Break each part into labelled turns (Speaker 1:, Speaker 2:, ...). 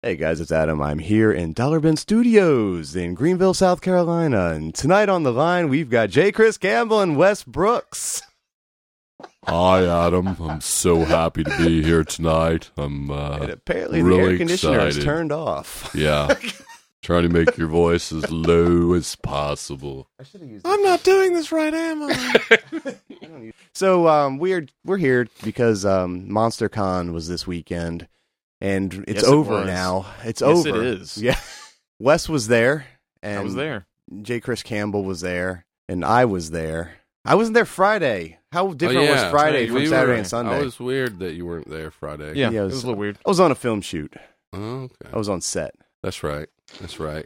Speaker 1: Hey guys, it's Adam. I'm here in Dollar Bin Studios in Greenville, South Carolina. And tonight on the line, we've got J. Chris Campbell and Wes Brooks.
Speaker 2: Hi, Adam. I'm so happy to be here tonight. I'm,
Speaker 1: And
Speaker 2: uh,
Speaker 1: apparently, the
Speaker 2: really
Speaker 1: air conditioner is
Speaker 2: excited.
Speaker 1: turned off.
Speaker 2: yeah, trying to make your voice as low as possible.
Speaker 1: I should have used
Speaker 3: I'm not doing this right, am I?
Speaker 1: So um, we're we're here because um, Monster Con was this weekend, and it's
Speaker 3: Yes, it
Speaker 1: over
Speaker 3: was.
Speaker 1: now. It's
Speaker 3: Yes,
Speaker 1: over.
Speaker 3: it is.
Speaker 1: Yeah. Wes was there, and
Speaker 3: I was there.
Speaker 1: J. Chris Campbell was there, and I was there. I wasn't there Friday. How different was Friday
Speaker 2: Hey,
Speaker 1: from
Speaker 2: Oh, we
Speaker 1: Saturday
Speaker 2: were-
Speaker 1: and Sunday?
Speaker 2: I was weird that you weren't there Friday.
Speaker 3: Yeah,
Speaker 1: Yeah, it
Speaker 3: it
Speaker 1: was-
Speaker 3: was, a little weird.
Speaker 1: I was on a film shoot.
Speaker 2: Oh, okay.
Speaker 1: I was on set.
Speaker 2: That's right. That's right.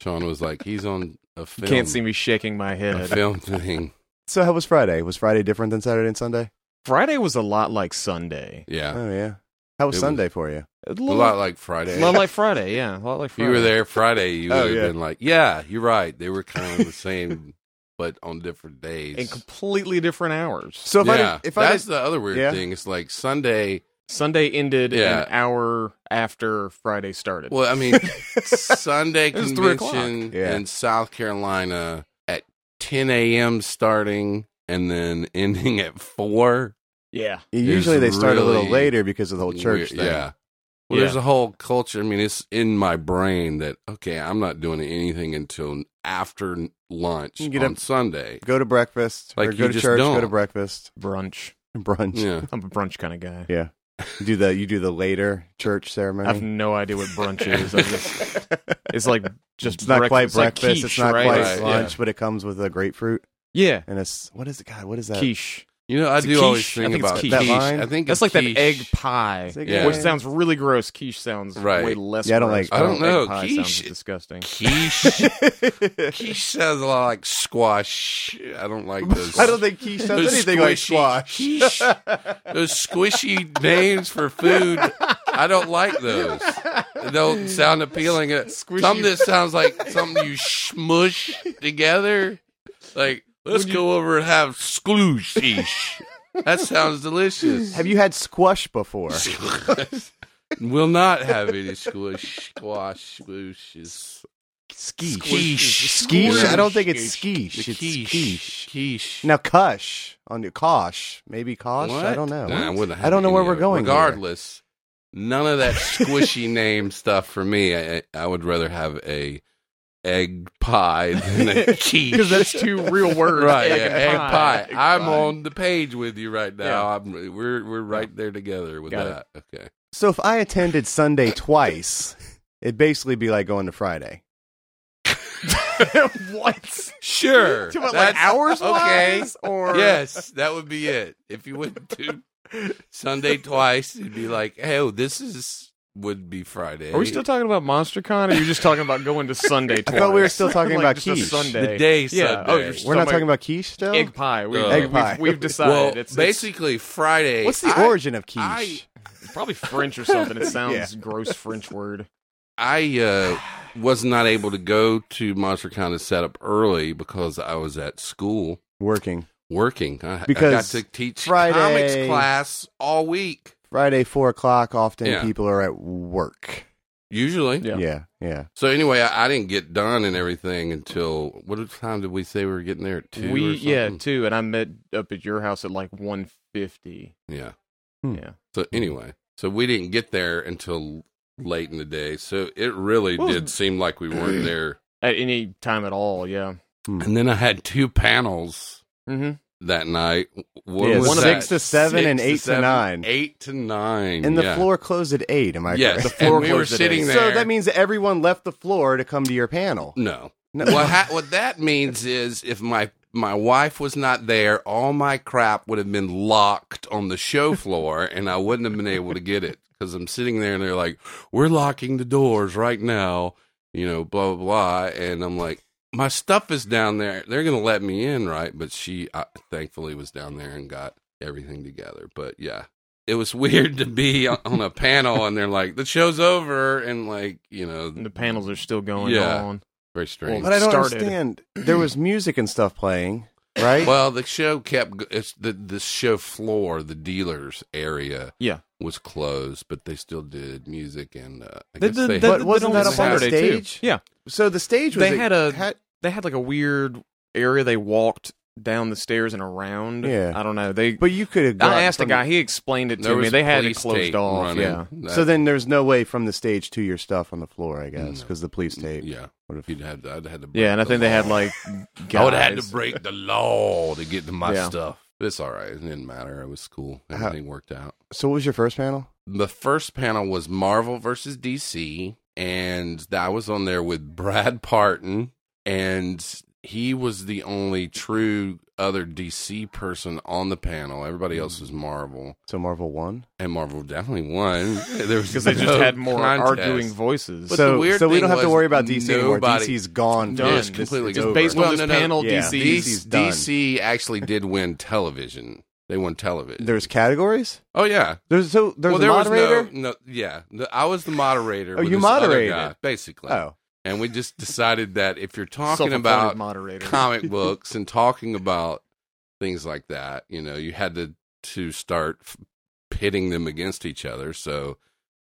Speaker 2: Sean was like, he's on a film.
Speaker 3: You can't see me shaking my
Speaker 2: A
Speaker 3: head.
Speaker 2: film thing.
Speaker 1: So how was Friday? Was Friday different than Saturday and Sunday?
Speaker 3: Friday was a lot like Sunday.
Speaker 2: Yeah.
Speaker 1: Oh yeah. How was
Speaker 2: It was-
Speaker 1: Sunday for you?
Speaker 2: A
Speaker 3: A little,
Speaker 2: lot like
Speaker 3: a
Speaker 2: Friday.
Speaker 3: lot like Friday. Yeah, a lot like
Speaker 2: If
Speaker 3: Friday.
Speaker 2: you were there Friday, you would
Speaker 1: Oh,
Speaker 2: have
Speaker 1: yeah.
Speaker 2: been like, yeah, you're right. They were kind of the same, but on different days.
Speaker 3: in completely different hours.
Speaker 1: So if I
Speaker 2: yeah,
Speaker 1: did, if I
Speaker 2: that's
Speaker 1: did,
Speaker 2: the other weird
Speaker 1: Yeah.
Speaker 2: thing. It's like Sunday.
Speaker 3: Sunday ended
Speaker 2: Yeah.
Speaker 3: an hour after Friday started.
Speaker 2: Well, I mean, Sunday
Speaker 3: It was three o'clock.
Speaker 2: convention
Speaker 1: Yeah.
Speaker 2: in South Carolina at 10 a.m. starting and then ending at four.
Speaker 3: yeah,
Speaker 1: usually they start a little
Speaker 2: really
Speaker 1: later because of the whole church
Speaker 2: Weird-
Speaker 1: thing.
Speaker 2: Yeah. Well,
Speaker 3: Yeah.
Speaker 2: there's a whole culture. I mean, it's in my brain that okay, I'm not doing anything until after lunch
Speaker 1: You get
Speaker 2: on
Speaker 1: up-
Speaker 2: Sunday.
Speaker 1: Go to breakfast.
Speaker 2: Like,
Speaker 1: or
Speaker 2: you
Speaker 1: go to
Speaker 2: just
Speaker 1: church. Go to
Speaker 2: don't.
Speaker 1: breakfast.
Speaker 3: brunch.
Speaker 1: Brunch.
Speaker 2: Yeah,
Speaker 3: I'm a brunch kind of guy.
Speaker 1: Yeah. You do the you do the later church
Speaker 3: I have
Speaker 1: ceremony.
Speaker 3: no idea what brunch is. I just, it's like just
Speaker 1: it's not quite
Speaker 3: breakfast. like
Speaker 1: breakfast.
Speaker 3: quiche,
Speaker 1: it's not
Speaker 3: right?
Speaker 1: quite
Speaker 2: Right, yeah.
Speaker 1: lunch, but it comes with a grapefruit
Speaker 3: Yeah,
Speaker 1: and it's what is it? God, what is that?
Speaker 3: quiche.
Speaker 2: you know, I
Speaker 3: It's a
Speaker 2: do always
Speaker 3: quiche. I
Speaker 2: think
Speaker 3: think it's
Speaker 2: about
Speaker 3: quiche.
Speaker 1: That line?
Speaker 2: I think
Speaker 3: That's like
Speaker 2: it's
Speaker 3: that egg
Speaker 2: quiche.
Speaker 3: pie,
Speaker 1: It's like
Speaker 2: Yeah.
Speaker 3: which
Speaker 1: egg.
Speaker 3: sounds really gross. Quiche sounds
Speaker 2: Right.
Speaker 3: way less.
Speaker 1: Yeah, I don't like-
Speaker 3: gross, but
Speaker 2: I don't know.
Speaker 3: Egg pie sounds
Speaker 2: Quiche-
Speaker 3: disgusting.
Speaker 2: quiche. quiche sounds a lot like squash. I don't like those.
Speaker 1: I don't think quiche sounds
Speaker 2: those
Speaker 1: anything like
Speaker 2: squishy
Speaker 1: squash.
Speaker 2: quiche. those squishy names for food. I don't like those. They don't sound appealing. Uh,
Speaker 3: Squishy-
Speaker 2: Something that sounds like something you smush together. Like, let's go over and have squoosh. That sounds delicious.
Speaker 1: Have you had squash before?
Speaker 2: Will not have any squish, squash, squoosh. Is
Speaker 1: Skish.
Speaker 2: Quiche.
Speaker 1: Quiche? I don't think it's
Speaker 3: Quiche.
Speaker 1: skish.
Speaker 2: the
Speaker 1: It's quiche.
Speaker 2: quiche. Quiche.
Speaker 1: Now, Kosh on the Kosh, maybe Kosh. I don't know.
Speaker 2: Nah, I, wouldn't
Speaker 1: I don't know
Speaker 2: have
Speaker 1: where
Speaker 2: any
Speaker 1: we're
Speaker 2: of it.
Speaker 1: going. here.
Speaker 2: Regardless, none of that squishy name stuff for me. I, I- I would rather have a egg pie than a quiche.
Speaker 3: because that's two real words.
Speaker 2: right, yeah,
Speaker 3: and
Speaker 2: egg pie.
Speaker 3: Egg
Speaker 2: I'm
Speaker 3: pie.
Speaker 2: on the page with you right now.
Speaker 3: Yeah.
Speaker 2: I'm, we're we're right there together with
Speaker 3: Got
Speaker 2: that. Okay.
Speaker 1: So if I attended Sunday twice, it'd basically be like going to Friday.
Speaker 3: what?
Speaker 2: Sure.
Speaker 3: To what, like
Speaker 2: That's-
Speaker 3: hours
Speaker 2: Okay.
Speaker 3: wise, or
Speaker 2: Yes, that would be it. If you went to Sunday twice, it'd be like, "Hey, oh, this is would be Friday."
Speaker 3: Are we still talking about MonsterCon, or are you just talking about going to Sunday?
Speaker 1: I thought we were
Speaker 3: twice?
Speaker 1: still talking
Speaker 3: Like,
Speaker 1: about
Speaker 3: just a
Speaker 1: quiche.
Speaker 3: Sunday.
Speaker 2: the day
Speaker 3: Yeah.
Speaker 2: Sunday?
Speaker 3: Oh, you're
Speaker 1: We're
Speaker 3: So
Speaker 1: not
Speaker 3: my-
Speaker 1: talking about quiche still.
Speaker 3: egg pie. We,
Speaker 2: Uh,
Speaker 3: we-
Speaker 1: Egg pie.
Speaker 3: We've, we've decided.
Speaker 2: well,
Speaker 3: it's, it's
Speaker 2: basically Friday.
Speaker 1: What's the
Speaker 2: I,
Speaker 1: origin of quiche?
Speaker 2: I-
Speaker 3: probably French or something. It sounds gross French word.
Speaker 2: I uh, was not able to go to MonsterCon to set up early because I was at school
Speaker 1: Working
Speaker 2: working. I, I got
Speaker 1: Because
Speaker 2: to teach
Speaker 1: Friday-
Speaker 2: comics class all week.
Speaker 1: Friday four o'clock. Often
Speaker 2: Yeah.
Speaker 1: people are at work.
Speaker 2: Usually,
Speaker 3: Yeah.
Speaker 1: Yeah, yeah.
Speaker 2: So anyway, I, I didn't get done and everything until what time did we say we were getting there at two?
Speaker 3: we
Speaker 2: or
Speaker 3: yeah
Speaker 2: something?
Speaker 3: two, and I met up at your house at like one fifty.
Speaker 2: yeah.
Speaker 1: Hmm.
Speaker 3: Yeah.
Speaker 2: So anyway, so we didn't get there until late in the day. So it really
Speaker 3: Well,
Speaker 2: did seem like we weren't there.
Speaker 3: At any time at all, yeah.
Speaker 2: And then I had two panels
Speaker 3: Mm-hmm.
Speaker 2: that night. What
Speaker 1: Yeah,
Speaker 2: was
Speaker 3: one of
Speaker 2: that?
Speaker 1: six to seven and eight to
Speaker 2: seven,
Speaker 1: nine.
Speaker 2: Eight to nine.
Speaker 1: And the
Speaker 2: Mm, yeah.
Speaker 1: floor closed at eight. Am I
Speaker 2: Yes,
Speaker 1: correct?
Speaker 3: The floor
Speaker 2: and we were
Speaker 3: closed at
Speaker 2: sitting
Speaker 3: eight.
Speaker 2: there. Mm,
Speaker 1: So that means that everyone left the floor to come to your panel.
Speaker 2: no.
Speaker 1: No.
Speaker 2: What ha- what that means is if my my wife was not there, all my crap would have been locked on the show floor, and I wouldn't have been able to get it because I'm sitting there and they're like, "We're locking the doors right now," you know, blah blah blah, and I'm like. My stuff is down there. They're gonna let me in, right? But she, I, thankfully, was down there and got everything together. But yeah, it was weird to be on- on a panel and they're like, "The show's over," and like, you know,
Speaker 3: The panels are still going
Speaker 2: Yeah.
Speaker 3: on.
Speaker 2: very strange.
Speaker 1: But I don't
Speaker 3: started.
Speaker 1: understand. There was music and stuff playing. right?
Speaker 2: Well, the show kept g- it's the the show floor, the dealers area
Speaker 3: Yeah.
Speaker 2: was closed, but they still did music and uh, I
Speaker 3: They,
Speaker 2: guess
Speaker 3: they,
Speaker 2: they
Speaker 3: they-
Speaker 2: had-
Speaker 1: But
Speaker 3: they
Speaker 1: wasn't
Speaker 3: don't
Speaker 2: that
Speaker 3: do
Speaker 2: up on
Speaker 3: Saturday, too.
Speaker 1: stage?
Speaker 3: Yeah.
Speaker 1: so the stage was
Speaker 3: They had a- They had like a weird area they walked down the stairs and around.
Speaker 1: Yeah.
Speaker 3: I don't know. They
Speaker 1: but you could have. gotten
Speaker 3: I asked a
Speaker 1: from-
Speaker 3: guy, he explained it to
Speaker 2: there
Speaker 3: me.
Speaker 2: was
Speaker 3: They had it
Speaker 2: police
Speaker 3: closed
Speaker 2: tape
Speaker 3: off.
Speaker 2: running.
Speaker 3: Yeah.
Speaker 2: That-
Speaker 1: So then there's no way from the stage to your stuff on the floor, I guess,
Speaker 2: No.
Speaker 1: because the police tape.
Speaker 2: yeah,
Speaker 1: What if-
Speaker 2: you'd have to, I'd had to break
Speaker 3: Yeah, and I
Speaker 2: the
Speaker 3: think they had
Speaker 2: law.
Speaker 3: like
Speaker 2: I would have had
Speaker 3: guys-
Speaker 2: to break the law to get to my
Speaker 3: Yeah.
Speaker 2: stuff. But it's all right. It didn't matter. It was cool.
Speaker 1: How-
Speaker 2: Everything worked out.
Speaker 1: So what was your first panel?
Speaker 2: The first panel was Marvel versus DC, and I was on there with Brad Parton, and he was the only true other DC person on the panel. Everybody else was Marvel,
Speaker 1: So Marvel won.
Speaker 2: and Marvel definitely won. There was
Speaker 3: because they just
Speaker 2: no
Speaker 3: had more
Speaker 2: contest.
Speaker 3: arguing voices.
Speaker 2: But
Speaker 1: so
Speaker 2: the weird
Speaker 1: so we
Speaker 2: thing
Speaker 1: don't have to
Speaker 2: was
Speaker 1: worry about DC anymore.
Speaker 2: nobody-
Speaker 1: DC's gone.
Speaker 3: Done.
Speaker 2: It's
Speaker 1: This-
Speaker 2: completely
Speaker 1: it's
Speaker 2: gone.
Speaker 3: just
Speaker 1: over.
Speaker 3: based on
Speaker 2: Well,
Speaker 3: this
Speaker 2: no, no.
Speaker 3: panel,
Speaker 1: Yeah.
Speaker 3: DC.
Speaker 1: DC's
Speaker 2: DC,
Speaker 1: done.
Speaker 2: DC actually did win television. They won television.
Speaker 1: There's categories.
Speaker 2: oh yeah,
Speaker 1: There's so there's
Speaker 2: well,
Speaker 1: a
Speaker 2: there
Speaker 1: moderator.
Speaker 2: was no, no yeah. The- I was the moderator.
Speaker 1: Oh,
Speaker 2: with
Speaker 1: you
Speaker 2: this other
Speaker 1: moderated.
Speaker 2: guy, basically.
Speaker 1: Oh,
Speaker 2: and we just decided that if you're talking
Speaker 3: Self-appointed
Speaker 2: about
Speaker 3: moderator.
Speaker 2: comic books and talking about things like that, you know, you had to to start f- pitting them against each other. So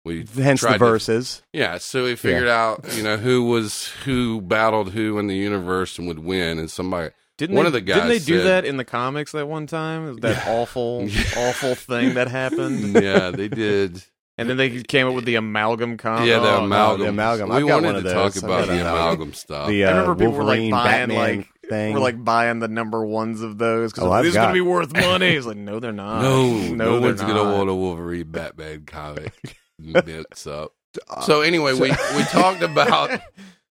Speaker 2: we
Speaker 1: hence
Speaker 2: tried
Speaker 1: the
Speaker 2: to-
Speaker 1: verses.
Speaker 2: yeah, so we figured out you know who was who battled who in the universe and would win, and somebody
Speaker 3: Didn't
Speaker 2: One
Speaker 3: they,
Speaker 2: of the
Speaker 3: didn't they
Speaker 2: guys
Speaker 3: do
Speaker 2: said-
Speaker 3: that in the comics that one time? That awful, awful thing that happened,
Speaker 2: yeah they did.
Speaker 3: and then they came up with the amalgam Oh, comic.
Speaker 2: yeah, the amalgam.
Speaker 1: the amalgam.
Speaker 2: We
Speaker 1: I've got
Speaker 2: wanted
Speaker 1: one of
Speaker 2: to
Speaker 1: those.
Speaker 2: talk
Speaker 1: I've
Speaker 2: about
Speaker 1: got
Speaker 2: the
Speaker 1: an
Speaker 2: amalgam stuff.
Speaker 1: The uh,
Speaker 3: I remember people were, like,
Speaker 1: Wolverine
Speaker 3: buying,
Speaker 1: Batman
Speaker 3: like-
Speaker 1: thing.
Speaker 3: We're like buying the number ones of those because
Speaker 1: Oh, I've
Speaker 3: this is going
Speaker 1: got-
Speaker 3: to be worth money. It's like, no, they're
Speaker 1: Uh,
Speaker 3: not.
Speaker 2: No,
Speaker 3: no,
Speaker 2: no,
Speaker 3: they're
Speaker 2: one's
Speaker 3: not.
Speaker 2: gonna want a Wolverine Batman comic mix up. So anyway, we we talked about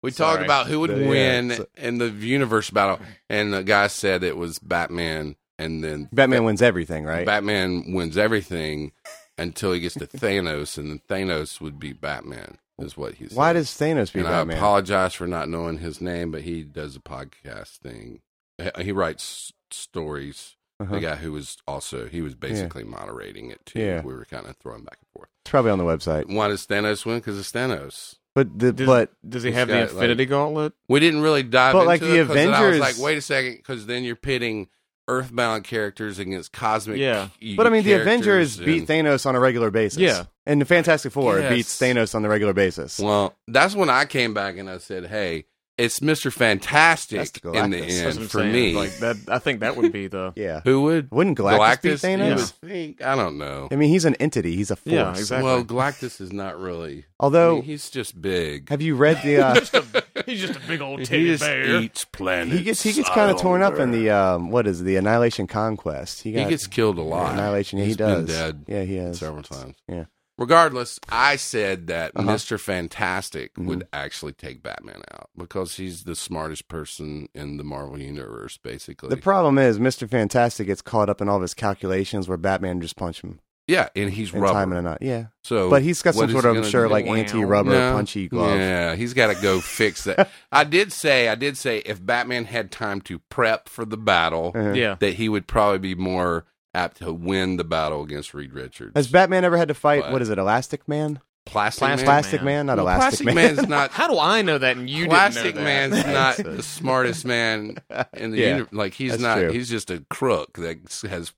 Speaker 2: we
Speaker 3: Sorry.
Speaker 2: talked about who would
Speaker 1: Yeah,
Speaker 2: win
Speaker 1: so-
Speaker 2: in the universe battle, and the guy said it was Batman, and then
Speaker 1: Batman wins everything, right?
Speaker 2: Batman wins everything until he gets to Thanos, and then Thanos would be Batman, is what he said.
Speaker 1: Why does Thanos be
Speaker 2: and
Speaker 1: Batman?
Speaker 2: I apologize for not knowing his name, but he does a podcast thing. He- He writes stories
Speaker 1: Uh-huh.
Speaker 2: the guy who was also he was basically moderating it too.
Speaker 1: Yeah.
Speaker 2: We were kind of throwing back and
Speaker 1: It's probably on the website.
Speaker 2: forth. Why does Thanos win? Because it's Thanos.
Speaker 1: But the,
Speaker 3: Does,
Speaker 1: but
Speaker 3: does he
Speaker 2: This
Speaker 3: have the
Speaker 2: guy, like-
Speaker 3: Infinity Gauntlet?
Speaker 2: We didn't really dive
Speaker 1: But,
Speaker 2: into
Speaker 1: like, the
Speaker 2: it 'cause then I was
Speaker 1: Avengers-
Speaker 2: like, wait a second, because then you're pitting Earthbound characters against cosmic.
Speaker 3: Yeah.
Speaker 2: y-
Speaker 1: but I mean, the Avengers
Speaker 2: characters
Speaker 1: beat
Speaker 2: and-
Speaker 1: Thanos on a regular basis.
Speaker 3: Yeah.
Speaker 1: and the Fantastic Four
Speaker 2: Yes.
Speaker 1: beats Thanos on the regular basis.
Speaker 2: Well, that's when I came back and I said, hey, it's Mister
Speaker 1: That's
Speaker 2: Fantastic
Speaker 1: the
Speaker 2: in
Speaker 1: Galactus.
Speaker 2: the end
Speaker 3: That's what I'm
Speaker 2: for
Speaker 3: saying.
Speaker 2: me.
Speaker 3: Like that, I think that would be the.
Speaker 1: yeah,
Speaker 2: who would
Speaker 1: wouldn't Galactus, beat
Speaker 2: You
Speaker 1: Thanos?
Speaker 2: would think I don't know.
Speaker 1: I mean, he's an entity. He's a force.
Speaker 3: Yeah, exactly.
Speaker 2: Well, Galactus is not really. I
Speaker 1: Although,
Speaker 2: mean, he's just big.
Speaker 1: have you read the? Uh,
Speaker 3: He's just a big old
Speaker 2: he just eats planets.
Speaker 1: he gets he gets kind of torn up in the um, what is it, the Annihilation Conquest?
Speaker 2: He
Speaker 1: got-
Speaker 2: gets killed a lot.
Speaker 1: Annihilation. he
Speaker 2: He's
Speaker 1: does.
Speaker 2: been dead
Speaker 1: Yeah, he has.
Speaker 2: several times.
Speaker 1: Yeah.
Speaker 2: Regardless, I said that
Speaker 1: Uh-huh. Mm-hmm.
Speaker 2: Mr. Fantastic would actually take Batman out because he's the smartest person in the Marvel universe, basically.
Speaker 1: The problem is, Mister Fantastic gets caught up in all of his calculations, where Batman just punch him
Speaker 2: yeah, and he's
Speaker 1: in
Speaker 2: rubber.
Speaker 1: time and a knot. Yeah,
Speaker 2: so,
Speaker 1: but he's got some
Speaker 2: what is
Speaker 1: sort
Speaker 2: he
Speaker 1: of, I'm
Speaker 2: gonna
Speaker 1: sure,
Speaker 2: do?
Speaker 1: like
Speaker 3: Wow.
Speaker 1: anti-rubber
Speaker 2: No.
Speaker 1: punchy glove.
Speaker 2: Yeah, he's got to go fix that. I did say, I did say, if Batman had time to prep for the battle,
Speaker 1: Uh-huh.
Speaker 3: Yeah.
Speaker 2: that he would probably be more apt to win the battle against Reed Richards.
Speaker 1: Has Batman ever had to fight?
Speaker 2: But-
Speaker 1: what is it, Elastic Man?
Speaker 2: Plastic,
Speaker 3: Plastic
Speaker 2: Man?
Speaker 1: Plastic Man, not
Speaker 2: Well,
Speaker 1: Elastic
Speaker 2: Plastic
Speaker 1: Man.
Speaker 2: Man's not
Speaker 3: How do I know that and you
Speaker 2: Plastic
Speaker 3: didn't know that?
Speaker 2: Man's not
Speaker 1: That's a-
Speaker 2: the smartest man in the
Speaker 1: Yeah,
Speaker 2: universe. Like he's
Speaker 1: that's
Speaker 2: not.
Speaker 1: true.
Speaker 2: He's just a crook that s- has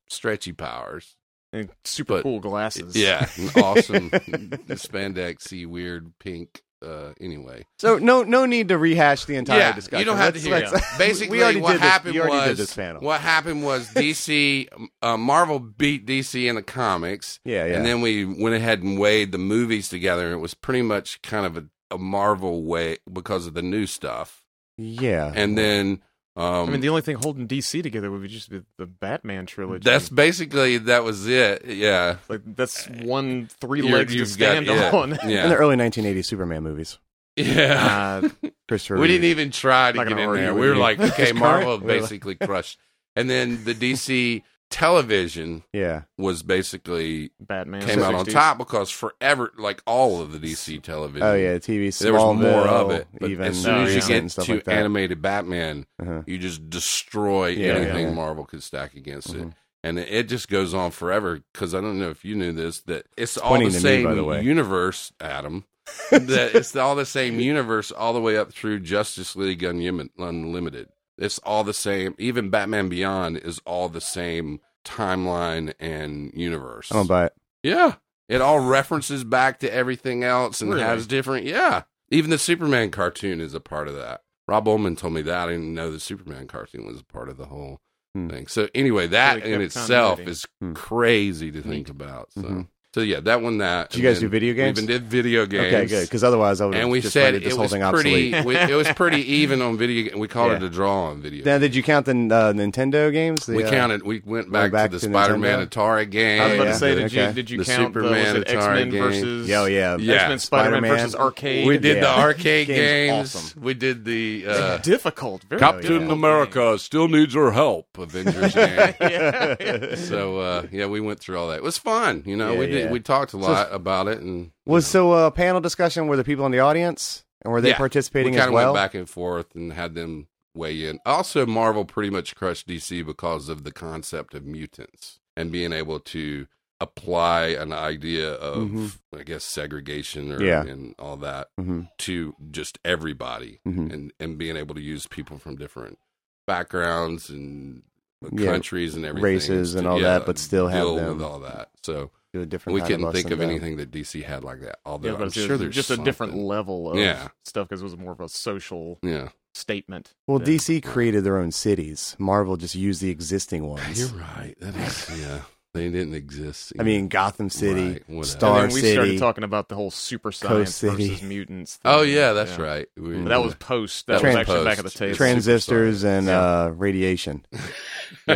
Speaker 2: stretchy powers.
Speaker 3: And super
Speaker 2: But-
Speaker 3: cool glasses.
Speaker 2: Yeah, an awesome spandexy, weird pink. Uh, anyway,
Speaker 1: So no, no need to rehash the entire
Speaker 2: yeah,
Speaker 1: discussion.
Speaker 2: you don't have to
Speaker 1: Let's-
Speaker 2: hear.
Speaker 1: let's-
Speaker 2: it. Basically,
Speaker 1: we already
Speaker 2: what
Speaker 1: did
Speaker 2: happened
Speaker 1: this, we already
Speaker 2: was
Speaker 1: did this panel.
Speaker 2: what happened was DC, um, uh, Marvel beat DC in the comics,
Speaker 1: Yeah, yeah.
Speaker 2: and then we went ahead and weighed the movies together, and it was pretty much kind of a, a Marvel way because of the new stuff,
Speaker 1: yeah,
Speaker 2: and then. Um,
Speaker 3: I mean, the only thing holding DC together would be just the, the Batman trilogy.
Speaker 2: That's basically that was it. Yeah.
Speaker 3: like that's one three
Speaker 2: You're-
Speaker 3: legs to
Speaker 2: you've got-
Speaker 3: stand
Speaker 2: yeah,
Speaker 3: on.
Speaker 1: in the
Speaker 2: Yeah.
Speaker 1: early 1980s Superman movies,
Speaker 2: Yeah.
Speaker 3: Uh,
Speaker 1: Christopher.
Speaker 2: we didn't
Speaker 1: Reeve.
Speaker 2: even try to
Speaker 3: Not
Speaker 2: get
Speaker 3: gonna
Speaker 2: in
Speaker 3: argue
Speaker 2: there.
Speaker 3: with
Speaker 2: We were
Speaker 3: you.
Speaker 2: like, okay,
Speaker 1: Just
Speaker 2: Marvel
Speaker 1: current- we were like-
Speaker 2: basically crushed. And then the DC television
Speaker 1: Yeah,
Speaker 2: was basically
Speaker 3: Batman
Speaker 2: came out on
Speaker 3: 60s.
Speaker 2: top because forever, like all of the DC television.
Speaker 1: oh yeah, TV.
Speaker 2: There was
Speaker 1: Smallville,
Speaker 2: more of it. But
Speaker 1: Even
Speaker 2: as soon as you
Speaker 3: yeah.
Speaker 1: Vincent
Speaker 2: get
Speaker 1: and stuff
Speaker 2: to
Speaker 1: like that.
Speaker 2: animated Batman,
Speaker 1: Uh-huh.
Speaker 2: you just destroy
Speaker 1: Yeah,
Speaker 2: anything
Speaker 1: yeah.
Speaker 2: Marvel could stack against it.
Speaker 1: Mhm.
Speaker 2: And it- it just goes on forever because I don't know if you knew this that it's all
Speaker 1: pointing
Speaker 2: the
Speaker 1: to me,
Speaker 2: same
Speaker 1: by the way.
Speaker 2: universe, Adam. that it's all the same universe all the way up through Justice League Unlim- Unlimited. It's all the same. Even Batman Beyond is all the same timeline and universe.
Speaker 1: I don't buy it.
Speaker 2: Yeah. It all references back to everything else and
Speaker 3: Really?
Speaker 2: has different. Yeah. Even the Superman cartoon is a part of that. Rob Ullman told me that. I didn't know the Superman cartoon was a part of the whole
Speaker 1: Hmm.
Speaker 2: thing. So, anyway, that
Speaker 3: Really
Speaker 2: in
Speaker 3: kept
Speaker 2: itself
Speaker 3: continuity.
Speaker 2: is
Speaker 1: Hmm.
Speaker 2: crazy to think about. So,
Speaker 1: Mhm.
Speaker 2: so yeah, that one, that.
Speaker 1: Do you guys
Speaker 2: and
Speaker 1: do video
Speaker 2: then
Speaker 1: games?
Speaker 2: We even did video games.
Speaker 1: Okay, good. Because otherwise, I would
Speaker 2: And we
Speaker 1: have just
Speaker 2: said
Speaker 1: rendered
Speaker 2: it
Speaker 1: this whole
Speaker 2: was,
Speaker 1: thing
Speaker 2: pretty,
Speaker 1: obsolete.
Speaker 2: we, it was pretty even on video. ga- We called it
Speaker 1: Yeah.
Speaker 2: a draw on video.
Speaker 1: Now, did you count the uh, Nintendo games? The,
Speaker 2: we
Speaker 1: uh,
Speaker 2: counted. We went back,
Speaker 1: back
Speaker 2: to the
Speaker 1: to
Speaker 2: Spider-Man
Speaker 1: Nintendo?
Speaker 2: Atari game.
Speaker 3: I was about
Speaker 1: yeah.
Speaker 3: to say, did
Speaker 1: Okay.
Speaker 3: you did you
Speaker 2: The
Speaker 3: count the, was
Speaker 2: Superman
Speaker 3: it
Speaker 2: Atari
Speaker 3: X Men
Speaker 2: game.
Speaker 3: versus
Speaker 1: Yeah, oh, yeah.
Speaker 2: Yeah.
Speaker 3: X Men Spider Man
Speaker 1: Spider-Man.
Speaker 3: versus arcade?
Speaker 2: We did the
Speaker 1: Yeah.
Speaker 2: arcade
Speaker 1: Game's
Speaker 2: games.
Speaker 1: awesome.
Speaker 2: We did the
Speaker 3: It's
Speaker 2: uh,
Speaker 3: difficult. Very
Speaker 2: Captain
Speaker 3: difficult
Speaker 2: America still needs her help. Avengers game.
Speaker 3: game. yeah, yeah.
Speaker 2: So uh, yeah, we went through all that. It was fun. You know,
Speaker 1: Yeah,
Speaker 2: we did.
Speaker 1: yeah.
Speaker 2: We talked a lot about it, and
Speaker 1: Was so a panel discussion? Were the people in the audience and were they
Speaker 2: Yeah. we
Speaker 1: participating
Speaker 2: kind
Speaker 1: as
Speaker 2: of
Speaker 1: well?
Speaker 2: went back and forth and had them weigh in. Also, Marvel pretty much crushed DC because of the concept of mutants and being able to apply an idea of,
Speaker 1: Mhm.
Speaker 2: I guess, segregation or,
Speaker 1: Yeah.
Speaker 2: and all that
Speaker 1: hmm
Speaker 2: to just everybody.
Speaker 1: hmm
Speaker 2: and and being able to use people from different backgrounds and
Speaker 1: Yeah,
Speaker 2: countries and everything,
Speaker 1: races and all that, but still have
Speaker 2: deal
Speaker 1: them-
Speaker 2: with all that. So
Speaker 1: Do a different.
Speaker 2: we
Speaker 1: kind
Speaker 2: couldn't
Speaker 1: us
Speaker 2: think
Speaker 1: than
Speaker 2: of
Speaker 1: them.
Speaker 2: anything that DC had like that. Although
Speaker 3: Yeah, but
Speaker 2: I'm
Speaker 3: it's
Speaker 2: sure there's
Speaker 3: just a different
Speaker 2: something.
Speaker 3: level of
Speaker 2: Yeah.
Speaker 3: stuff because it was more of a social
Speaker 2: Yeah,
Speaker 3: statement.
Speaker 1: Well,
Speaker 3: than-
Speaker 1: DC created their own cities. Marvel just used the existing ones.
Speaker 2: you're right. That is, yeah, they didn't exist.
Speaker 1: I mean, Gotham City,
Speaker 2: Right, whatever.
Speaker 3: And
Speaker 1: Star
Speaker 3: then we started
Speaker 1: City.
Speaker 3: talking about the whole super science
Speaker 1: City.
Speaker 3: versus mutants. Thing.
Speaker 2: oh yeah, that's right. We-
Speaker 3: But that was post. That
Speaker 2: That
Speaker 1: was
Speaker 3: was actually
Speaker 2: post.
Speaker 3: back at the table.
Speaker 2: Trans-
Speaker 1: transistors
Speaker 2: Superstars.
Speaker 1: and
Speaker 3: Yeah.
Speaker 1: uh, radiation.
Speaker 3: yeah.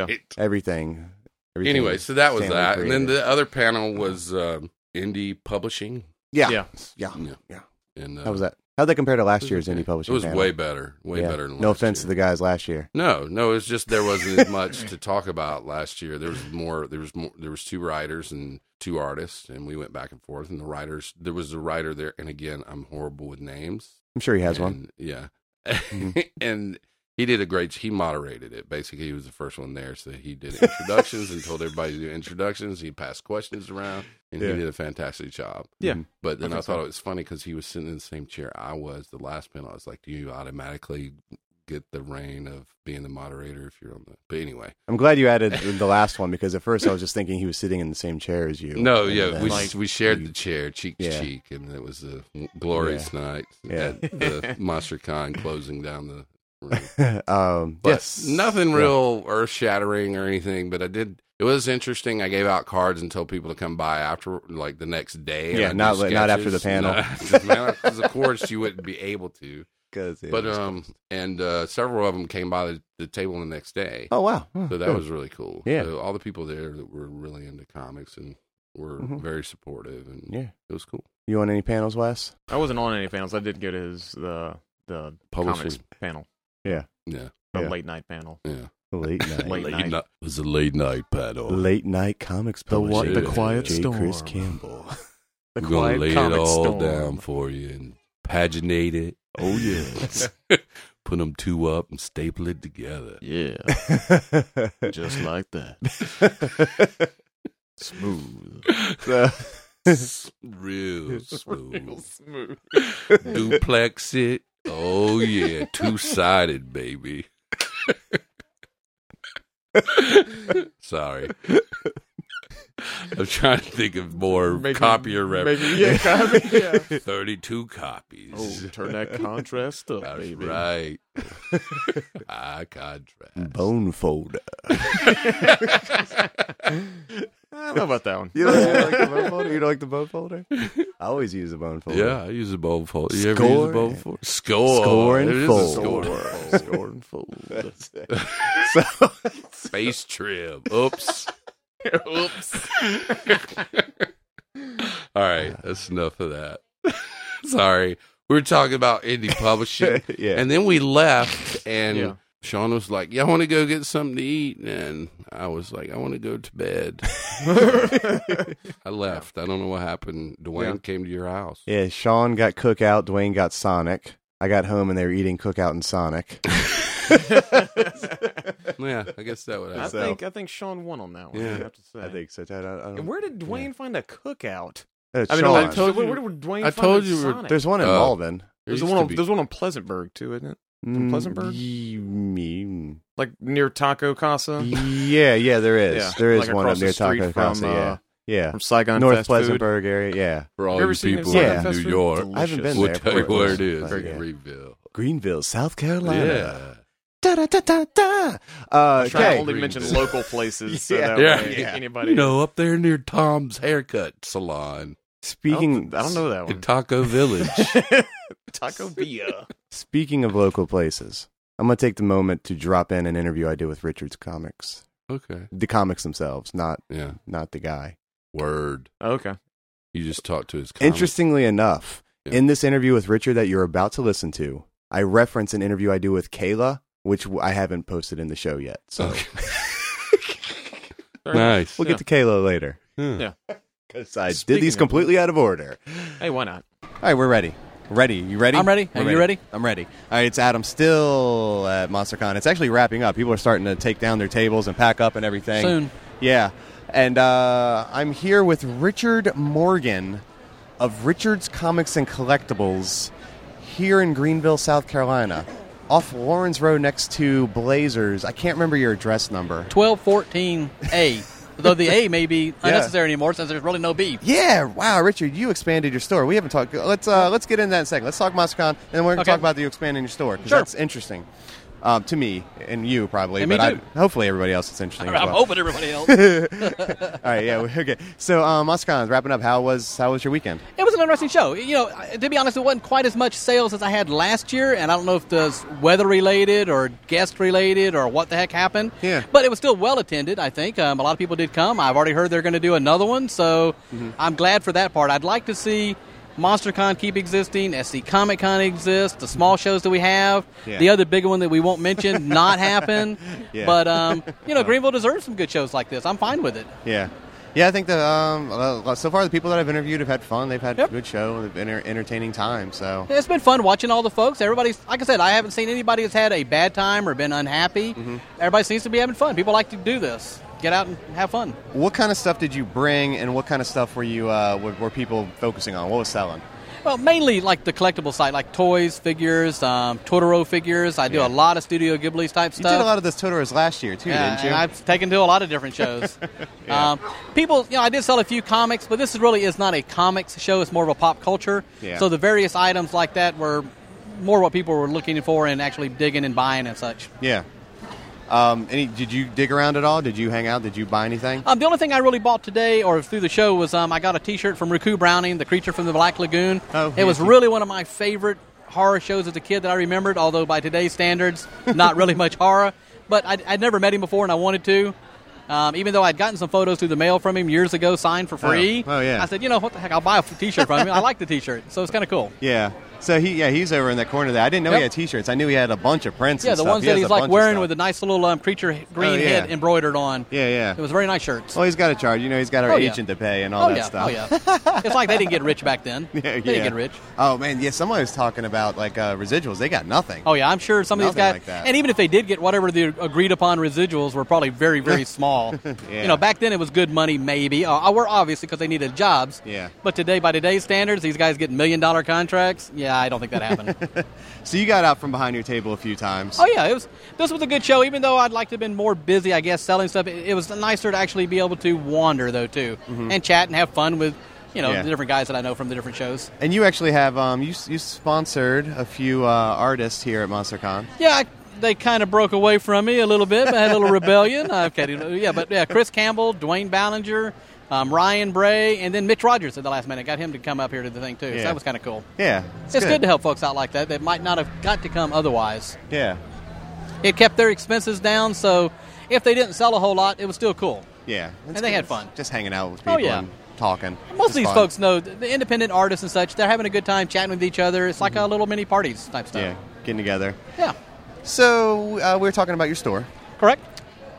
Speaker 2: Right.
Speaker 1: Everything. Everything
Speaker 2: Anyway, so that was
Speaker 1: Stanley
Speaker 2: that, and then
Speaker 1: created.
Speaker 2: the other panel was um, indie publishing.
Speaker 1: yeah. yeah,
Speaker 3: Yeah.
Speaker 2: Yeah,
Speaker 1: Yeah.
Speaker 2: And uh,
Speaker 1: How was that? How'd that compare to
Speaker 2: it
Speaker 1: last
Speaker 2: was
Speaker 1: year's
Speaker 2: okay.
Speaker 1: indie publishing?
Speaker 2: It was
Speaker 1: panel?
Speaker 2: way better. Way
Speaker 1: Yeah.
Speaker 2: better. Than
Speaker 1: no
Speaker 2: last
Speaker 1: offense
Speaker 2: year.
Speaker 1: to the guys last year.
Speaker 2: No, no, it's just there wasn't as much to talk about last year. There was more. There was more. There was two writers and two artists, and we went back and forth. And the writers, there was a writer there, and again, I'm horrible with names.
Speaker 1: I'm sure he has
Speaker 2: and,
Speaker 1: one.
Speaker 2: yeah.
Speaker 1: Mhm.
Speaker 2: and he did a great. He moderated it. Basically, he was the first one there, so he did introductions and told everybody to do introductions. He passed questions around, and
Speaker 1: Yeah.
Speaker 2: he did a fantastic job.
Speaker 3: Yeah.
Speaker 2: But then I,
Speaker 3: I think
Speaker 2: thought
Speaker 3: so.
Speaker 2: it was funny because he was sitting in the same chair I was the last panel. I was like, do you automatically get the reign of being the moderator if you're on the? But anyway,
Speaker 1: I'm glad you added the last one because at first I was just thinking he was sitting in the same chair as you.
Speaker 2: no,
Speaker 1: And
Speaker 2: yeah,
Speaker 1: then-
Speaker 2: we
Speaker 3: Like-
Speaker 2: we shared the chair cheek to
Speaker 1: Yeah.
Speaker 2: cheek, and it was a glorious night
Speaker 1: Yeah.
Speaker 2: at the Monster Con closing down the. room.
Speaker 1: um,
Speaker 2: But
Speaker 1: yes,
Speaker 2: nothing
Speaker 1: Yeah.
Speaker 2: real earth shattering or anything, but I did. It was interesting. I gave out cards and told people to come by after, like the next day. and
Speaker 1: Yeah,
Speaker 2: I
Speaker 1: not-
Speaker 2: did
Speaker 1: not after the
Speaker 2: sketches.
Speaker 1: panel.
Speaker 2: Not after the panel, 'cause of course you wouldn't be able to.
Speaker 1: 'Cause it
Speaker 2: But
Speaker 1: was-
Speaker 2: um, and uh, several of them came by the, the table the next day,
Speaker 1: oh wow, Oh,
Speaker 2: so that
Speaker 1: good.
Speaker 2: was really cool.
Speaker 1: Yeah.
Speaker 2: so all the people there that were really into comics and were
Speaker 1: Mhm.
Speaker 2: very supportive, and
Speaker 1: yeah.
Speaker 2: it was cool.
Speaker 1: You on any panels, Wes?
Speaker 3: I wasn't on any panels. I did go to his the the comics
Speaker 2: Publishing,
Speaker 3: panel,
Speaker 2: yeah,
Speaker 3: the
Speaker 1: Yeah.
Speaker 3: late night panel.
Speaker 2: yeah.
Speaker 1: Late night,
Speaker 3: Late night.
Speaker 2: It was a late night panel.
Speaker 1: late night comics.
Speaker 3: The what-
Speaker 1: publishing
Speaker 2: the
Speaker 1: with
Speaker 2: quiet
Speaker 1: J. Chris
Speaker 3: storm.
Speaker 1: Campbell.
Speaker 3: The
Speaker 2: We're gonna
Speaker 3: quiet
Speaker 2: lay it
Speaker 3: comic
Speaker 2: all
Speaker 3: storm.
Speaker 2: down for you and paginate it. Oh yes. Put them two up and staple it together.
Speaker 3: Yeah, just like that. Smooth.
Speaker 1: So-
Speaker 2: Real smooth.
Speaker 3: smooth.
Speaker 2: Duplex it. Oh yeah, two sided baby. Sorry. I'm trying to think of more
Speaker 3: Making-
Speaker 2: copier rep.
Speaker 3: Making, yeah, copy, yeah.
Speaker 2: 32 copies.
Speaker 3: Oh, turn that contrast up,
Speaker 2: That's
Speaker 3: baby.
Speaker 2: right. I contrast.
Speaker 1: Bone folder.
Speaker 3: I don't know about that one.
Speaker 1: You don't, you don't like the bone folder? You don't like the bone folder? I always use the bone folder.
Speaker 2: Yeah, I use a bowl for. You ever use
Speaker 1: Score
Speaker 2: a bowl
Speaker 1: and-
Speaker 2: for? Score.
Speaker 1: Score and
Speaker 2: It is a
Speaker 1: fold.
Speaker 2: score.
Speaker 3: Scorn fold.
Speaker 1: So
Speaker 2: Face trim. Oops.
Speaker 3: Oops.
Speaker 2: All right, that's enough of that. Sorry. We were talking about indie publishing.
Speaker 1: yeah.
Speaker 2: And then we left, and
Speaker 3: Yeah.
Speaker 2: Sean was like, Yeah, I want to go get something to eat. And I was like, I want to go to bed. I left. I don't know what happened. Dwayne
Speaker 3: Yeah.
Speaker 2: came to your house.
Speaker 1: yeah, Sean got Cookout, Dwayne got Sonic. I got home and they were eating Cookout and Sonic.
Speaker 2: Yeah, I guess that would
Speaker 3: I
Speaker 2: happen.
Speaker 1: So-
Speaker 3: think I think Sean won on that one.
Speaker 2: Yeah.
Speaker 3: I have to say.
Speaker 1: I think so. I don't, I don't-
Speaker 3: And where did Dwayne find a cookout?
Speaker 1: Uh,
Speaker 3: I mean,
Speaker 1: Sean.
Speaker 3: I
Speaker 2: told
Speaker 3: told you,
Speaker 2: you-
Speaker 3: where did Dwayne
Speaker 2: I
Speaker 3: find
Speaker 2: told
Speaker 3: a
Speaker 2: you we're-
Speaker 3: Sonic?
Speaker 1: There's one in
Speaker 2: Oh.
Speaker 1: Malden.
Speaker 2: There
Speaker 3: There's
Speaker 2: used
Speaker 3: one
Speaker 2: to
Speaker 3: on,
Speaker 2: be-
Speaker 3: there's one on Pleasantburg too, isn't it? in Pleasantburg?
Speaker 1: Mm,
Speaker 3: like near Taco Casa.
Speaker 1: ye- yeah, yeah, there is.
Speaker 3: Yeah,
Speaker 1: There is
Speaker 3: like
Speaker 1: one up
Speaker 3: across the
Speaker 1: near
Speaker 3: street
Speaker 1: Taco
Speaker 3: from,
Speaker 1: Casa.
Speaker 3: uh,
Speaker 1: yeah,
Speaker 3: From Saigon
Speaker 1: yeah. North
Speaker 3: fast food.
Speaker 1: Pleasantburg area. Yeah,
Speaker 2: For all
Speaker 3: Have you ever
Speaker 2: you
Speaker 3: seen
Speaker 2: people
Speaker 1: Saigon
Speaker 2: in
Speaker 1: fast
Speaker 2: New
Speaker 3: food?
Speaker 2: York,
Speaker 1: I haven't been
Speaker 3: Delicious.
Speaker 2: we'll
Speaker 1: there.
Speaker 2: tell you
Speaker 1: before.
Speaker 2: where it is.
Speaker 1: But,
Speaker 2: in
Speaker 1: yeah.
Speaker 2: Greenville.
Speaker 1: Greenville, South Carolina.
Speaker 2: Yeah.
Speaker 1: Da da da da da. Uh,
Speaker 3: I'm trying to
Speaker 1: okay.
Speaker 3: only mention
Speaker 2: Greenville.
Speaker 3: local places so
Speaker 1: Yeah.
Speaker 3: that
Speaker 2: Yeah.
Speaker 3: way
Speaker 1: Yeah.
Speaker 3: anybody.
Speaker 2: You know, up there near Tom's haircut salon
Speaker 3: I don't-
Speaker 1: Speaking,
Speaker 3: I don't know
Speaker 2: in
Speaker 3: that one.
Speaker 2: Taco Village.
Speaker 3: Taco Bia.
Speaker 1: Speaking of local places, I'm gonna take the moment to drop in an interview I did with Richards Comics,
Speaker 2: okay.
Speaker 1: the comics themselves, not
Speaker 2: Yeah.
Speaker 1: not the guy.
Speaker 2: Word.
Speaker 3: Okay.
Speaker 2: You just talked to his comic.
Speaker 1: Interestingly enough,
Speaker 2: Yeah.
Speaker 1: in this interview with Richard that you're about to listen to, I reference an interview I do with Kayla, which w- I haven't posted in the show yet. So
Speaker 2: Okay.
Speaker 3: Fair enough.
Speaker 2: nice.
Speaker 1: we'll get to Kayla later
Speaker 2: Yeah.
Speaker 1: because I
Speaker 3: Speaking
Speaker 1: did these
Speaker 3: of-
Speaker 1: completely out of order.
Speaker 3: Hey, why not?
Speaker 1: All right, we're ready. Ready? You ready?
Speaker 4: I'm ready.
Speaker 1: We're
Speaker 4: Are you ready?
Speaker 1: I'm ready. All right, it's Adam still at MonsterCon. It's actually wrapping up. People are starting to take down their tables and pack up and everything.
Speaker 4: Soon.
Speaker 1: Yeah. And uh, I'm here with Richard Morgan of Richard's Comics and Collectibles here in Greenville, South Carolina, off Lawrence Road next to Blazers. I can't remember your address number.
Speaker 4: 1214A. Though the A may be unnecessary anymore since there's really no B.
Speaker 1: Yeah, wow, Richard, you expanded your store. We haven't talked. Let's uh, let's get into that in a second. Let's talk MonsterCon, and then we're going to
Speaker 4: Okay.
Speaker 1: talk about you expanding your store because
Speaker 4: Sure.
Speaker 1: that's interesting um, to me and you probably,
Speaker 4: And me
Speaker 1: but
Speaker 4: too.
Speaker 1: I, hopefully everybody else it's interesting. as
Speaker 4: I'm
Speaker 1: well.
Speaker 4: hoping everybody else.
Speaker 1: All right, yeah, we- okay. So um, MonsterCon's wrapping up. How was how was your weekend?
Speaker 4: it was an interesting show. You know, I- to be honest, it wasn't quite as much sales as I had last year, and I don't know if that's weather related or guest related or what the heck happened.
Speaker 1: Yeah.
Speaker 4: But it was still well attended, I think. Um, a lot of people did come. I've already heard they're going to do another one, so
Speaker 1: Mm-hmm.
Speaker 4: I'm glad for that part. I'd like to see MonsterCon keep existing, SC Comic Con exist, the small shows that we have,
Speaker 1: Mm-hmm. Yeah.
Speaker 4: the other bigger one that we won't mention not happen.
Speaker 1: Yeah.
Speaker 4: But, um, you know, Greenville deserves some good shows like this. I'm fine with it.
Speaker 1: Yeah, yeah. I think that um, uh, so far the people that I've interviewed have had fun. They've had a
Speaker 4: Yep.
Speaker 1: good show. They've been enter- entertaining time. So
Speaker 4: It's been fun watching all the folks. Everybody's, like I said, I haven't seen anybody that's had a bad time or been unhappy.
Speaker 1: Mm-hmm.
Speaker 4: Everybody seems to be having fun. People like to do this. Get out and have fun.
Speaker 1: what kind of stuff did you bring, and what kind of stuff were you uh, were, were people focusing on? What was selling?
Speaker 4: Well, mainly like the collectible side, like toys, figures, um, Totoro figures. I do a lot of Studio Ghibli's type
Speaker 1: You
Speaker 4: stuff.
Speaker 1: did a lot of those Totoro's last year too,
Speaker 4: Yeah,
Speaker 1: didn't you?
Speaker 4: and I've taken to a lot of different shows. um, people, you know, I did sell a few comics, but this is really is not a comics show. It's more of a pop culture.
Speaker 1: Yeah.
Speaker 4: So the various items like that were more what people were looking for and actually digging and buying and such.
Speaker 1: Yeah. Um, any? Did you dig around at all? Did you hang out? Did you buy anything?
Speaker 4: Um, the only thing I really bought today or through the show was um, I got a T-shirt from Riku Browning, the creature from the Black Lagoon.
Speaker 1: Oh,
Speaker 4: it was
Speaker 1: yes.
Speaker 4: really one of my favorite horror shows as a kid that I remembered, although by today's standards, not really much horror. But I'd, I'd never met him before, and I wanted to. Um, even though I'd gotten some photos through the mail from him years ago, signed for free.
Speaker 1: Oh, yeah.
Speaker 4: I said, you know what the heck, I'll buy a f- T-shirt from him. I like the T-shirt, so it's kind of cool.
Speaker 1: Yeah. So he, yeah, he's over in that corner there. I didn't know he
Speaker 4: Yep.
Speaker 1: had T-shirts. I knew he had a bunch of prints.
Speaker 4: Yeah,
Speaker 1: and
Speaker 4: the
Speaker 1: stuff.
Speaker 4: ones
Speaker 1: He
Speaker 4: that
Speaker 1: has
Speaker 4: he's
Speaker 1: a
Speaker 4: like
Speaker 1: bunch of
Speaker 4: wearing
Speaker 1: stuff. Oh,
Speaker 4: with the nice little um, creature green
Speaker 1: yeah.
Speaker 4: head embroidered on.
Speaker 1: Yeah, yeah.
Speaker 4: It was a very nice shirt.
Speaker 1: well, he's got a charge. You know, he's got our
Speaker 4: Oh, yeah.
Speaker 1: agent to pay and all
Speaker 4: oh,
Speaker 1: that
Speaker 4: yeah.
Speaker 1: stuff.
Speaker 4: Oh, yeah. it's like they didn't get rich back then.
Speaker 1: Yeah,
Speaker 4: they
Speaker 1: yeah.
Speaker 4: didn't get rich.
Speaker 1: Oh man, yeah. Somebody was talking about like uh, residuals. They got nothing.
Speaker 4: Oh, yeah. I'm sure some of these
Speaker 1: Nothing
Speaker 4: guys,
Speaker 1: like that.
Speaker 4: and even if they did get whatever the agreed upon residuals were probably very, very small.
Speaker 1: Yeah.
Speaker 4: You know, back then it was good money, maybe. Uh, we're obviously because they needed jobs.
Speaker 1: Yeah.
Speaker 4: But today, by today's standards, these guys get million dollar contracts. Yeah, I don't think that happened.
Speaker 1: So you got out from behind your table a few times.
Speaker 4: Oh yeah, it was. This was a good show. Even though I'd like to have been more busy, I guess selling stuff. It, it was nicer to actually be able to wander though too, and chat and have fun with, you know,
Speaker 1: Mm-hmm. Yeah.
Speaker 4: the different guys that I know from the different shows.
Speaker 1: And you actually have um, you s- you sponsored a few uh, artists here at MonsterCon.
Speaker 4: Yeah, I, they kind of broke away from me a little bit. I had a little rebellion. I'm kidding. Yeah, but yeah, Chris Campbell, Dwayne Ballinger, um, Ryan Bray, and then Mitch Rogers at the last minute got him to come up here to the thing too.
Speaker 1: Yeah.
Speaker 4: So that was kind of cool.
Speaker 1: Yeah,
Speaker 4: It's, good. to help folks out like that that might not have got to come otherwise.
Speaker 1: Yeah,
Speaker 4: It kept their expenses down, so if they didn't sell a whole lot, it was still cool.
Speaker 1: yeah. It's
Speaker 4: they
Speaker 1: good.
Speaker 4: had fun.
Speaker 1: Just hanging out with
Speaker 4: Oh,
Speaker 1: people
Speaker 4: yeah.
Speaker 1: and talking. It's
Speaker 4: Most of these
Speaker 1: fun.
Speaker 4: folks know th- the independent artists and such. They're having a good time chatting with each other. It's like a little mini parties type
Speaker 1: Mm-hmm. Yeah,
Speaker 4: stuff.
Speaker 1: getting together.
Speaker 4: Yeah.
Speaker 1: So uh, we were talking about your store.
Speaker 4: Correct.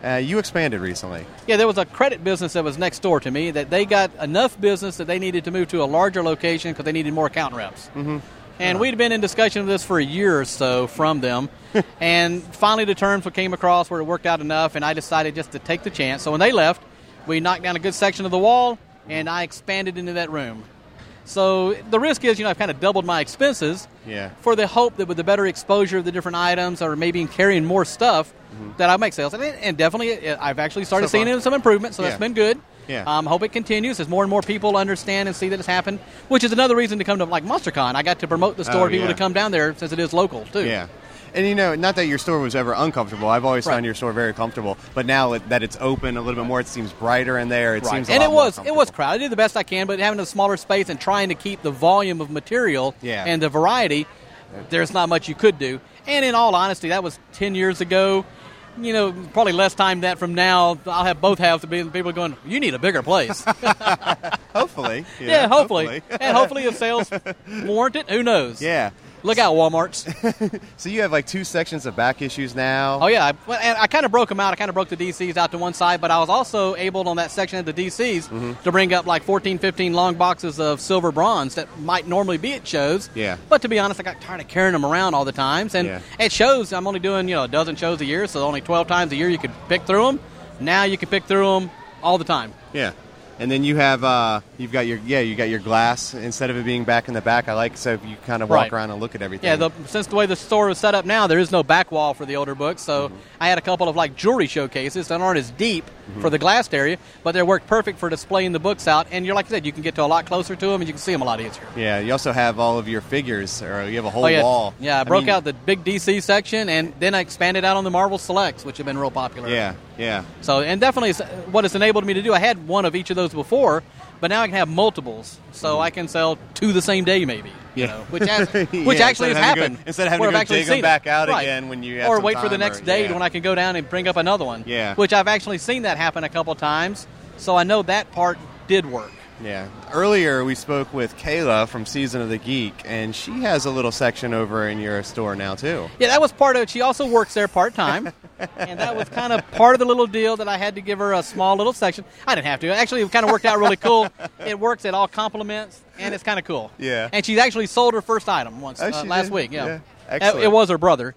Speaker 1: Uh, you expanded recently.
Speaker 4: Yeah, there was a credit business that was next door to me that they got enough business that they needed to move to a larger location because they needed more account reps. Mm-hmm.
Speaker 1: Uh-huh.
Speaker 4: And we'd been in discussion of this for a year or so from them, and finally the terms we came across where it worked out enough, and I decided just to take the chance. So when they left, we knocked down a good section of the wall, and I expanded into that room. So the risk is, you know, I've kind of doubled my expenses
Speaker 1: Yeah.
Speaker 4: for the hope that with the better exposure of the different items or maybe in carrying more stuff that I make sales. And, it- and definitely, uh, I've actually started
Speaker 1: Mm-hmm. So
Speaker 4: seeing
Speaker 1: far.
Speaker 4: it- some improvement, so
Speaker 1: Yeah.
Speaker 4: that's been good.
Speaker 1: Yeah.
Speaker 4: Um, hope it continues as more and more people understand and see that it's happened, which is another reason to come to like MonsterCon. I got to promote the store,
Speaker 1: Oh,
Speaker 4: to people
Speaker 1: yeah.
Speaker 4: to come down there since it is local too.
Speaker 1: Yeah. And you know, not that your store was ever uncomfortable. I've always
Speaker 4: Right.
Speaker 1: found your store very comfortable. But now it- that it's open a little bit more, it seems brighter in there. It
Speaker 4: Right.
Speaker 1: seems, a
Speaker 4: and
Speaker 1: lot
Speaker 4: it
Speaker 1: more
Speaker 4: was it was
Speaker 1: comfortable.
Speaker 4: crowded. I did the best I can, but having a smaller space and trying to keep the volume of material
Speaker 1: Yeah.
Speaker 4: and the variety, there's not much you could do. And in all honesty, that was ten years ago. You know, probably less time than that from now. I'll have both halves to be people going. You need a bigger place. yeah,
Speaker 1: Hopefully, yeah,
Speaker 4: hopefully. and hopefully if sales warrant it. Who knows?
Speaker 1: yeah.
Speaker 4: Look out, WalMarts.
Speaker 1: So you have like two sections of back issues now.
Speaker 4: Oh yeah, I, well, and I kind of broke them out. I kind of broke the DCs out to one side, but I was also able on that section of the DCs
Speaker 1: Mm-hmm.
Speaker 4: to bring up like 14, 15 long boxes of silver bronze that might normally be at shows.
Speaker 1: Yeah.
Speaker 4: But to be honest, I got tired of carrying them around all the times, and
Speaker 1: Yeah.
Speaker 4: at shows I'm only doing you know a dozen shows a year, so only 12 times a year you could pick through them. Now you can pick through them all the time.
Speaker 1: Yeah. And then you have uh, you've got your yeah you got your glass instead of it being back in the back. I like so you kind of walk
Speaker 4: Right.
Speaker 1: around and look at everything.
Speaker 4: Yeah, the, since the way the store is set up now, there is no back wall for the older books. So
Speaker 1: Mm-hmm.
Speaker 4: I had a couple of like jewelry showcases that aren't as deep
Speaker 1: Mm-hmm.
Speaker 4: for the glassed area, but they work perfect for displaying the books out. And you're like I said, you can get to a lot closer to them and you can see them a lot easier.
Speaker 1: yeah. You also have all of your figures, or you have a whole
Speaker 4: Oh, yeah,
Speaker 1: wall.
Speaker 4: yeah. I broke
Speaker 1: mean,
Speaker 4: out the big DC section and then I expanded out on the Marvel Selects, which have been real popular.
Speaker 1: Yeah, yeah,
Speaker 4: So and definitely it's- what it's enabled me to do. I had one of each of those before, but now I can have multiples, so I can sell two the same day maybe. You
Speaker 1: Yeah.
Speaker 4: know, which has,
Speaker 1: Yeah,
Speaker 4: which actually
Speaker 1: instead of having to
Speaker 4: has
Speaker 1: go-
Speaker 4: happened.
Speaker 1: instead of having
Speaker 4: where
Speaker 1: to
Speaker 4: I've
Speaker 1: go
Speaker 4: actually
Speaker 1: dig 'em
Speaker 4: seen it.
Speaker 1: back out
Speaker 4: Right.
Speaker 1: again when you have
Speaker 4: or
Speaker 1: some
Speaker 4: wait for the
Speaker 1: time
Speaker 4: next
Speaker 1: or-
Speaker 4: day
Speaker 1: yeah.
Speaker 4: when I can go down and bring up another one.
Speaker 1: Yeah.
Speaker 4: which I've actually seen that happen a couple times, so I know that part did work.
Speaker 1: yeah. Earlier we spoke with Kayla from Season of the Geek, and she has a little section over in your store now too.
Speaker 4: Yeah, that was part of it. She also works there part time, and that was kind of part of the little deal that I had to give her a small little section. I didn't have to. Actually, it kind of worked out really cool. It works at all compliments, and it's kind of cool.
Speaker 1: Yeah.
Speaker 4: And she's actually sold her first item once
Speaker 1: Oh,
Speaker 4: uh,
Speaker 1: she
Speaker 4: last
Speaker 1: did?
Speaker 4: week. Yeah.
Speaker 1: Yeah.
Speaker 4: Uh,
Speaker 1: Excellent.
Speaker 4: It was her brother,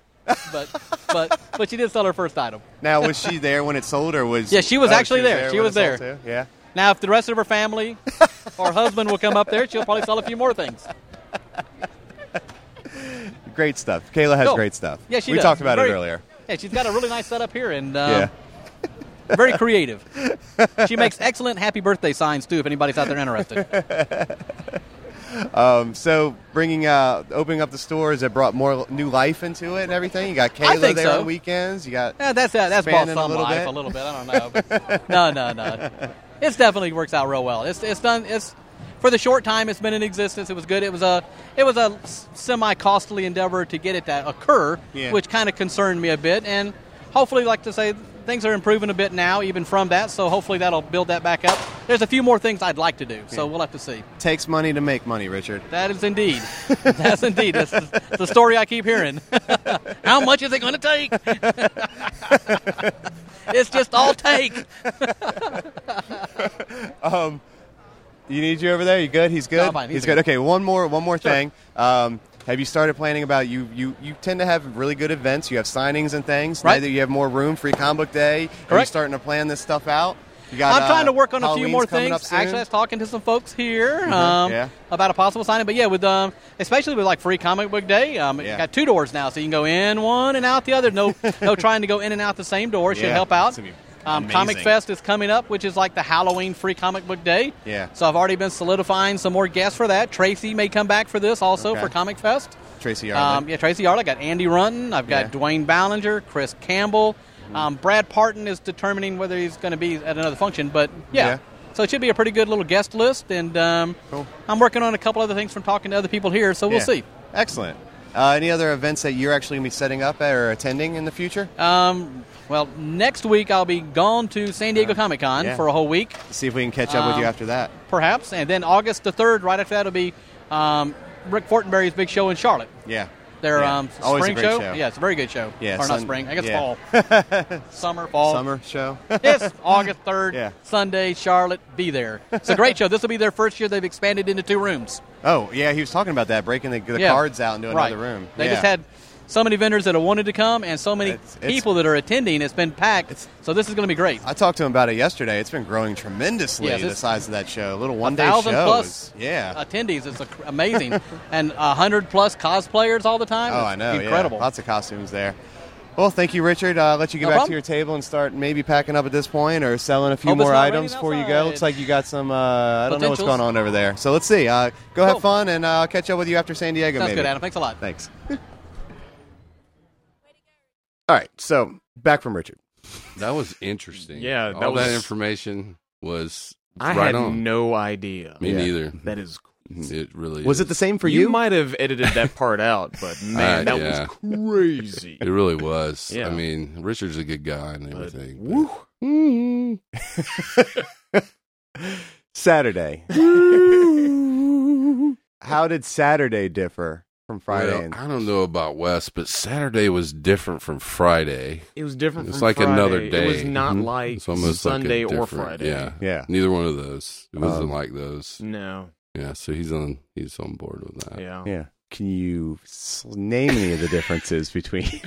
Speaker 4: but but but she did sell her first item.
Speaker 1: Now was she there when it sold, or was
Speaker 4: Yeah, she was
Speaker 1: oh,
Speaker 4: actually there. She
Speaker 1: when
Speaker 4: was
Speaker 1: it sold,
Speaker 4: there.
Speaker 1: too? Yeah.
Speaker 4: Now, if the rest of her family or husband will come up there, she'll probably sell a few more things.
Speaker 1: Great stuff. Kayla has
Speaker 4: Cool.
Speaker 1: great stuff.
Speaker 4: Yeah, she
Speaker 1: we
Speaker 4: does.
Speaker 1: talked about
Speaker 4: Very-
Speaker 1: it earlier.
Speaker 4: Yeah, she's got a really nice setup here and
Speaker 1: yeah.
Speaker 4: uh, very creative. She makes excellent happy birthday signs too. If anybody's out there interested,
Speaker 1: Um, so bringing uh, opening up the stores that brought more new life into it and everything. You got
Speaker 4: I
Speaker 1: Kayla
Speaker 4: think
Speaker 1: there
Speaker 4: so.
Speaker 1: on weekends. You got
Speaker 4: yeah, that's that, that's bought
Speaker 1: Expanding a
Speaker 4: some
Speaker 1: little
Speaker 4: life
Speaker 1: bit.
Speaker 4: a little bit. I don't know. But no, no, no. It's definitely works out real well. It's it's done. It's for the short time it's been in existence. It was good. It was a it was a semi costly endeavor to get it to occur,
Speaker 1: Yeah.
Speaker 4: which kind of concerned me a bit. And hopefully, like to say, things are improving a bit now, even from that. So hopefully that'll build that back up. There's a few more things I'd like to do, so
Speaker 1: Yeah.
Speaker 4: we'll have to see.
Speaker 1: takes money to make money, Richard.
Speaker 4: That is indeed. That's indeed. That's the, the story I keep hearing. How much is it going to take? it's just all take.
Speaker 1: You need you over there. You good? He's good.
Speaker 4: I'm fine. He's
Speaker 1: He's good.
Speaker 4: good.
Speaker 1: Okay, one more one more
Speaker 4: Sure.
Speaker 1: thing. Um, have you started planning about you, you? You tend to have really good events. You have signings and things. Now
Speaker 4: Right.
Speaker 1: that you have more room, free comic book day. Are you
Speaker 4: Correct.
Speaker 1: starting to plan this stuff out? You got,
Speaker 4: I'm
Speaker 1: uh,
Speaker 4: trying to work on a few
Speaker 1: Halloween's
Speaker 4: more
Speaker 1: coming up
Speaker 4: things.
Speaker 1: soon? Mm-hmm.
Speaker 4: Actually, I was talking to some folks here um,
Speaker 1: Yeah.
Speaker 4: about a possible signing. But yeah, with um, especially with like free comic book day, um,
Speaker 1: Yeah.
Speaker 4: you got two doors now, so you can go in one and out the other. No, no trying to go in and out the same door should
Speaker 1: Yeah.
Speaker 4: help out.
Speaker 1: It's gonna be
Speaker 4: Um,
Speaker 1: amazing.
Speaker 4: comic Fest is coming up, which is like the Halloween free comic book day.
Speaker 1: Yeah.
Speaker 4: So I've already been solidifying some more guests for that. Tracy may come back for this also
Speaker 1: Okay.
Speaker 4: for Comic Fest.
Speaker 1: Tracy Yardley.
Speaker 4: Um, yeah, Tracy Yard. I got Andy Runton. I've got
Speaker 1: Yeah. Mm-hmm.
Speaker 4: Dwayne Ballinger, Chris Campbell. Um, Brad Parton is determining whether he's going to be at another function, but yeah.
Speaker 1: Yeah.
Speaker 4: So it should be a pretty good little guest list, and um,
Speaker 1: Cool.
Speaker 4: I'm working on a couple other things from talking to other people here, so we'll
Speaker 1: Yeah.
Speaker 4: see.
Speaker 1: Excellent. Uh, any other events that you're actually going to be setting up or attending in the future?
Speaker 4: Um, well, next week I'll be gone to San Diego Comic Con
Speaker 1: Yeah.
Speaker 4: for a whole week,
Speaker 1: See if we can catch up with you
Speaker 4: um,
Speaker 1: after that.
Speaker 4: perhaps, and then August the third, right after that, will be um, Rick Fortenberry's big show in Charlotte.
Speaker 1: Yeah.
Speaker 4: Their
Speaker 1: Yeah.
Speaker 4: um,
Speaker 1: Always a
Speaker 4: spring
Speaker 1: great
Speaker 4: show.
Speaker 1: show.
Speaker 4: yeah, it's a very good show.
Speaker 1: Yeah,
Speaker 4: or not
Speaker 1: sun-
Speaker 4: spring. I guess
Speaker 1: yeah.
Speaker 4: fall, summer, fall,
Speaker 1: Summer show.
Speaker 4: It's August 3rd,
Speaker 1: Yeah.
Speaker 4: Sunday, Charlotte. Be there. It's a great show. This will be their first year they've expanded into two rooms.
Speaker 1: oh, yeah, he was talking about that, breaking the, the
Speaker 4: Yeah.
Speaker 1: cards out into
Speaker 4: Right.
Speaker 1: another room.
Speaker 4: They
Speaker 1: Yeah.
Speaker 4: just had so many vendors that have wanted to come, and so many
Speaker 1: It's- it's-
Speaker 4: people that are attending. It's been packed.
Speaker 1: It's-
Speaker 4: so this is going to be great.
Speaker 1: I talked to him about it yesterday. It's been growing tremendously.
Speaker 4: Yes,
Speaker 1: the
Speaker 4: it's-
Speaker 1: size of that show, little one day
Speaker 4: thousand
Speaker 1: show.
Speaker 4: plus.
Speaker 1: yeah.
Speaker 4: Attendees, it's ac- amazing, and a hundred plus cosplayers all the time.
Speaker 1: oh,
Speaker 4: It's
Speaker 1: I know. yeah.
Speaker 4: incredible.
Speaker 1: Lots of costumes there. Well, thank you, Richard. Uh, I'll let you get
Speaker 4: No
Speaker 1: back
Speaker 4: problem. Oh,
Speaker 1: to your table and start maybe packing up at this point, or selling a few
Speaker 4: Hope it's
Speaker 1: more
Speaker 4: not
Speaker 1: items
Speaker 4: raining
Speaker 1: before you go.
Speaker 4: outside.
Speaker 1: Looks like you got some. Uh, I don't know what's
Speaker 4: Potentials.
Speaker 1: going on over there. So let's see. Uh, go have
Speaker 4: Cool.
Speaker 1: fun, and uh, I'll catch up with you after San Diego.
Speaker 4: Sounds
Speaker 1: maybe.
Speaker 4: good, Adam. Thanks a lot.
Speaker 1: Thanks. All right. So back from Richard.
Speaker 2: That was interesting.
Speaker 3: Yeah,
Speaker 2: all
Speaker 3: that was-
Speaker 2: that information was
Speaker 3: I
Speaker 2: right
Speaker 3: had
Speaker 2: on.
Speaker 3: no idea.
Speaker 2: Me
Speaker 1: Yeah.
Speaker 2: neither.
Speaker 3: That is
Speaker 2: It really
Speaker 1: Was
Speaker 2: is.
Speaker 1: it the same for
Speaker 3: you,
Speaker 1: you?
Speaker 3: might have edited that part out, but man,
Speaker 2: Uh,
Speaker 3: that
Speaker 2: yeah.
Speaker 3: was crazy.
Speaker 2: It really was.
Speaker 3: Yeah.
Speaker 2: I mean, Richard's a good guy and
Speaker 3: But,
Speaker 2: everything. but-
Speaker 3: woo.
Speaker 2: Mhm.
Speaker 1: Saturday. How did Saturday differ from Friday?
Speaker 2: Well,
Speaker 1: and-
Speaker 2: I don't know about Wes, but Saturday was different from Friday.
Speaker 3: It was different.
Speaker 2: It's
Speaker 3: from
Speaker 2: like
Speaker 3: Friday.
Speaker 2: another day.
Speaker 3: It was not
Speaker 2: Mhm.
Speaker 3: like
Speaker 2: It's almost like a
Speaker 3: Sunday or
Speaker 2: different-
Speaker 3: Friday.
Speaker 2: Yeah,
Speaker 1: yeah.
Speaker 2: neither one of those. It wasn't
Speaker 1: Um,
Speaker 2: like those.
Speaker 3: No.
Speaker 2: Yeah, so he's on. He's on board with that.
Speaker 3: Yeah.
Speaker 1: Yeah. Can you s- name any of the differences between?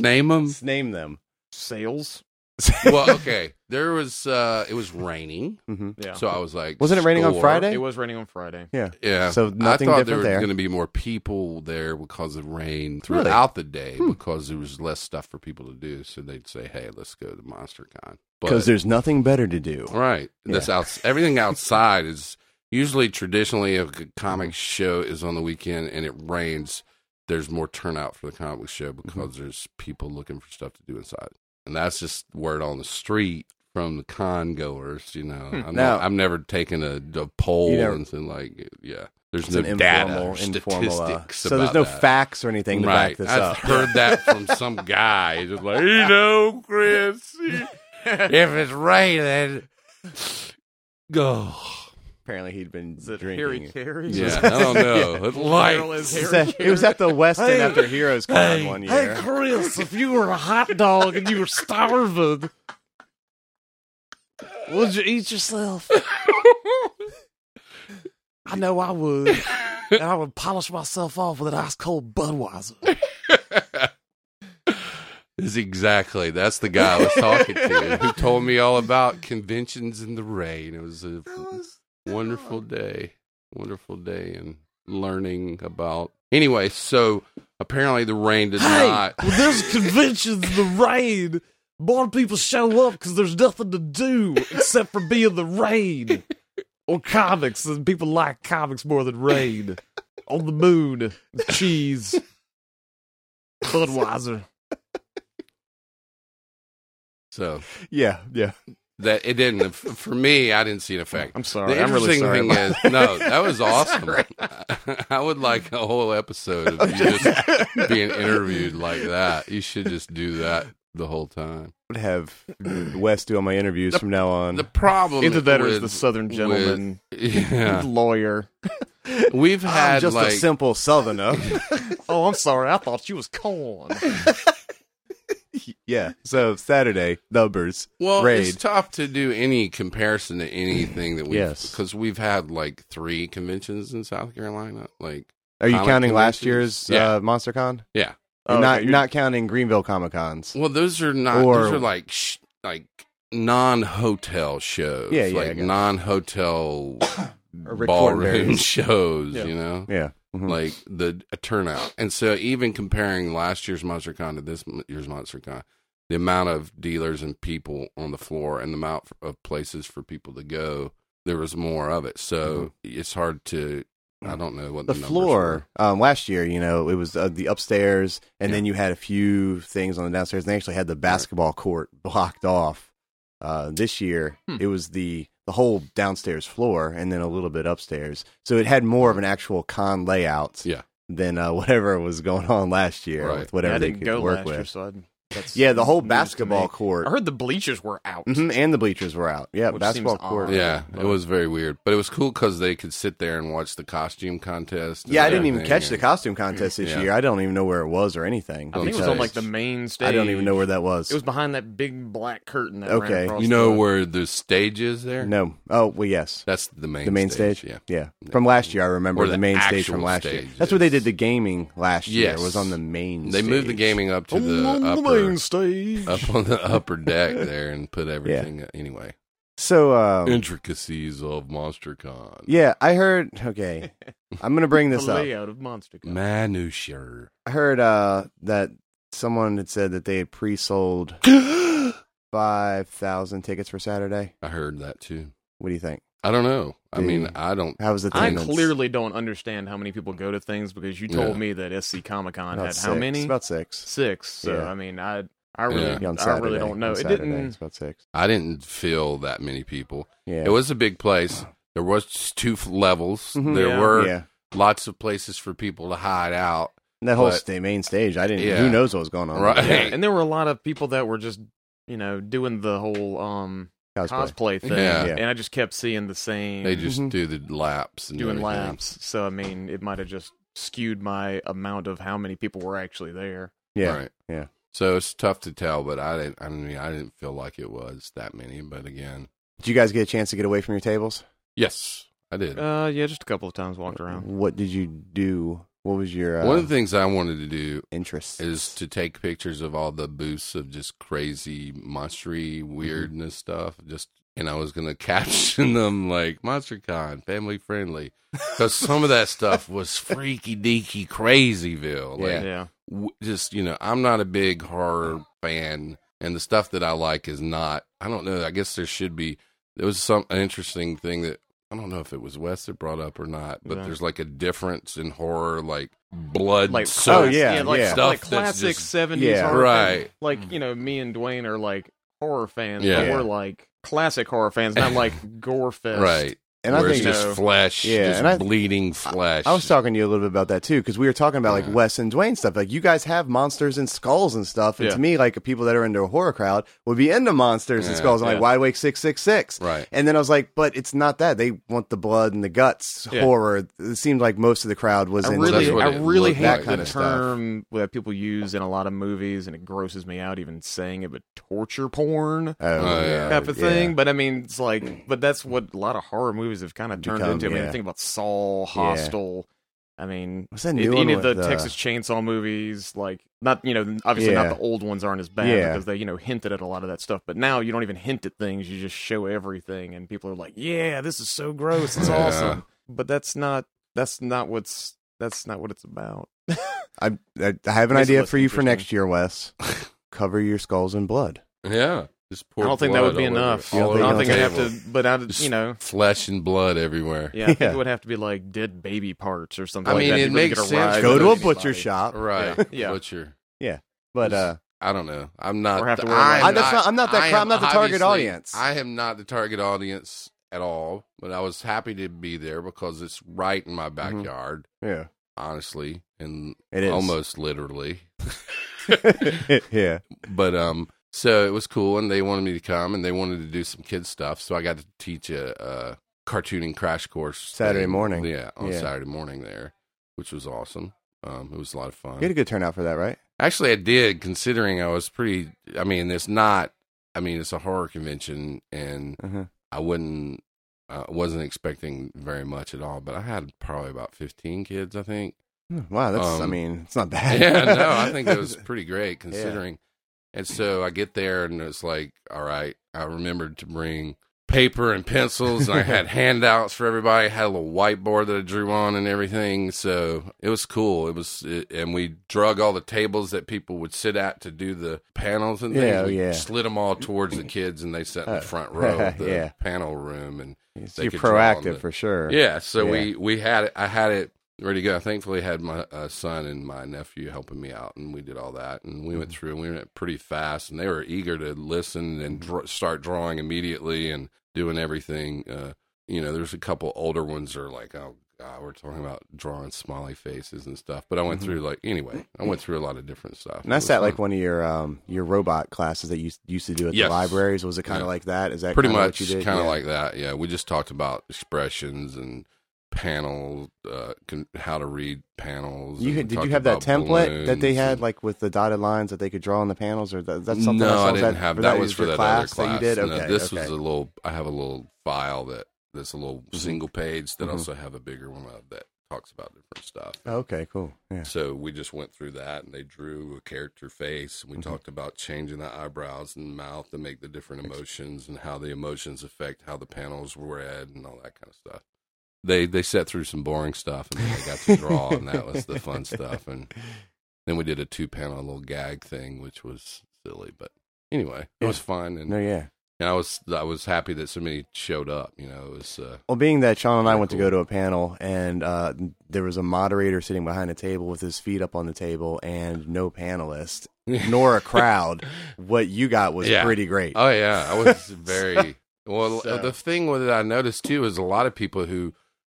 Speaker 2: Name him.
Speaker 1: Let's name them.
Speaker 3: Sales.
Speaker 2: well, okay. There was. uh It was raining,
Speaker 1: hmm
Speaker 3: Yeah.
Speaker 2: so I was like,
Speaker 1: Wasn't it raining on
Speaker 2: store.
Speaker 1: Friday?
Speaker 3: it was raining on Friday.
Speaker 2: Yeah.
Speaker 1: So nothing
Speaker 2: I thought
Speaker 1: different
Speaker 2: there
Speaker 1: there.
Speaker 2: was going to be more people there because of rain
Speaker 1: Really? Hmm.
Speaker 2: throughout the day because there was less stuff for people to do. So they'd say, "Hey, let's go to MonsterCon."
Speaker 1: Because
Speaker 2: But
Speaker 1: there's nothing better to do.
Speaker 2: right, that's out. Everything outside is usually traditionally if a comic show is on the weekend and it rains. There's more turnout for the comic show
Speaker 1: Mm-hmm.
Speaker 2: because there's people looking for stuff to do inside, and that's just word on the street from the con goers. You know, I'm
Speaker 1: Hmm. Now-
Speaker 2: not, I've never taken a, a poll
Speaker 1: You never-
Speaker 2: and said like, yeah. There's
Speaker 1: It's
Speaker 2: no
Speaker 1: an
Speaker 2: data,
Speaker 1: informal,
Speaker 2: or
Speaker 1: informal. uh,
Speaker 2: statistics.
Speaker 1: so there's
Speaker 2: about
Speaker 1: no
Speaker 2: that.
Speaker 1: facts or anything to
Speaker 2: right.
Speaker 1: back this
Speaker 2: I've
Speaker 1: up.
Speaker 2: heard that from some guy. Just like, you know, Chris, if it's raining, go.
Speaker 1: Apparently, he'd been
Speaker 3: Is it Harry
Speaker 1: drinking.
Speaker 3: Carey?
Speaker 2: Yeah, I don't know. It's
Speaker 3: Carol
Speaker 2: light.
Speaker 3: is
Speaker 1: It was
Speaker 3: Harry
Speaker 1: at- it was at the West End after Heroes Con one year.
Speaker 3: Chris, if you were a hot dog and you were starving, would you eat yourself? I know I would. And I would polish myself off with an ice cold Budweiser.
Speaker 2: Is exactly that's the guy I was talking to who told me all about conventions in the rain. It was a wonderful day, wonderful day, and learning about. Anyway, so apparently the rain did not.
Speaker 5: Well, there's conventions in the rain. More people show up because there's nothing to do except for be in the rain or comics. And people like comics more than rain. On the moon, cheese, Budweiser.
Speaker 2: So
Speaker 1: Yeah, yeah.
Speaker 2: that it didn't f- for me i didn't see an effect
Speaker 3: I'm sorry.
Speaker 2: the
Speaker 3: I'm really
Speaker 2: interesting
Speaker 3: sorry.
Speaker 2: thing is no that was awesome i would like a whole episode of you just being interviewed like that you should just do that the whole time
Speaker 1: would have Wes do all my interviews from now on.
Speaker 2: the problem
Speaker 3: Either that or is
Speaker 2: with-
Speaker 3: the Southern gentleman
Speaker 2: with- yeah
Speaker 3: lawyer.
Speaker 2: we've had
Speaker 1: I'm just
Speaker 2: like
Speaker 1: a simple Southerner.
Speaker 3: Oh, I'm sorry. I thought you was corn.
Speaker 1: yeah. So Saturday numbers.
Speaker 2: well
Speaker 1: raid.
Speaker 2: it's tough to do any comparison to anything that we
Speaker 1: Yes.
Speaker 2: because we've had like three conventions in south carolina like
Speaker 1: Are you
Speaker 2: comic
Speaker 1: counting last
Speaker 2: conventions?
Speaker 1: year's uh, MonsterCon?
Speaker 2: yeah
Speaker 1: You're
Speaker 3: Oh,
Speaker 1: not
Speaker 3: okay.
Speaker 1: you're not counting Greenville Comic Cons.
Speaker 2: Well, those are not.
Speaker 1: Or-
Speaker 2: those are like sh- like non hotel shows.
Speaker 1: Yeah, yeah, I
Speaker 2: like
Speaker 1: guess.
Speaker 2: non hotel
Speaker 1: Or Rick
Speaker 2: ballroom
Speaker 1: Cordenberry's.
Speaker 2: shows.
Speaker 3: Yeah.
Speaker 2: You know,
Speaker 1: Yeah. Mhm.
Speaker 2: like the a turnout. And so, even comparing last year's MonsterCon to this m- year's MonsterCon, the amount of dealers and people on the floor, and the amount of places for people to go, there was more of it. So it's hard to. I don't know what the,
Speaker 1: Mm-hmm. the
Speaker 2: numbers
Speaker 1: floor um, last year, you know, it was uh, the upstairs, and
Speaker 2: Yeah.
Speaker 1: then you had a few things on the downstairs. And they actually had the basketball court blocked off. Uh, this year,
Speaker 3: Hmm.
Speaker 1: it was the the whole downstairs floor, and then a little bit upstairs. So it had more of an actual con layout
Speaker 2: Yeah.
Speaker 1: than uh, whatever was going on last year
Speaker 2: Right.
Speaker 1: with whatever
Speaker 3: I
Speaker 1: they
Speaker 3: didn't
Speaker 1: could
Speaker 3: go
Speaker 1: work
Speaker 3: last
Speaker 1: with.
Speaker 3: year, so I
Speaker 1: That's yeah, the whole
Speaker 3: news to
Speaker 1: basketball
Speaker 3: me.
Speaker 1: court
Speaker 3: I heard the bleachers were out.
Speaker 1: Mhm, and the bleachers were out. Yeah,
Speaker 3: Which
Speaker 1: basketball
Speaker 3: seems odd.
Speaker 1: court.
Speaker 2: Yeah, it was very weird, but it was cool because they could sit there and watch the costume contest. and
Speaker 1: Yeah, I didn't even
Speaker 2: everything.
Speaker 1: catch the costume contest this
Speaker 2: Yeah.
Speaker 1: year. I don't even know where it was or anything.
Speaker 3: I think it was
Speaker 1: because
Speaker 3: on like the main stage.
Speaker 1: I don't even know where that was.
Speaker 3: It was behind that big black curtain. That
Speaker 1: Okay.
Speaker 3: ran across
Speaker 2: You know
Speaker 3: the,
Speaker 2: where the stage is there?
Speaker 1: no. Oh well, yes.
Speaker 2: that's the main
Speaker 1: the main stage.
Speaker 2: Yeah,
Speaker 1: yeah, From last year, I remember
Speaker 2: Or
Speaker 1: the,
Speaker 2: the
Speaker 1: main stage from
Speaker 2: actual
Speaker 1: last year.
Speaker 2: stage
Speaker 1: That's where they did
Speaker 2: is-
Speaker 1: the gaming last year. It
Speaker 2: Yes.
Speaker 1: was on the main.
Speaker 2: they moved the
Speaker 1: stage. Oh,
Speaker 2: gaming up to the
Speaker 5: on
Speaker 2: upper,
Speaker 5: the main stage.
Speaker 2: up on the upper deck there and put everything. uh, Anyway,
Speaker 1: So um,
Speaker 2: intricacies of MonsterCon.
Speaker 1: yeah, I heard. Okay, I'm gonna bring this
Speaker 3: the
Speaker 1: up.
Speaker 3: layout of Monster. Cup.
Speaker 2: Minutia.
Speaker 1: I heard uh, that someone had said that they had pre-sold five thousand tickets for Saturday.
Speaker 2: I heard that too.
Speaker 1: What do you think?
Speaker 2: I don't know. I
Speaker 1: Dude.
Speaker 2: mean, I don't.
Speaker 1: How was the
Speaker 3: I
Speaker 1: attendance?
Speaker 3: clearly don't understand how many people go to things because you told
Speaker 2: Yeah.
Speaker 3: me that SC Comic Con
Speaker 1: about
Speaker 3: had
Speaker 1: six,
Speaker 3: how many?
Speaker 1: About six.
Speaker 3: six. So
Speaker 1: Yeah.
Speaker 3: I mean, I I really
Speaker 2: Yeah.
Speaker 1: Yeah, on
Speaker 3: I
Speaker 1: Saturday.
Speaker 3: really don't know.
Speaker 1: On
Speaker 3: It
Speaker 1: Saturday,
Speaker 3: didn't.
Speaker 1: It's about six.
Speaker 2: I didn't feel that many people.
Speaker 1: Yeah.
Speaker 2: It was a big place. There was two f- levels.
Speaker 1: Mhm.
Speaker 2: There
Speaker 3: Yeah.
Speaker 2: were
Speaker 1: Yeah.
Speaker 2: lots of places for people to hide out.
Speaker 1: And that whole
Speaker 2: but-
Speaker 1: sta- main stage. I didn't.
Speaker 2: Yeah.
Speaker 1: Who knows what was going on?
Speaker 2: Right.
Speaker 1: there.
Speaker 3: Yeah, and there were a lot of people that were just you know doing the whole um
Speaker 1: Cosplay.
Speaker 3: cosplay thing,
Speaker 2: Yeah.
Speaker 1: Yeah.
Speaker 3: and I just kept seeing the same
Speaker 2: They just
Speaker 1: Mhm.
Speaker 2: do the laps and
Speaker 3: doing
Speaker 2: everything.
Speaker 3: laps. So I mean, it might have just skewed my amount of how many people were actually there.
Speaker 1: Yeah.
Speaker 2: Right.
Speaker 1: Yeah.
Speaker 2: So it's tough to tell, but I didn't. I mean, I didn't feel like it was that many. But again,
Speaker 1: Did you guys get a chance to get away from your tables?
Speaker 2: yes, I did.
Speaker 3: Uh, yeah, just a couple of times walked around.
Speaker 1: What did you do? What was your uh,
Speaker 2: One of the things I wanted to do
Speaker 1: interests?
Speaker 2: is to take pictures of all the booths of just crazy monstery
Speaker 1: Mm-hmm.
Speaker 2: weirdness stuff just and i was gonna caption them like monstercon family friendly because some of that stuff was freaky deaky crazyville like
Speaker 1: Yeah.
Speaker 3: Yeah,
Speaker 2: w- just you know i'm not a big horror fan and the stuff that i like is not i don't know i guess there should be there was some an interesting thing that i don't know if it was wes that brought up or not but
Speaker 3: Yeah.
Speaker 2: there's like a difference in horror like blood
Speaker 3: like
Speaker 2: soaked
Speaker 1: Oh, yeah,
Speaker 3: like,
Speaker 1: yeah.
Speaker 2: Stuff
Speaker 3: like
Speaker 2: that's
Speaker 3: classic
Speaker 2: just-
Speaker 3: seventies
Speaker 1: Yeah.
Speaker 3: horror.
Speaker 2: Right.
Speaker 3: thing. Like you know, me and Dwayne are like horror fans,
Speaker 2: Yeah.
Speaker 3: but we're like classic horror fans, not like gore fest.
Speaker 2: right
Speaker 1: and I
Speaker 2: where
Speaker 1: think
Speaker 2: it's just
Speaker 3: No.
Speaker 2: flesh,
Speaker 1: Yeah,
Speaker 2: just
Speaker 1: and I-
Speaker 2: bleeding flesh.
Speaker 1: I was talking to you a little bit about that too, because we were talking about
Speaker 2: Yeah.
Speaker 1: like Wes and Dwayne stuff. Like you guys have monsters and skulls and stuff, and
Speaker 3: Yeah.
Speaker 1: to me, like people that are into a horror crowd would be into monsters and
Speaker 2: Yeah,
Speaker 1: skulls. I'm
Speaker 3: yeah.
Speaker 1: like, why wake six six six?
Speaker 2: right.
Speaker 1: And then I was like, but it's not that they want the blood and the guts
Speaker 3: Yeah.
Speaker 1: horror. It seemed like most of the crowd was
Speaker 3: I
Speaker 1: in
Speaker 2: that's
Speaker 3: really,
Speaker 2: what
Speaker 3: I
Speaker 2: it
Speaker 3: really
Speaker 2: looked
Speaker 3: hate
Speaker 1: like. That
Speaker 3: the
Speaker 1: kinda stuff.
Speaker 3: term that people use in a lot of movies, and it grosses me out even saying it. But torture porn
Speaker 1: oh,
Speaker 2: Oh, yeah.
Speaker 3: type of
Speaker 1: yeah. Mm.
Speaker 3: thing. But I mean, it's like, but that's what a lot of horror movies have kind of turned
Speaker 1: Become,
Speaker 3: into. I mean,
Speaker 1: yeah.
Speaker 3: think about Saw, Hostile. I mean,
Speaker 1: What's that
Speaker 3: if
Speaker 1: new one
Speaker 3: any of the
Speaker 1: with, uh,
Speaker 3: Texas Chainsaw movies, like not you know, obviously
Speaker 1: Yeah.
Speaker 3: not the old ones aren't as bad
Speaker 1: Yeah.
Speaker 3: because they you know hinted at a lot of that stuff. But now you don't even hint at things; you just show everything, and people are like, "Yeah, this is so gross. It's
Speaker 2: Yeah.
Speaker 3: awesome." But that's not that's not what's that's not what it's about.
Speaker 1: I, I, I have an
Speaker 3: Makes it
Speaker 1: idea
Speaker 3: look
Speaker 1: for you for
Speaker 3: interesting.
Speaker 1: next year, Wes. Cover your skulls in blood.
Speaker 2: Yeah. Just
Speaker 3: I
Speaker 2: pour
Speaker 3: don't think that would
Speaker 2: blood
Speaker 3: be
Speaker 2: all over-
Speaker 3: enough.
Speaker 1: You don't
Speaker 2: all
Speaker 3: I
Speaker 1: think
Speaker 3: don't
Speaker 2: over
Speaker 1: it'll
Speaker 3: think
Speaker 2: the
Speaker 3: I'd have
Speaker 2: table.
Speaker 3: to. But I,
Speaker 2: Just
Speaker 3: you know,
Speaker 2: flesh and blood everywhere.
Speaker 3: yeah, I think
Speaker 1: Yeah.
Speaker 3: it would have to be like dead baby parts or something.
Speaker 2: I
Speaker 3: like
Speaker 2: mean,
Speaker 3: that.
Speaker 2: it
Speaker 3: You really
Speaker 2: makes
Speaker 3: get a
Speaker 2: sense
Speaker 3: rise
Speaker 2: for
Speaker 1: Go
Speaker 3: out
Speaker 1: to a
Speaker 3: of anybody.
Speaker 1: butcher shop.
Speaker 2: Right.
Speaker 3: Yeah.
Speaker 2: Yeah.
Speaker 3: Yeah.
Speaker 2: Butcher.
Speaker 1: But uh,
Speaker 2: I don't know. I'm not.
Speaker 3: Or have to wear
Speaker 2: I am
Speaker 3: like- I-
Speaker 1: that's not- I'm not that
Speaker 2: I
Speaker 1: cra- I'm
Speaker 2: am
Speaker 1: not the target
Speaker 2: obviously-
Speaker 1: audience.
Speaker 2: I am not the target audience at all. But I was happy to be there because it's right in my backyard,
Speaker 1: yeah,
Speaker 2: honestly, and
Speaker 1: Mm-hmm. it is
Speaker 2: almost literally.
Speaker 1: yeah,
Speaker 2: but um so it was cool and they wanted me to come and they wanted to do some kids stuff so i got to teach a, a cartooning crash course
Speaker 1: Saturday
Speaker 2: thing.
Speaker 1: morning.
Speaker 2: yeah on
Speaker 1: Yeah.
Speaker 2: saturday morning there which was awesome um, it was a lot of fun
Speaker 1: you had a good turnout for that, right?
Speaker 2: Actually, I did, considering I was pretty. I mean, it's not. I mean, it's a horror convention, and
Speaker 1: Mhm.
Speaker 2: I wouldn't. uh, wasn't expecting very much at all, but I had probably about fifteen kids. I think.
Speaker 1: Hmm, Wow, that's I
Speaker 2: Um,
Speaker 1: mean, it's not bad.
Speaker 2: Yeah, no, I think it was pretty great considering. And so I get there, and it's like, all right, I remembered to bring paper and pencils, and I had handouts for everybody. had a little whiteboard that I drew on and everything. So it was cool. It was, it, and we drug all the tables that people would sit at to do the panels and things.
Speaker 1: Yeah,
Speaker 2: we
Speaker 1: yeah.
Speaker 2: slid them all towards the kids, and they sat in
Speaker 1: Oh.
Speaker 2: the front row of the
Speaker 1: Yeah.
Speaker 2: panel room. And
Speaker 1: It's-
Speaker 2: They
Speaker 1: you're
Speaker 2: could draw on
Speaker 1: proactive
Speaker 2: the-
Speaker 1: for sure.
Speaker 2: yeah, so we we had it. I had it ready to go. I thankfully had my uh, son and my nephew helping me out, and we did all that. And we went
Speaker 1: Mm-hmm.
Speaker 2: through, and we went pretty fast, and they were eager to listen and dr- start drawing immediately and doing everything. Uh, you know, there's a couple older ones that are like, "Oh God, we're talking about drawing smiley faces and stuff. But I went through like anyway, I went through a lot of different stuff.
Speaker 1: Mm-hmm. And I
Speaker 2: It was
Speaker 1: sat like
Speaker 2: fun.
Speaker 1: one of your um, your robot classes that you s- used to do at
Speaker 2: Yes.
Speaker 1: the libraries. Was it kind of
Speaker 2: Yeah.
Speaker 1: like that? Is that
Speaker 2: pretty
Speaker 1: kinda
Speaker 2: much
Speaker 1: what you
Speaker 2: kind
Speaker 1: did?
Speaker 2: of
Speaker 1: Yeah.
Speaker 2: like that. Yeah, we just talked about expressions and panels, uh, con- how to read panels.
Speaker 1: You
Speaker 2: and
Speaker 1: had, did
Speaker 2: talked
Speaker 1: you have that
Speaker 2: about
Speaker 1: template that they
Speaker 2: balloons
Speaker 1: had,
Speaker 2: and-
Speaker 1: like with the dotted lines that they could draw on the panels, or that, that's something?
Speaker 2: no,
Speaker 1: else?
Speaker 2: I
Speaker 1: Was
Speaker 2: didn't have
Speaker 1: for
Speaker 2: that. was for
Speaker 1: your
Speaker 2: that
Speaker 1: class
Speaker 2: other class.
Speaker 1: that you did.
Speaker 2: No,
Speaker 1: okay,
Speaker 2: this
Speaker 1: okay. Mm-hmm.
Speaker 2: was a little. I have a little file that that's a little single page. Then I also have a bigger one of that talks about different stuff.
Speaker 1: okay, cool. Yeah,
Speaker 2: So we just went through that, and they drew a character face, and we
Speaker 1: Mm-hmm.
Speaker 2: talked about changing the eyebrows and mouth to make the different emotions, and how the emotions affect how the panels were read, and all that kind of stuff. They they set through some boring stuff, and then they got to draw, and that was the fun stuff. And then we did a two panel little gag thing, which was silly, but anyway, it
Speaker 1: Yeah.
Speaker 2: was fun, and,
Speaker 1: no, yeah.
Speaker 2: and I was I was happy that somebody showed up. You know, it was uh,
Speaker 1: Well, being that Sean and I
Speaker 2: Very
Speaker 1: went to
Speaker 2: cool.
Speaker 1: go to a panel, and uh, there was a moderator sitting behind a table with his feet up on the table, and no panelist nor a crowd. what you got was
Speaker 2: Yeah.
Speaker 1: pretty great.
Speaker 2: Oh yeah, I was very well.
Speaker 1: So-
Speaker 2: The thing that I noticed too is a lot of people who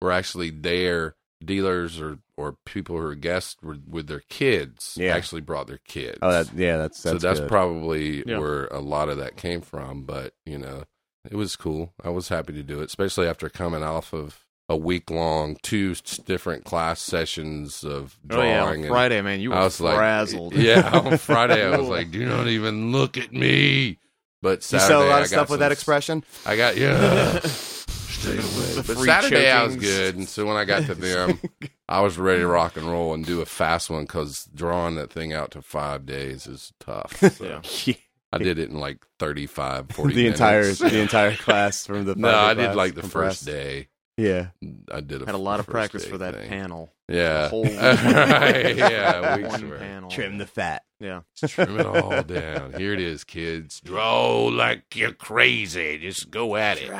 Speaker 2: were actually there, dealers or or people who are guests were, with their kids.
Speaker 1: Yeah.
Speaker 2: actually brought their kids.
Speaker 1: oh, that, yeah, that's
Speaker 2: so
Speaker 1: that's
Speaker 2: that's
Speaker 1: good.
Speaker 2: probably
Speaker 3: Yeah.
Speaker 2: where a lot of that came from. But you know, it was cool. I was happy to do it, especially after coming off of a week long, two s- different class sessions of
Speaker 3: Oh
Speaker 2: drawing.
Speaker 3: yeah, on
Speaker 2: and-
Speaker 3: Friday, man, you were
Speaker 2: I was like,
Speaker 3: frazzled.
Speaker 2: yeah. On Friday, I was like, "Do not even look at me." But
Speaker 1: you
Speaker 2: Saturday,
Speaker 1: sell a lot
Speaker 2: I
Speaker 1: of stuff
Speaker 2: got
Speaker 1: with that
Speaker 2: some-
Speaker 1: expression.
Speaker 2: I got yeah. Stay away. But
Speaker 3: free
Speaker 2: Saturday, I was
Speaker 3: chokings.
Speaker 2: good, and so when I got to them, I was ready to rock and roll and do a fast one because drawing that thing out to five days is tough. So
Speaker 3: Yeah.
Speaker 2: I did it in like 35, 40
Speaker 1: the entire
Speaker 2: minutes.
Speaker 1: the entire class from the
Speaker 2: no,
Speaker 1: fiber
Speaker 2: I did
Speaker 1: glass
Speaker 2: like the
Speaker 1: compressed.
Speaker 2: first day.
Speaker 1: Yeah,
Speaker 2: I did a
Speaker 3: had a lot of
Speaker 2: first
Speaker 3: practice
Speaker 2: day
Speaker 3: for that
Speaker 2: thing.
Speaker 3: panel.
Speaker 2: Yeah,
Speaker 3: Whole
Speaker 2: Right, yeah, weeks
Speaker 3: one
Speaker 2: were-
Speaker 3: panel.
Speaker 1: trim the fat.
Speaker 3: Yeah,
Speaker 2: Trim it all down. Here it is, kids. Draw like you're crazy. Just go at it.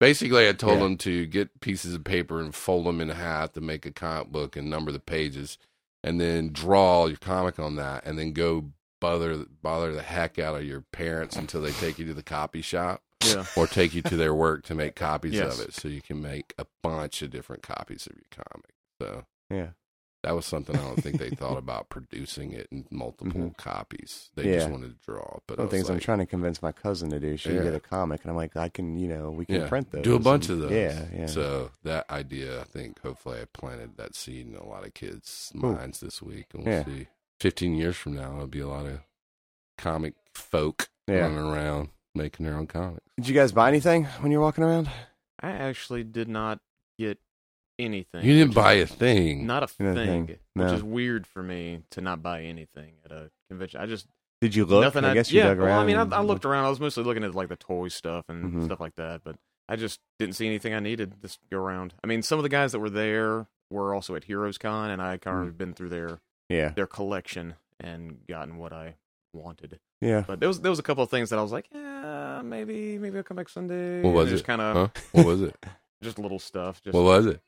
Speaker 2: Basically, I told
Speaker 1: Yeah.
Speaker 2: them to get pieces of paper and fold them in half to make a comic book and number the pages, and then draw your comic on that, and then go bother bother the heck out of your parents until they take you to the copy shop
Speaker 3: yeah.
Speaker 2: or take you to their work to make copies
Speaker 3: Yes.
Speaker 2: of it, so you can make a bunch of different copies of your comic. So
Speaker 1: Yeah.
Speaker 2: that was something I don't think they thought about producing it in multiple copies. They just
Speaker 1: Mm-hmm. Yeah.
Speaker 2: wanted to draw. But I
Speaker 1: One of the
Speaker 2: was
Speaker 1: things I'm
Speaker 2: like,
Speaker 1: trying to convince my cousin to do, she
Speaker 2: Yeah.
Speaker 1: did a comic, and I'm like, I can, you know, we can
Speaker 2: yeah,
Speaker 1: print those.
Speaker 2: do a bunch
Speaker 1: and-
Speaker 2: of those.
Speaker 1: Yeah, yeah.
Speaker 2: So that idea, I think, hopefully, I planted that seed in a lot of kids'
Speaker 1: Cool.
Speaker 2: minds this week, and we'll
Speaker 1: Yeah.
Speaker 2: see. Fifteen years from now, it'll be a lot of comic folk
Speaker 1: Yeah.
Speaker 2: running around making their own comics.
Speaker 1: Did you guys buy anything when you were walking around?
Speaker 3: I actually did not get anything.
Speaker 2: You didn't
Speaker 3: which is-
Speaker 2: buy a thing.
Speaker 3: not a
Speaker 1: Not a
Speaker 3: thing,
Speaker 1: thing, no.
Speaker 3: which is weird for me to not buy anything at a convention. I just
Speaker 1: Did you look?
Speaker 3: nothing.
Speaker 1: I,
Speaker 3: I
Speaker 1: guess you
Speaker 3: yeah,
Speaker 1: dug
Speaker 3: well,
Speaker 1: around.
Speaker 3: I mean,
Speaker 1: and-
Speaker 3: I, I looked around. I was mostly looking at like the toy stuff and
Speaker 2: Mm-hmm.
Speaker 1: Mhm.
Speaker 3: stuff like that, but I just didn't see anything I needed this go around. I mean, some of the guys that were there were also at Heroes Con, and I
Speaker 2: Mm-hmm.
Speaker 3: kind of been through their
Speaker 1: Yeah,
Speaker 3: their collection and gotten what I wanted.
Speaker 1: yeah.
Speaker 3: But there was there was a couple of things that I was like, yeah, maybe maybe I'll come back Sunday.
Speaker 2: What
Speaker 3: And
Speaker 2: was
Speaker 3: there's
Speaker 2: it?
Speaker 3: Kind
Speaker 1: uh,
Speaker 3: of
Speaker 2: Huh? What was it?
Speaker 3: just little stuff. Just
Speaker 2: What was it?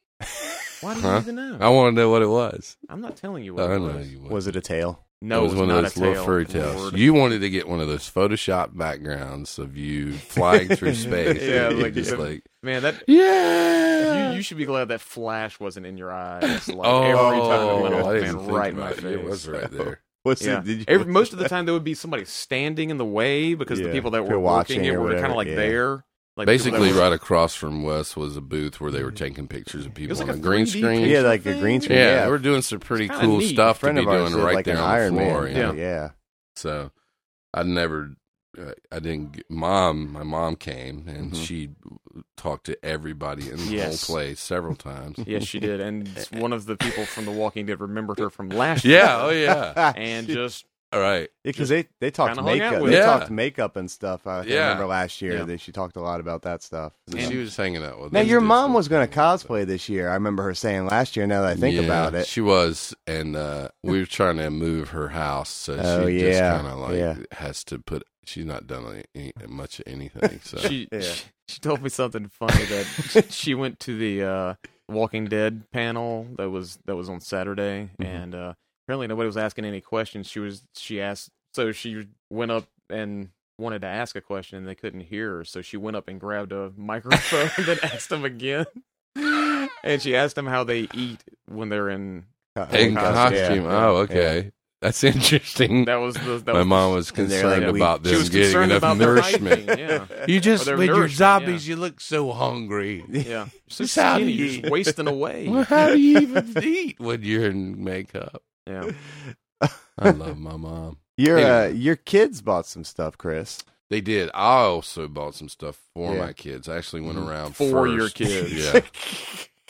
Speaker 3: why do
Speaker 2: huh?
Speaker 3: you even know?
Speaker 2: I want to know what it was.
Speaker 3: I'm not telling you
Speaker 2: I
Speaker 3: what it
Speaker 2: know
Speaker 3: was.
Speaker 2: you would.
Speaker 1: Was it a tail?
Speaker 3: No,
Speaker 2: it was, one
Speaker 3: not
Speaker 2: of those
Speaker 3: a
Speaker 2: little
Speaker 3: tail.
Speaker 2: fairy tales.
Speaker 3: Lord.
Speaker 2: You wanted to get one of those Photoshop backgrounds of you flying through space.
Speaker 3: Yeah,
Speaker 2: And you're
Speaker 3: like
Speaker 2: just
Speaker 3: the-
Speaker 2: like
Speaker 3: man, that
Speaker 2: yeah.
Speaker 3: you, you should be glad that flash wasn't in your eyes. Like
Speaker 2: oh,
Speaker 3: every time it went
Speaker 2: I
Speaker 3: off,
Speaker 2: didn't
Speaker 3: man,
Speaker 2: think
Speaker 3: right in my
Speaker 2: about
Speaker 3: face.
Speaker 2: It. it was right there.
Speaker 1: Was
Speaker 3: Yeah.
Speaker 1: it? Did you,
Speaker 3: Every, most of the time, there would be somebody standing in the way because
Speaker 1: Yeah,
Speaker 3: the people that
Speaker 1: if
Speaker 3: were
Speaker 1: you're watching
Speaker 3: watching it
Speaker 1: or
Speaker 3: were
Speaker 1: whatever,
Speaker 3: kind of like
Speaker 1: yeah.
Speaker 3: there. Like people that
Speaker 2: Basically,
Speaker 3: were-
Speaker 2: right across from us was a booth where they were taking pictures of people
Speaker 3: was like
Speaker 2: on
Speaker 3: a
Speaker 2: a green
Speaker 3: 3D
Speaker 2: screen.
Speaker 1: yeah, like a green
Speaker 2: yeah,
Speaker 1: screen. Yeah,
Speaker 2: they were doing some pretty
Speaker 3: kinda
Speaker 2: cool
Speaker 3: neat.
Speaker 2: stuff to
Speaker 1: friend
Speaker 2: be
Speaker 1: of ours
Speaker 2: doing
Speaker 1: did,
Speaker 2: right
Speaker 1: like
Speaker 2: there
Speaker 1: an
Speaker 2: on
Speaker 1: Iron
Speaker 2: the floor.
Speaker 1: Man.
Speaker 2: you know?
Speaker 1: Yeah, yeah.
Speaker 2: So I never, uh, I didn't. Get, mom, my mom came and
Speaker 1: Mhm.
Speaker 2: she talked to everybody in the
Speaker 3: Yes.
Speaker 2: whole place several times.
Speaker 3: Yes, she did, and one of the people from The Walking Dead remembered her from last year.
Speaker 2: yeah, oh yeah.
Speaker 3: and just
Speaker 2: All right.
Speaker 1: because they they talked
Speaker 3: hung out
Speaker 1: makeup,
Speaker 3: with
Speaker 1: they
Speaker 2: her.
Speaker 1: talked makeup and stuff. I
Speaker 2: Yeah.
Speaker 1: remember last year
Speaker 3: Yeah.
Speaker 1: that she talked a lot about that stuff.
Speaker 2: And she was hanging out with.
Speaker 1: Now
Speaker 2: us.
Speaker 1: your
Speaker 2: Just
Speaker 1: mom
Speaker 2: a-
Speaker 1: was going to cosplay this year. I remember her saying last year. Now that I think
Speaker 2: Yeah,
Speaker 1: about it,
Speaker 2: she was, and uh, we were trying to move her house, so
Speaker 1: Oh,
Speaker 2: she just
Speaker 1: yeah,
Speaker 2: kind of like
Speaker 1: yeah.
Speaker 2: has to put. She's not done any, any- much of anything, so
Speaker 3: she,
Speaker 1: Yeah.
Speaker 3: she she told me something funny that she went to the uh, Walking Dead panel that was that was on Saturday,
Speaker 1: Mm-hmm.
Speaker 3: and uh, apparently nobody was asking any questions. She was she asked, so she went up and wanted to ask a question, and they couldn't hear her, so she went up and grabbed a microphone and then asked them again. and she asked them how they eat when they're in
Speaker 2: in
Speaker 3: costume.
Speaker 2: costume. Oh, okay. That's interesting.
Speaker 3: That was the that
Speaker 2: My
Speaker 3: was
Speaker 2: mom was
Speaker 1: And they're
Speaker 2: concerned
Speaker 1: like, we-
Speaker 2: about
Speaker 3: she
Speaker 2: them
Speaker 3: was
Speaker 2: getting
Speaker 3: concerned
Speaker 2: enough
Speaker 3: about their
Speaker 2: nourishment.
Speaker 3: hygiene, Yeah,
Speaker 2: You just
Speaker 3: their
Speaker 2: with your
Speaker 3: nourishment, yeah.
Speaker 2: zombies, you look so hungry.
Speaker 3: yeah. So
Speaker 2: Just how do
Speaker 3: skinny, you're
Speaker 2: you-
Speaker 3: just wasting away.
Speaker 2: Well, how do you even eat when you're in makeup?
Speaker 3: Yeah,
Speaker 2: I love my mom.
Speaker 1: Your uh,
Speaker 2: Anyway.
Speaker 1: your kids bought some stuff, Chris.
Speaker 2: They did. I also bought some stuff for
Speaker 1: Yeah.
Speaker 2: my kids. I actually went around
Speaker 3: Mm-hmm. For
Speaker 2: first.
Speaker 3: your kids.
Speaker 2: Yeah.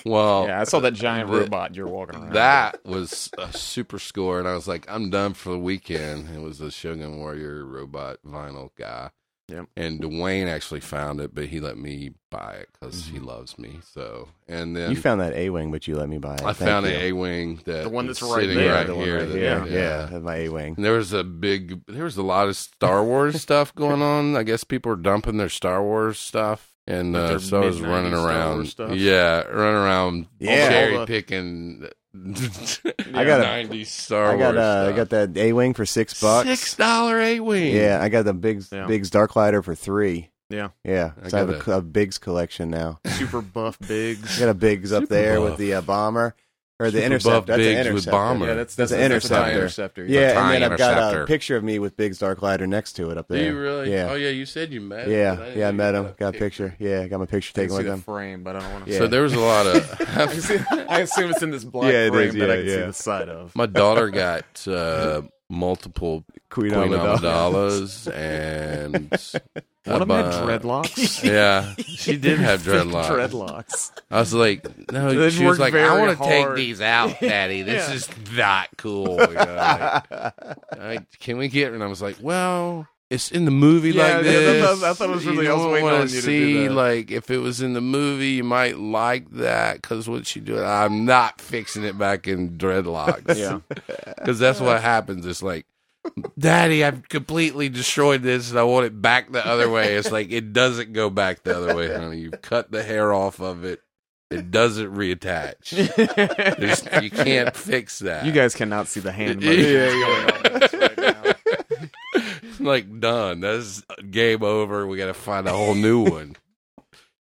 Speaker 2: Well,
Speaker 3: yeah. I saw that giant
Speaker 2: Oh. the-
Speaker 3: robot you're walking around.
Speaker 2: that was a super score, and I was like, I'm done for the weekend. It was the Shogun Warrior robot vinyl guy.
Speaker 3: Yep.
Speaker 2: And Dwayne actually found it, but he let me buy it because he
Speaker 3: Mm-hmm.
Speaker 2: loves me. So, and then
Speaker 1: You found that A wing, but you let me buy it.
Speaker 2: I
Speaker 1: Thank
Speaker 2: found
Speaker 1: you.
Speaker 2: an A wing that
Speaker 3: The one
Speaker 2: is
Speaker 3: that's right
Speaker 2: sitting
Speaker 3: there.
Speaker 2: right
Speaker 1: the one
Speaker 2: here.
Speaker 1: right
Speaker 2: that-
Speaker 1: here. Yeah, my A wing.
Speaker 2: And there was a big, there was a lot of Star Wars stuff going on. I guess people were dumping their Star Wars stuff. And
Speaker 3: Like
Speaker 2: uh,
Speaker 3: their
Speaker 2: so I was running
Speaker 3: mid-nineties Star
Speaker 2: around.
Speaker 3: Wars stuff?
Speaker 2: Yeah, running around
Speaker 1: Yeah.
Speaker 2: cherry
Speaker 3: All the-
Speaker 2: picking.
Speaker 1: I got a-
Speaker 2: 90s Star
Speaker 1: I got
Speaker 2: Wars.
Speaker 1: uh, I
Speaker 2: stuff.
Speaker 1: got that A wing for six bucks.
Speaker 2: Six dollar A wing.
Speaker 1: Yeah, I got the Biggs
Speaker 3: Yeah.
Speaker 1: Biggs Dark Lighter for three.
Speaker 3: Yeah.
Speaker 1: yeah.
Speaker 2: I
Speaker 1: So I, have
Speaker 2: got
Speaker 1: a, a Biggs collection now.
Speaker 3: super buff
Speaker 1: I
Speaker 3: bigs.
Speaker 1: got a Biggs up
Speaker 2: Super
Speaker 1: there
Speaker 2: buff.
Speaker 1: with the uh, bomber or the
Speaker 2: Super buff
Speaker 1: interceptor. That's an
Speaker 2: Biggs with
Speaker 1: interceptor.
Speaker 2: bomber.
Speaker 3: Yeah, that's that's,
Speaker 1: an
Speaker 3: that's
Speaker 1: interceptor.
Speaker 3: A interceptor.
Speaker 1: Yeah, and then
Speaker 2: time
Speaker 1: I've got a
Speaker 2: interceptor.
Speaker 1: picture of me with Biggs Dark Lighter next to it up
Speaker 2: Do
Speaker 1: there.
Speaker 2: you really?
Speaker 1: Yeah,
Speaker 2: Oh yeah, you said you met. him, but
Speaker 1: yeah,
Speaker 2: didn't
Speaker 1: yeah. I
Speaker 2: know
Speaker 1: met
Speaker 2: you
Speaker 1: him. Got a picture. Yeah, got my picture
Speaker 3: I can
Speaker 1: taken
Speaker 3: see
Speaker 1: with
Speaker 3: the
Speaker 1: him.
Speaker 3: frame, but I don't want to.
Speaker 1: Yeah.
Speaker 2: So there was a lot
Speaker 3: I,
Speaker 2: of.
Speaker 3: see, I assume it's in this black
Speaker 1: Yeah, it
Speaker 3: frame
Speaker 1: is,
Speaker 3: that I
Speaker 1: yeah,
Speaker 3: can
Speaker 1: yeah.
Speaker 3: see the side of.
Speaker 2: my daughter got uh, multiple
Speaker 1: Queen,
Speaker 2: Queen
Speaker 1: Amidala.
Speaker 2: Amidala's and
Speaker 3: One of them had
Speaker 1: uh,
Speaker 2: about-
Speaker 3: dreadlocks.
Speaker 2: Yeah, she did have dreadlocks.
Speaker 3: dreadlocks.
Speaker 2: I was like, no.
Speaker 3: They've
Speaker 2: She was
Speaker 3: worked
Speaker 2: like, I
Speaker 3: very
Speaker 2: want to take
Speaker 3: hard.
Speaker 2: these out, Daddy. This
Speaker 3: Yeah.
Speaker 2: is not cool. You know, like, I- can we get? And I was like, well, it's in the movie
Speaker 3: Yeah,
Speaker 2: like
Speaker 3: yeah,
Speaker 2: this.
Speaker 3: that's- I thought it was really- I was
Speaker 2: don't
Speaker 3: waiting
Speaker 2: wanna
Speaker 3: on you to do
Speaker 2: see,
Speaker 3: that.
Speaker 2: Like, if it was in the movie, you might like that because what she doing? I'm not fixing it back in dreadlocks.
Speaker 3: Yeah.
Speaker 2: because that's what happens. It's like. Daddy, I've completely destroyed this and I want it back the other way. It's like it doesn't go back the other way, honey. You've cut the hair off of it. It doesn't reattach. There's, you can't fix that.
Speaker 3: You guys cannot see the hand
Speaker 2: Yeah,
Speaker 3: motion
Speaker 2: yeah,
Speaker 3: going on with this right now.
Speaker 2: like done. That's game over. We got to find a whole new one.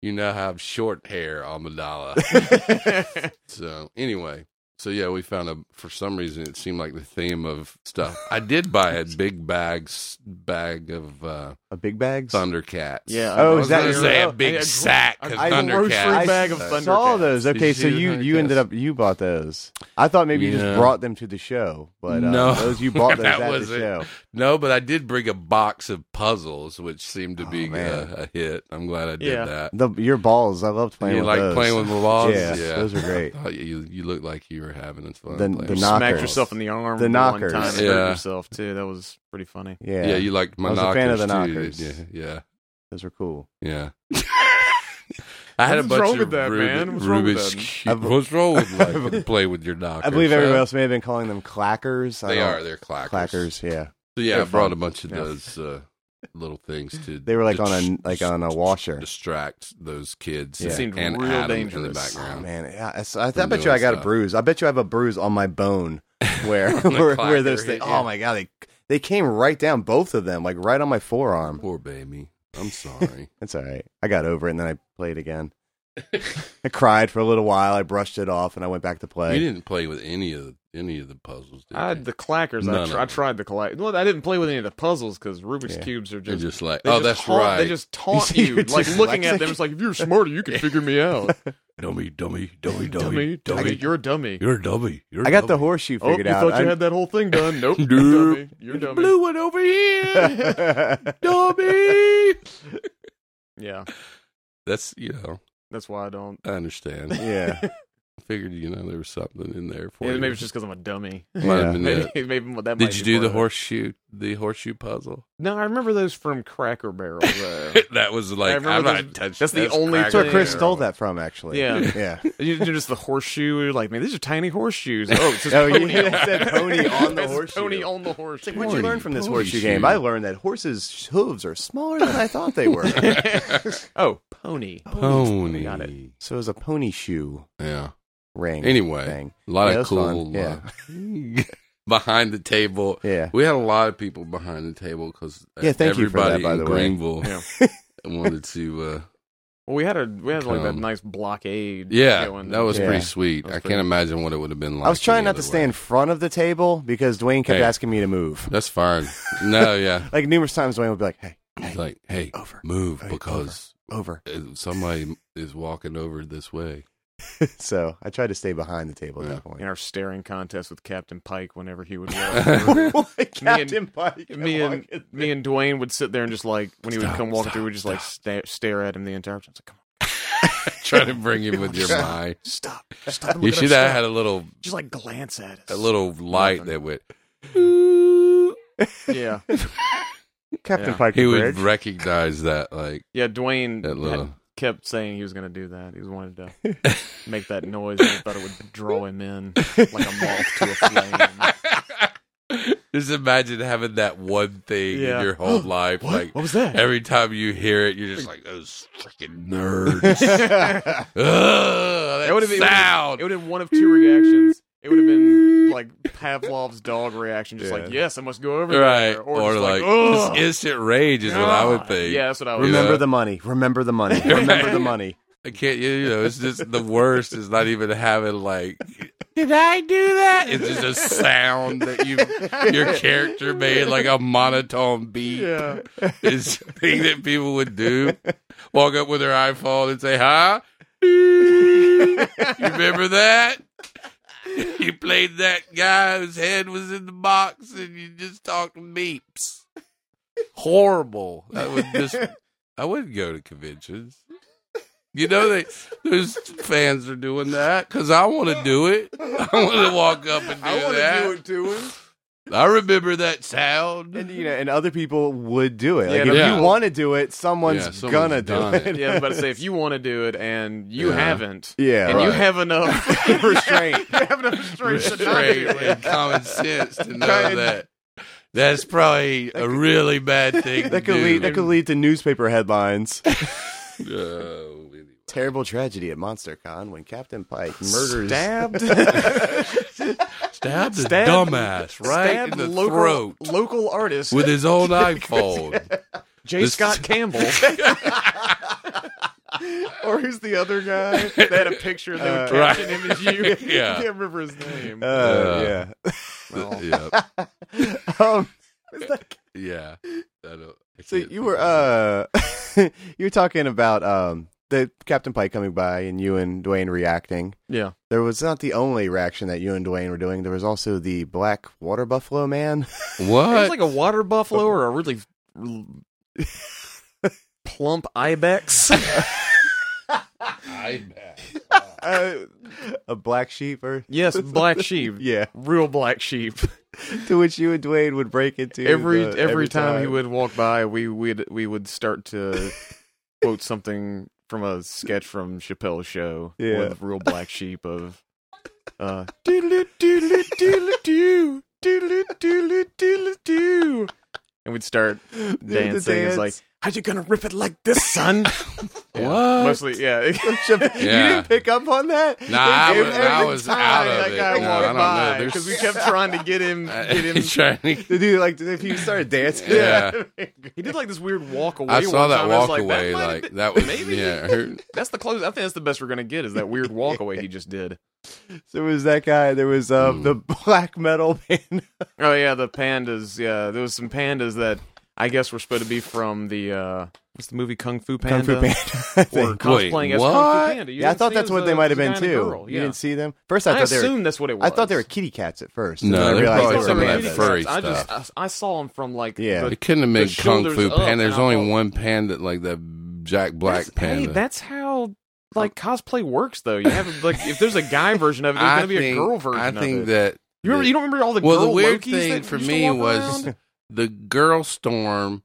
Speaker 2: You now have short hair, Amidala. so anyway, so yeah, we found a. For some reason, it seemed like the theme of stuff. I did buy a big bag s- bag of uh,
Speaker 1: A big bags.
Speaker 2: Thundercats.
Speaker 3: Yeah.
Speaker 1: Oh,
Speaker 2: I
Speaker 1: is
Speaker 2: was
Speaker 1: that
Speaker 2: gonna say a big
Speaker 3: uh, I- I-
Speaker 2: sack of
Speaker 3: I-
Speaker 1: I
Speaker 2: Thundercats.
Speaker 3: grocery bag of Thundercats.
Speaker 1: saw those.
Speaker 2: Did
Speaker 1: Okay,
Speaker 2: you
Speaker 1: so
Speaker 2: see the
Speaker 1: you you
Speaker 2: Thundercats?
Speaker 1: ended up you bought those. I thought maybe you
Speaker 2: Yeah.
Speaker 1: just brought them to the show, but uh,
Speaker 2: No.
Speaker 1: those you bought those
Speaker 2: That
Speaker 1: at the
Speaker 2: wasn't-
Speaker 1: show.
Speaker 2: No, but I did bring a box of puzzles, which seemed to
Speaker 1: Oh,
Speaker 2: be
Speaker 1: man.
Speaker 2: uh, a hit. I'm glad I did
Speaker 3: Yeah.
Speaker 2: that.
Speaker 1: The, your balls, I loved playing
Speaker 2: you
Speaker 1: with
Speaker 2: like
Speaker 1: those.
Speaker 2: playing with the balls?
Speaker 1: Yeah, those are great.
Speaker 2: Oh, you you look like you were having fun.
Speaker 1: The-
Speaker 2: playing
Speaker 1: the
Speaker 2: with
Speaker 1: knock-
Speaker 3: Smacked
Speaker 1: Knockers.
Speaker 3: yourself in the arm
Speaker 1: The
Speaker 3: the
Speaker 1: knockers.
Speaker 3: knockers. one time and
Speaker 2: Yeah.
Speaker 3: hurt yourself too. That was pretty funny.
Speaker 1: Yeah,
Speaker 2: balls. Yeah, you liked my
Speaker 1: I was a
Speaker 2: knockers
Speaker 1: fan of the
Speaker 2: too.
Speaker 1: knockers.
Speaker 2: Yeah,
Speaker 1: those were cool.
Speaker 2: yeah, yeah. I had a
Speaker 3: What's
Speaker 2: bunch
Speaker 3: wrong
Speaker 2: of
Speaker 3: with that,
Speaker 2: Rubi-
Speaker 3: man? What's wrong with
Speaker 2: Rubik's
Speaker 3: that?
Speaker 2: Cube-
Speaker 1: I've-
Speaker 2: What's wrong with like, you play with your knockers?
Speaker 1: I believe everyone
Speaker 2: huh?
Speaker 1: else may have been calling them clackers. I
Speaker 2: They
Speaker 1: don't-
Speaker 2: are. They're clackers.
Speaker 1: clackers. Yeah,
Speaker 2: So yeah,
Speaker 1: They're
Speaker 2: I brought
Speaker 1: fun.
Speaker 2: a bunch of
Speaker 1: Yeah.
Speaker 2: those uh, little things to.
Speaker 1: they were like on
Speaker 2: dis-
Speaker 1: a like on a washer.
Speaker 2: distract those kids.
Speaker 1: It
Speaker 3: seemed
Speaker 2: and
Speaker 3: real
Speaker 2: Adam in the
Speaker 3: dangerous.
Speaker 1: Oh,
Speaker 2: background.
Speaker 1: man, yeah, I, s- I- I
Speaker 2: From
Speaker 1: bet you
Speaker 2: doing
Speaker 1: I got a
Speaker 2: stuff.
Speaker 1: bruise. I bet you I have a bruise on my bone where where, where
Speaker 2: clacker
Speaker 1: those
Speaker 2: hit
Speaker 1: things.
Speaker 2: you.
Speaker 1: Oh my god, they they came right down both of them, like right on my forearm.
Speaker 2: Poor baby. I'm sorry.
Speaker 1: It's all right. I got over it, and then I played again. I cried for a little while. I brushed it off, and I went back to play.
Speaker 2: you didn't play with any of any of the puzzles. Did
Speaker 3: I
Speaker 2: you?
Speaker 3: had the clackers.
Speaker 2: None
Speaker 3: I,
Speaker 2: of
Speaker 3: tr- I
Speaker 2: them.
Speaker 3: tried the clack. Well, I didn't play with any of the puzzles because Rubik's
Speaker 1: Yeah.
Speaker 3: cubes are
Speaker 2: They're
Speaker 3: just.
Speaker 2: just like,
Speaker 3: they
Speaker 2: oh,
Speaker 3: just
Speaker 2: that's
Speaker 3: taunt-
Speaker 2: right.
Speaker 3: They just taunt
Speaker 1: see,
Speaker 3: you.
Speaker 1: you're
Speaker 3: Like
Speaker 1: just
Speaker 3: looking at
Speaker 1: dyslexic.
Speaker 3: them, it's like if you're smarter, you can figure me out.
Speaker 2: dummy, dummy, dummy,
Speaker 3: dummy, dummy, you're a dummy.
Speaker 2: You're a dummy. You're
Speaker 1: I got the horseshoe
Speaker 3: Oh, you
Speaker 1: figured out.
Speaker 3: thought you had that whole thing done? Nope, you're
Speaker 2: Nope.
Speaker 3: dummy. You're dummy.
Speaker 2: blue one over here,
Speaker 1: that.
Speaker 2: dummy.
Speaker 3: Yeah,
Speaker 2: That's you know,
Speaker 3: that's why I don't.
Speaker 2: I understand.
Speaker 1: yeah,
Speaker 2: I figured you know there was something in there for
Speaker 3: Yeah,
Speaker 2: you.
Speaker 3: maybe it's just because I'm a dummy.
Speaker 2: Might have
Speaker 1: Yeah.
Speaker 2: been
Speaker 3: Maybe,
Speaker 2: it.
Speaker 3: maybe that might
Speaker 2: Did you
Speaker 3: be
Speaker 2: do
Speaker 3: part
Speaker 2: the
Speaker 3: of it.
Speaker 2: horseshoe, the horseshoe puzzle?
Speaker 3: No, I remember those from Cracker Barrel. Though.
Speaker 2: that was
Speaker 3: I
Speaker 2: like
Speaker 3: remember
Speaker 2: I'm
Speaker 3: those-
Speaker 2: not touching.
Speaker 3: that's the only
Speaker 1: that's where
Speaker 3: Yeah.
Speaker 1: Chris stole that from, actually.
Speaker 3: Yeah.
Speaker 1: yeah.
Speaker 3: You- You're just the horseshoe. You're like, man, these are tiny horseshoes. Oh, it's just
Speaker 1: Oh, you
Speaker 3: pony.
Speaker 1: said pony on the
Speaker 3: It's
Speaker 1: horseshoe.
Speaker 3: Pony on the horseshoe.
Speaker 1: Like, what'd you learn from this
Speaker 2: Holy
Speaker 1: horseshoe
Speaker 2: shoe.
Speaker 1: game? I learned that horses' hooves are smaller than I thought they were.
Speaker 3: oh, pony.
Speaker 2: pony.
Speaker 3: Got it.
Speaker 1: so it was a pony shoe
Speaker 2: Yeah.
Speaker 1: ring.
Speaker 2: Anyway,
Speaker 1: thing.
Speaker 2: a lot
Speaker 1: Yeah,
Speaker 2: of
Speaker 1: that's fun.
Speaker 2: cool.
Speaker 1: Yeah.
Speaker 2: uh, behind the table.
Speaker 1: Yeah.
Speaker 2: We had a lot of people behind the table because
Speaker 1: Yeah, thank you for
Speaker 2: everybody
Speaker 1: that, by
Speaker 2: in
Speaker 1: the way.
Speaker 2: Greenville wanted to uh,
Speaker 3: Well, we had a we had like that
Speaker 2: Come.
Speaker 3: nice blockade.
Speaker 2: Yeah,
Speaker 3: going.
Speaker 2: that was
Speaker 1: Yeah.
Speaker 2: pretty sweet.
Speaker 3: That was
Speaker 2: I
Speaker 3: pretty-
Speaker 2: can't imagine what it would have been like.
Speaker 1: I was trying
Speaker 2: any
Speaker 1: not to
Speaker 2: other
Speaker 1: stay
Speaker 2: way.
Speaker 1: in front of the table because Dwayne kept
Speaker 2: Hey.
Speaker 1: asking me to move.
Speaker 2: That's fine. No, yeah.
Speaker 1: Like numerous times, Dwayne would be like, "Hey,
Speaker 2: It's like, hey,
Speaker 1: over,
Speaker 2: move
Speaker 1: Hey,
Speaker 2: because
Speaker 1: over."
Speaker 2: uh, somebody is walking over this way.
Speaker 1: So I tried to stay behind the table at
Speaker 2: Yeah.
Speaker 1: that point.
Speaker 3: in our staring contest with Captain Pike whenever he would walk. through.
Speaker 1: Captain Pike.
Speaker 3: me and me and Dwayne would sit there and just like when he would
Speaker 2: Stop,
Speaker 3: come walking
Speaker 2: stop,
Speaker 3: through, we just like stare, stare at him the entire time. It's like, come
Speaker 2: Trying to bring him with your mind.
Speaker 3: on, stop, stop. and
Speaker 2: You
Speaker 3: look at
Speaker 2: should
Speaker 3: us,
Speaker 2: have
Speaker 3: stop.
Speaker 2: had a little,
Speaker 3: just like glance at us.
Speaker 2: a little light
Speaker 3: Nothing.
Speaker 2: that would.
Speaker 3: Yeah,
Speaker 1: Captain
Speaker 3: Yeah.
Speaker 1: Pike.
Speaker 2: He would
Speaker 1: Bridge.
Speaker 2: recognize that, like
Speaker 3: yeah. Dwayne
Speaker 2: that
Speaker 3: had-
Speaker 2: little.
Speaker 3: kept saying he was going to do that. He wanted to make that noise. And I thought it would draw him in like a moth to a flame.
Speaker 2: Just imagine having that one thing
Speaker 3: Yeah.
Speaker 2: in your whole life. Like
Speaker 3: What was that?
Speaker 2: every time you hear it, you're just like those freaking nerds. Ugh, that
Speaker 3: It would've been-
Speaker 2: sound.
Speaker 3: It would have been one of two reactions. It would have been like Pavlov's dog reaction, just like
Speaker 1: Yeah.
Speaker 3: yes, I must go over
Speaker 2: right
Speaker 3: there,
Speaker 2: or,
Speaker 3: or, just
Speaker 2: like,
Speaker 3: like, "Ugh,
Speaker 2: instant rage is what I would
Speaker 3: God."
Speaker 2: think.
Speaker 3: Ah, Yeah, that's what I would.
Speaker 1: Remember
Speaker 2: Yeah.
Speaker 1: the money. Remember the money. Remember the money.
Speaker 2: I can't. You, you know, it's just the worst is not even having like. Did I do that? It's just a sound that you your character made like a monotone beat.
Speaker 3: Yeah.
Speaker 2: Is the thing that people would do. Walk up with their iPhone and say, "Huh? you remember that? You played that guy whose head was in the box, and you just talked meeps. Horrible. I would just. I wouldn't go to conventions. You know they those fans are doing that because I want to do it. I want to walk up and do that.
Speaker 3: to him.
Speaker 2: I remember that sound.
Speaker 1: And you know, and other people would do it. Like,
Speaker 3: Yeah,
Speaker 1: if
Speaker 2: yeah.
Speaker 1: you want to do it, someone's,
Speaker 2: Yeah, someone's
Speaker 1: gonna do
Speaker 2: done
Speaker 1: it.
Speaker 2: it.
Speaker 3: Yeah, I was about to say if you want to do it and you
Speaker 2: Yeah.
Speaker 3: haven't,
Speaker 1: Yeah,
Speaker 3: and you
Speaker 2: right.
Speaker 3: have enough restraint, you have enough restraint, to not do
Speaker 2: restraint
Speaker 3: it.
Speaker 2: and common sense to know that that's probably a really bad thing
Speaker 1: That
Speaker 2: to
Speaker 1: could
Speaker 2: do.
Speaker 1: lead. That could lead to newspaper headlines.
Speaker 2: Oh, anyway.
Speaker 1: Terrible tragedy at MonsterCon when Captain Pike murders.
Speaker 3: Stabbed,
Speaker 2: stabbed a
Speaker 3: Stabbed-
Speaker 2: dumbass right
Speaker 3: stabbed
Speaker 2: in the
Speaker 3: local
Speaker 2: throat
Speaker 3: local artist
Speaker 2: with his own iPhone.
Speaker 3: J.
Speaker 2: This-
Speaker 3: Scott Campbell. or who's the other guy? They had a picture and they would
Speaker 2: Uh,
Speaker 3: caption
Speaker 2: right.
Speaker 3: him as you.
Speaker 2: Yeah.
Speaker 3: I can't remember his name.
Speaker 1: Uh,
Speaker 2: Yeah.
Speaker 1: yeah.
Speaker 2: Yep.
Speaker 1: Um,
Speaker 2: Yeah. I don't, I
Speaker 1: so
Speaker 2: can't
Speaker 1: you were
Speaker 2: think of
Speaker 1: uh, you were talking about um the Captain Pike coming by and you and Dwayne reacting.
Speaker 3: yeah.
Speaker 1: There was not the only reaction that you and Dwayne were doing. There was also the black water buffalo man.
Speaker 2: it.
Speaker 3: It
Speaker 2: what?
Speaker 3: was like a water buffalo or a really r- plump ibex.
Speaker 1: Uh, a black sheep or
Speaker 3: yes, black sheep.
Speaker 1: yeah,
Speaker 3: Real black sheep.
Speaker 1: to which you and Dwayne would break into
Speaker 3: Every
Speaker 1: the-
Speaker 3: every, time, he would walk by, we would we would start to quote something from a sketch from Chappelle's show.
Speaker 1: Yeah.
Speaker 3: with real black sheep of uh doodle doodle doodle do doodle doodle doodle do, and we'd start dancing. It's
Speaker 1: dance.
Speaker 3: like, how you gonna rip it like this, son? Yeah,
Speaker 2: What?
Speaker 3: Mostly, yeah.
Speaker 1: You didn't pick up on that?
Speaker 2: Nah, I
Speaker 1: Every
Speaker 2: was, I was
Speaker 1: time
Speaker 2: out
Speaker 3: that
Speaker 2: of it.
Speaker 3: guy
Speaker 2: No, I
Speaker 3: walked
Speaker 2: don't know.
Speaker 3: by
Speaker 2: There's-
Speaker 3: because we kept trying to get him. Get him.
Speaker 2: trying to-
Speaker 1: The dude, like, if he started dancing,
Speaker 2: Yeah.
Speaker 3: He did like this weird walk away.
Speaker 2: I saw
Speaker 3: one
Speaker 2: that
Speaker 3: time. I was
Speaker 2: walk
Speaker 3: like, that
Speaker 2: away.
Speaker 3: might have
Speaker 2: like
Speaker 3: been-
Speaker 2: that was
Speaker 3: maybe.
Speaker 2: yeah. her-
Speaker 3: That's the close. I think that's the best we're gonna get is that weird walk away he just did.
Speaker 1: there was that guy. There was um,
Speaker 2: Mm.
Speaker 1: the black metal band.
Speaker 3: Oh yeah, the pandas. Yeah, there was some pandas that I guess were supposed to be from the uh what's the movie Kung Fu Panda?
Speaker 1: I
Speaker 3: Or
Speaker 1: think.
Speaker 2: Wait,
Speaker 3: cosplaying as Kung
Speaker 2: what?
Speaker 3: Fu Panda. You
Speaker 1: Yeah, I
Speaker 3: didn't
Speaker 1: thought
Speaker 3: see
Speaker 1: that's
Speaker 3: it
Speaker 1: what
Speaker 3: was
Speaker 1: they
Speaker 3: a-
Speaker 1: might have
Speaker 3: it
Speaker 1: been
Speaker 3: was a guy and a
Speaker 1: too.
Speaker 3: girl,
Speaker 1: You
Speaker 3: yeah.
Speaker 1: didn't see them first. I,
Speaker 3: I
Speaker 1: thought they
Speaker 3: assumed
Speaker 1: were.
Speaker 3: that's what it was.
Speaker 1: I thought they were kitty cats at first. and
Speaker 2: No,
Speaker 1: then I
Speaker 2: they're
Speaker 1: realized
Speaker 2: probably
Speaker 1: they were
Speaker 2: some of that
Speaker 1: pandas.
Speaker 2: fur- furry
Speaker 3: I just I,
Speaker 2: stuff.
Speaker 3: I saw him from like
Speaker 1: Yeah.
Speaker 3: the-
Speaker 2: It couldn't have
Speaker 3: the
Speaker 2: been Kung
Speaker 3: shoulders
Speaker 2: Fu
Speaker 3: up,
Speaker 2: Panda. There's
Speaker 3: and I
Speaker 2: only
Speaker 3: thought,
Speaker 2: one panda, like the Jack Black
Speaker 3: that's, Hey,
Speaker 2: panda.
Speaker 3: that's how like cosplay works though. You have like if there's a guy version of it, there's
Speaker 2: I
Speaker 3: gonna be
Speaker 2: think-
Speaker 3: a girl version.
Speaker 2: I
Speaker 3: of
Speaker 2: think
Speaker 3: it.
Speaker 2: that
Speaker 3: you remember, you don't remember all the
Speaker 2: well,
Speaker 3: girl
Speaker 2: the weird
Speaker 3: Lokis
Speaker 2: thing
Speaker 3: that
Speaker 2: for
Speaker 3: used to
Speaker 2: me
Speaker 3: walk
Speaker 2: was
Speaker 3: around?
Speaker 2: the girl storm,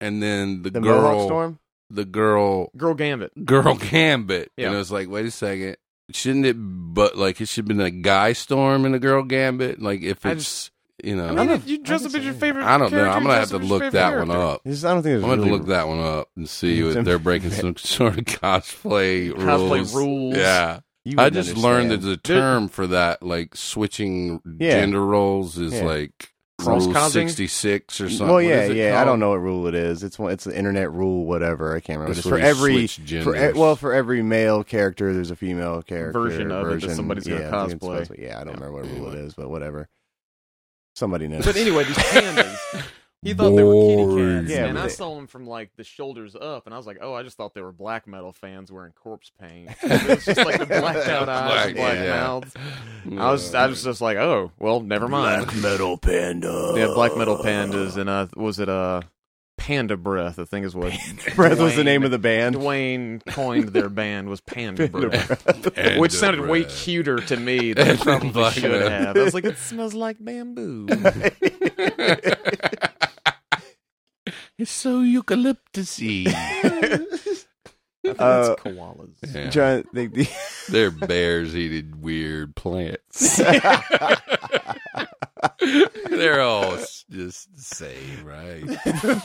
Speaker 2: and then the,
Speaker 1: The Mohawk
Speaker 2: girl
Speaker 1: Storm.
Speaker 2: the girl
Speaker 3: girl Gambit.
Speaker 2: girl gambit.
Speaker 3: Yeah.
Speaker 2: And I was like, wait a second, shouldn't it? But like, it should have been a guy storm and a girl gambit. Like if
Speaker 3: I
Speaker 2: it's you know,
Speaker 3: I
Speaker 2: I,
Speaker 3: mean,
Speaker 1: I'm
Speaker 3: if you dress
Speaker 1: I'm
Speaker 3: up as your
Speaker 1: saying-
Speaker 3: favorite.
Speaker 2: don't know.
Speaker 3: character,
Speaker 2: I'm
Speaker 3: you
Speaker 2: gonna
Speaker 3: dress
Speaker 2: have to
Speaker 3: as your
Speaker 2: look that
Speaker 3: favorite
Speaker 2: one
Speaker 3: character.
Speaker 2: up.
Speaker 1: This- I don't think
Speaker 2: I'm
Speaker 1: it's
Speaker 2: gonna
Speaker 1: really.
Speaker 2: look that one up and see if they're breaking some sort of cosplay rules.
Speaker 3: Cosplay rules.
Speaker 2: Yeah.
Speaker 1: you
Speaker 2: I
Speaker 1: wouldn't
Speaker 2: just learned that
Speaker 1: understand.
Speaker 2: the term for that, like switching
Speaker 1: Yeah.
Speaker 2: gender roles, is
Speaker 1: Yeah.
Speaker 2: like
Speaker 3: Cross
Speaker 2: Rule
Speaker 3: causing?
Speaker 2: 66 or something.
Speaker 1: Well,
Speaker 2: What
Speaker 1: yeah,
Speaker 2: is it
Speaker 1: yeah. I
Speaker 2: called?
Speaker 1: don't know what rule it is. It's one. It's the internet rule, whatever. I can't remember.
Speaker 2: That's
Speaker 1: It's for
Speaker 2: where you
Speaker 1: every
Speaker 2: switch
Speaker 1: for e-
Speaker 2: genders.
Speaker 1: well for every male character, there's a female character
Speaker 3: Version of it that somebody's gonna
Speaker 1: yeah, I think it's
Speaker 3: cosplay.
Speaker 1: supposed to- yeah, I don't
Speaker 3: Yeah.
Speaker 1: remember what rule it is, but whatever. Somebody knows.
Speaker 3: But anyway, these pandas. He thought they were kitty
Speaker 2: Boring.
Speaker 3: cats,
Speaker 1: Yeah,
Speaker 3: and
Speaker 1: but
Speaker 3: I
Speaker 1: they-
Speaker 3: saw them from like the shoulders up, and I was like, "Oh, I just thought they were black metal fans wearing corpse paint." it's just like the blacked out eyes,
Speaker 2: Black,
Speaker 3: and black
Speaker 2: yeah.
Speaker 3: mouths. I was, I was just like, "Oh, well, never mind."
Speaker 1: metal panda.
Speaker 3: Yeah, black metal pandas, and uh, was it uh, Panda Breath? I think is what
Speaker 1: Breath was the
Speaker 3: Dwayne-
Speaker 1: name of the band.
Speaker 3: Dwayne coined their band was Panda Breath,
Speaker 2: And
Speaker 3: which
Speaker 2: the
Speaker 3: sounded way
Speaker 2: red.
Speaker 3: cuter to me than it probably
Speaker 2: Black
Speaker 3: should
Speaker 2: metal.
Speaker 3: have. I was like, "It smells like bamboo."
Speaker 2: It's so eucalyptusy.
Speaker 1: Uh,
Speaker 3: koalas.
Speaker 2: Yeah.
Speaker 1: John, they, the,
Speaker 2: They're bears eating weird plants. They're all s- just the same, right?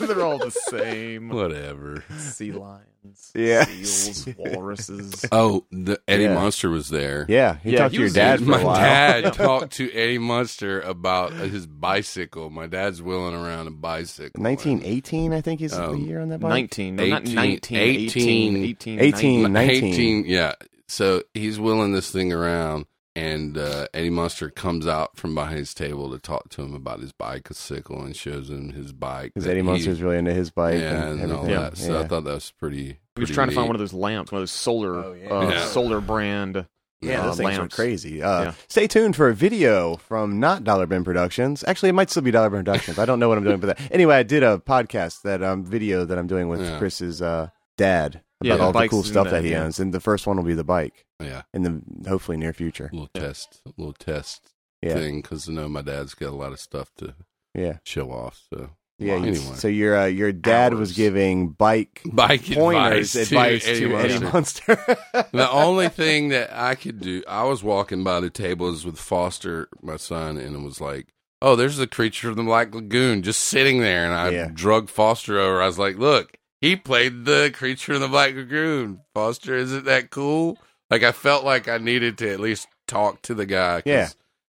Speaker 3: They're all the same.
Speaker 2: Whatever.
Speaker 3: sea lions,
Speaker 1: Yeah.
Speaker 3: seals, walruses.
Speaker 2: Oh, the Eddie
Speaker 1: Yeah.
Speaker 2: Munster was there.
Speaker 1: yeah, he
Speaker 3: Yeah,
Speaker 1: talked
Speaker 3: he
Speaker 1: to your
Speaker 3: was-
Speaker 1: dad for
Speaker 2: My
Speaker 1: a while.
Speaker 2: dad talked to Eddie Munster about his bicycle. My dad's wheeling around a bicycle.
Speaker 1: 1918, I think, is the
Speaker 2: Um,
Speaker 1: year on that bike.
Speaker 3: 19, no, not
Speaker 2: 18,
Speaker 3: 19, 18,
Speaker 2: 18,
Speaker 3: 18,
Speaker 1: 18.
Speaker 3: 19.
Speaker 1: 19.
Speaker 2: 18, yeah. So he's wheeling this thing around, and uh, Eddie Munster comes out from behind his table to talk to him about his bicycle and shows him his bike.
Speaker 1: Because
Speaker 2: that
Speaker 1: Eddie
Speaker 2: he-
Speaker 1: Munster's really into his bike
Speaker 2: yeah,
Speaker 1: and
Speaker 2: and all
Speaker 1: everything.
Speaker 2: that. So I thought that was pretty.
Speaker 3: He was
Speaker 2: pretty
Speaker 3: trying to find
Speaker 2: neat.
Speaker 3: one of those lamps, one of those solar,
Speaker 1: Oh, yeah.
Speaker 3: uh,
Speaker 2: Yeah.
Speaker 3: solar brand.
Speaker 1: Yeah,
Speaker 3: uh,
Speaker 1: those things
Speaker 3: lamps.
Speaker 1: are crazy. Uh,
Speaker 3: Yeah.
Speaker 1: Stay tuned for a video from not Dollar Bin Productions. Actually, it might still be Dollar Bin Productions. I don't know what I'm doing for that. Anyway, I did a podcast that um, video that I'm doing with
Speaker 2: Yeah.
Speaker 1: Chris's uh, dad about
Speaker 3: Yeah, the
Speaker 1: all the
Speaker 3: bikes
Speaker 1: cool
Speaker 3: and
Speaker 1: stuff
Speaker 3: that,
Speaker 1: that he
Speaker 3: yeah.
Speaker 1: owns, and the first one will be the bike
Speaker 2: Yeah,
Speaker 1: in the hopefully near future.
Speaker 2: a little test, a little test
Speaker 1: Yeah,
Speaker 2: thing because I know my dad's got a lot of stuff to
Speaker 1: yeah,
Speaker 2: show off. So
Speaker 1: yeah.
Speaker 2: Well,
Speaker 1: you-
Speaker 2: anyway.
Speaker 1: So your uh, your dad was
Speaker 2: Hours.
Speaker 1: giving bike
Speaker 2: bike
Speaker 1: pointers advice,
Speaker 2: advice,
Speaker 1: to, Eddie
Speaker 2: Munster.
Speaker 1: Munster.
Speaker 2: the only thing that I could do, I was walking by the tables with Foster, my son, and it was like, oh, there's the creature from the Black Lagoon just sitting there. And I
Speaker 1: Yeah.
Speaker 2: drug Foster over. I was like, look, he played the creature in the Black Lagoon. Foster, isn't that cool? Like, I felt like I needed to at least talk to the guy. 'cause
Speaker 1: Yeah.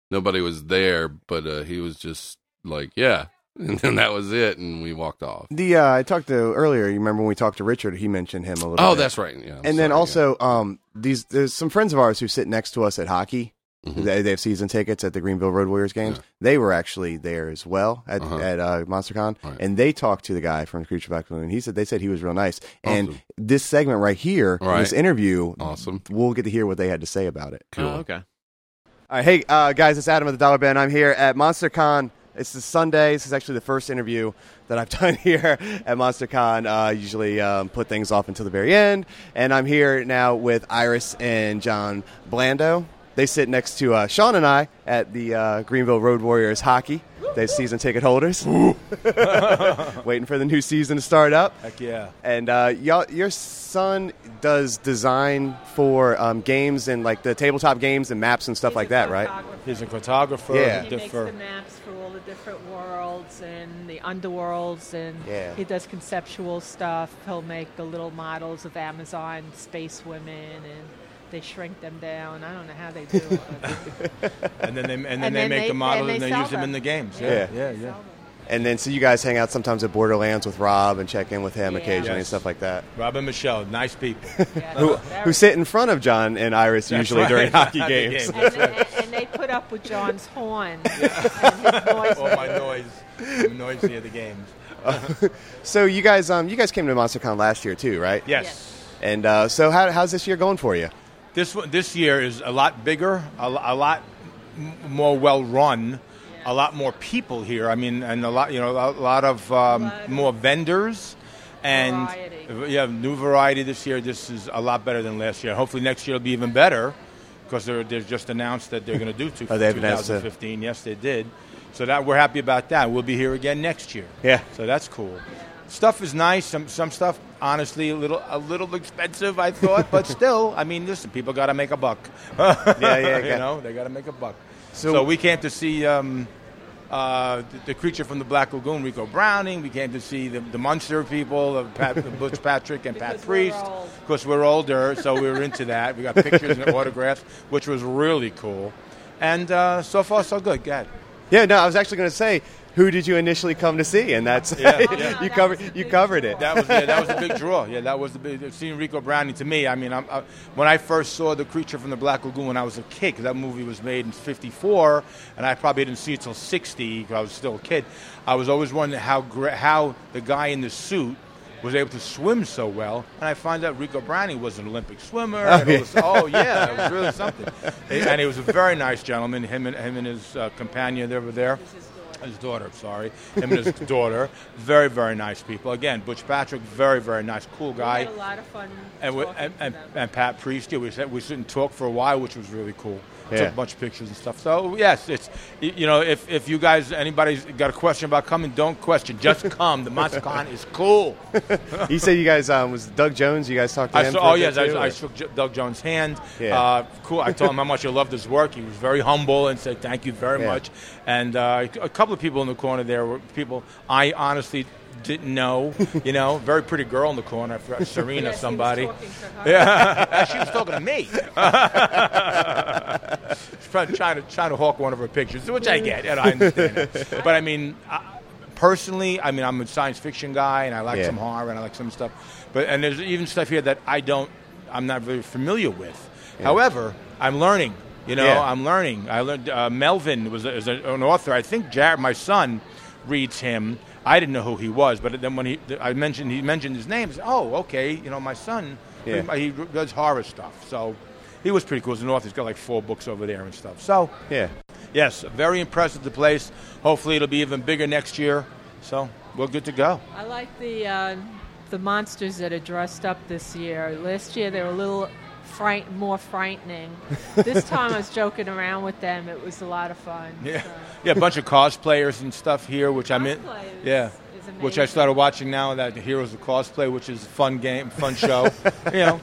Speaker 2: Nobody was there, but uh, he was just like, yeah. And then that was it. And we walked off.
Speaker 1: the uh, I talked to earlier. You remember when we talked to Richard? He mentioned him a little.
Speaker 2: Oh,
Speaker 1: bit.
Speaker 2: that's right. Yeah. I'm
Speaker 1: and then
Speaker 2: sorry, yeah.
Speaker 1: also um these there's some friends of ours who sit next to us at hockey
Speaker 2: Mhm.
Speaker 1: they, they have season tickets at the greenville road warriors games
Speaker 2: Yeah.
Speaker 1: they were actually there as well at,
Speaker 2: Uh-huh.
Speaker 1: at uh, monstercon
Speaker 2: Right.
Speaker 1: and they talked to the guy from creature back moon he said they said he was real nice and
Speaker 2: Awesome.
Speaker 1: this segment right here
Speaker 2: Right.
Speaker 1: this interview
Speaker 2: Awesome.
Speaker 1: we'll get to hear what they had to say about it
Speaker 2: Cool.
Speaker 3: Oh, okay.
Speaker 1: all right, hey uh, guys, it's Adam of the Dollar Bin. I'm here at MonsterCon. It's this Sunday. This is actually the first interview that I've done here at MonsterCon. Uh, I usually um, put things off until the very end, and I'm here now with Iris and John Blando. They sit next to uh, Sean and I at the uh, Greenville Road Warriors hockey. They're season ticket holders, waiting for the new season to start up.
Speaker 6: Heck yeah.
Speaker 1: And uh, y'all, your son does design for um, games and like the tabletop games and maps and stuff
Speaker 7: He's
Speaker 1: like
Speaker 7: a
Speaker 1: that, right?
Speaker 7: photographer.
Speaker 6: He's a cartographer.
Speaker 1: Yeah.
Speaker 7: He
Speaker 6: He
Speaker 7: makes the
Speaker 6: differ-
Speaker 7: maps for all the different worlds and the underworlds, and
Speaker 1: Yeah.
Speaker 7: he does conceptual stuff. He'll make the little models of Amazon space women, and they shrink them down. I don't know how they do it. but
Speaker 6: and then they and then
Speaker 7: And
Speaker 6: they
Speaker 7: then
Speaker 6: make
Speaker 7: they-
Speaker 6: the model
Speaker 7: and
Speaker 6: and,
Speaker 7: they
Speaker 6: they
Speaker 7: sell
Speaker 6: use them in
Speaker 7: them.
Speaker 6: the games.
Speaker 1: Yeah.
Speaker 6: Yeah, yeah, yeah.
Speaker 7: they sell them.
Speaker 1: And then so you guys hang out sometimes at Borderlands with Rob and check in with him
Speaker 7: Yeah.
Speaker 1: occasionally and
Speaker 6: Yes.
Speaker 1: stuff like that.
Speaker 6: Rob and Michelle, nice people.
Speaker 7: Yeah,
Speaker 1: Who,
Speaker 7: it's very-
Speaker 1: who sit in front of John and Iris usually
Speaker 6: right.
Speaker 1: during hockey
Speaker 6: Hockey
Speaker 1: games.
Speaker 6: games.
Speaker 7: And they, and they put up with John's horn and his voice.
Speaker 6: All Oh my noise, the noisy of the games.
Speaker 1: so you guys, um, you guys came to MonsterCon last year too, right?
Speaker 6: Yes.
Speaker 7: Yes.
Speaker 1: And uh, so how, how's this year going for you?
Speaker 6: This one, this year is a lot bigger, a, lo- a lot m- more well run, a lot more people here. I mean, and a lot, you know, a lot of um,
Speaker 7: Lot of-
Speaker 6: more vendors. And
Speaker 7: Variety.
Speaker 6: yeah, new variety this year. This is a lot better than last year. Hopefully next year will be even better because they're, they're just announced that they're going to do two,
Speaker 1: Oh, they've announced it.
Speaker 6: 2015. Yes, they did. So that we're happy about that. We'll be here again next year.
Speaker 1: Yeah.
Speaker 6: So that's cool. Stuff is nice. Some some stuff, honestly, a little a little expensive. I thought, but still, I mean, listen, people got to make a buck. yeah,
Speaker 1: yeah,
Speaker 6: you
Speaker 1: yeah.
Speaker 6: know, they got to make a buck.
Speaker 1: So-
Speaker 6: So, we came to see um, uh, the, the creature from the Black Lagoon, Rico Browning. We came to see the, the Munster people, of Pat, Butch Patrick and Pat
Speaker 7: Because we're
Speaker 6: Priest.
Speaker 7: old.
Speaker 6: Of course, we're older, so we were into that. We got pictures and autographs, which was really cool. And uh, so far, so good. Go ahead.
Speaker 1: Yeah, no, I was actually going to say who did you initially come to see? And that's
Speaker 7: yeah.
Speaker 1: you covered
Speaker 7: That was a
Speaker 1: you
Speaker 7: big
Speaker 1: covered
Speaker 7: draw.
Speaker 1: it.
Speaker 6: That was yeah, that was a big draw. Yeah, that was the big. Seeing Rico Browning to me, I mean, I'm, I, when I first saw the Creature from the Black Lagoon when I was a kid, 'cause that movie was made in '54, and I probably didn't see it till '60 because I was still a kid. I was always wondering how gra- how the guy in the suit was able to swim so well, and I find out Rico Browning was an Olympic swimmer. and all this- Oh, yeah. it was really something. And he was a very nice gentleman. Him and him and his uh, companion, they were there his daughter, I'm sorry, him and his daughter. Very, very nice people. Again, Butch Patrick, very, very nice, cool
Speaker 7: I
Speaker 6: guy.
Speaker 7: had a lot of fun.
Speaker 6: And, we,
Speaker 7: talking
Speaker 6: and,
Speaker 7: to
Speaker 6: and,
Speaker 7: them.
Speaker 6: and Pat Priest, yeah, we sat, we sit and talked for a while, which was really cool.
Speaker 1: Yeah.
Speaker 6: Took a bunch of pictures and stuff. So yes, it's y- you know if, if you guys anybody's got a question about coming, don't question, just come. The MonsterCon is cool.
Speaker 1: He said you guys um, was Doug Jones. You guys talked to
Speaker 6: I
Speaker 1: him.
Speaker 6: saw,
Speaker 1: for
Speaker 6: oh
Speaker 1: a bit
Speaker 6: yes, I,
Speaker 1: too,
Speaker 6: I
Speaker 1: or-
Speaker 6: shook J- Doug Jones' hand.
Speaker 1: Yeah.
Speaker 6: Uh, cool. I told him how much I loved his work. He was very humble and said thank you very
Speaker 1: Yeah.
Speaker 6: much. And uh, a couple of people in the corner there were people I honestly didn't know. You know, very pretty girl in the corner, I forgot, Serena
Speaker 7: Yes, he was
Speaker 6: somebody.
Speaker 7: talking to her.
Speaker 6: Yeah, she was talking to me. She's trying, trying to trying to hawk one of her pictures, which I get, and I understand. it. But I mean, I, personally, I mean, I'm a science fiction guy, and I like
Speaker 1: Yeah.
Speaker 6: some horror, and I like some stuff. But and there's even stuff here that I don't, I'm not very familiar with. However, I'm learning. You know,
Speaker 1: Yeah.
Speaker 6: I'm learning. I learned uh, Melvin was, a, is a, an author. I think Jared, my son, reads him. I didn't know who he was, but then when he, I mentioned he mentioned his name, I said, oh, okay. You know, my son,
Speaker 1: Yeah.
Speaker 6: he does horror stuff. So he was pretty cool as an author. He's got like four books over there and stuff. So
Speaker 1: yeah.
Speaker 6: yes, very impressed with the place. Hopefully, it'll be even bigger next year. So we're good to go.
Speaker 7: I like the uh, the monsters that are dressed up this year. Last year they were a little fright- more frightening. this time I was joking around with them. It was a lot of fun.
Speaker 6: Yeah,
Speaker 7: so.
Speaker 6: yeah, a bunch of cosplayers and stuff here, which I'm in.
Speaker 7: Cosplay is-
Speaker 6: Yeah,
Speaker 7: is
Speaker 6: which I
Speaker 7: amazing.
Speaker 6: started watching now. That the Heroes of Cosplay, which is a fun game, fun show, you know.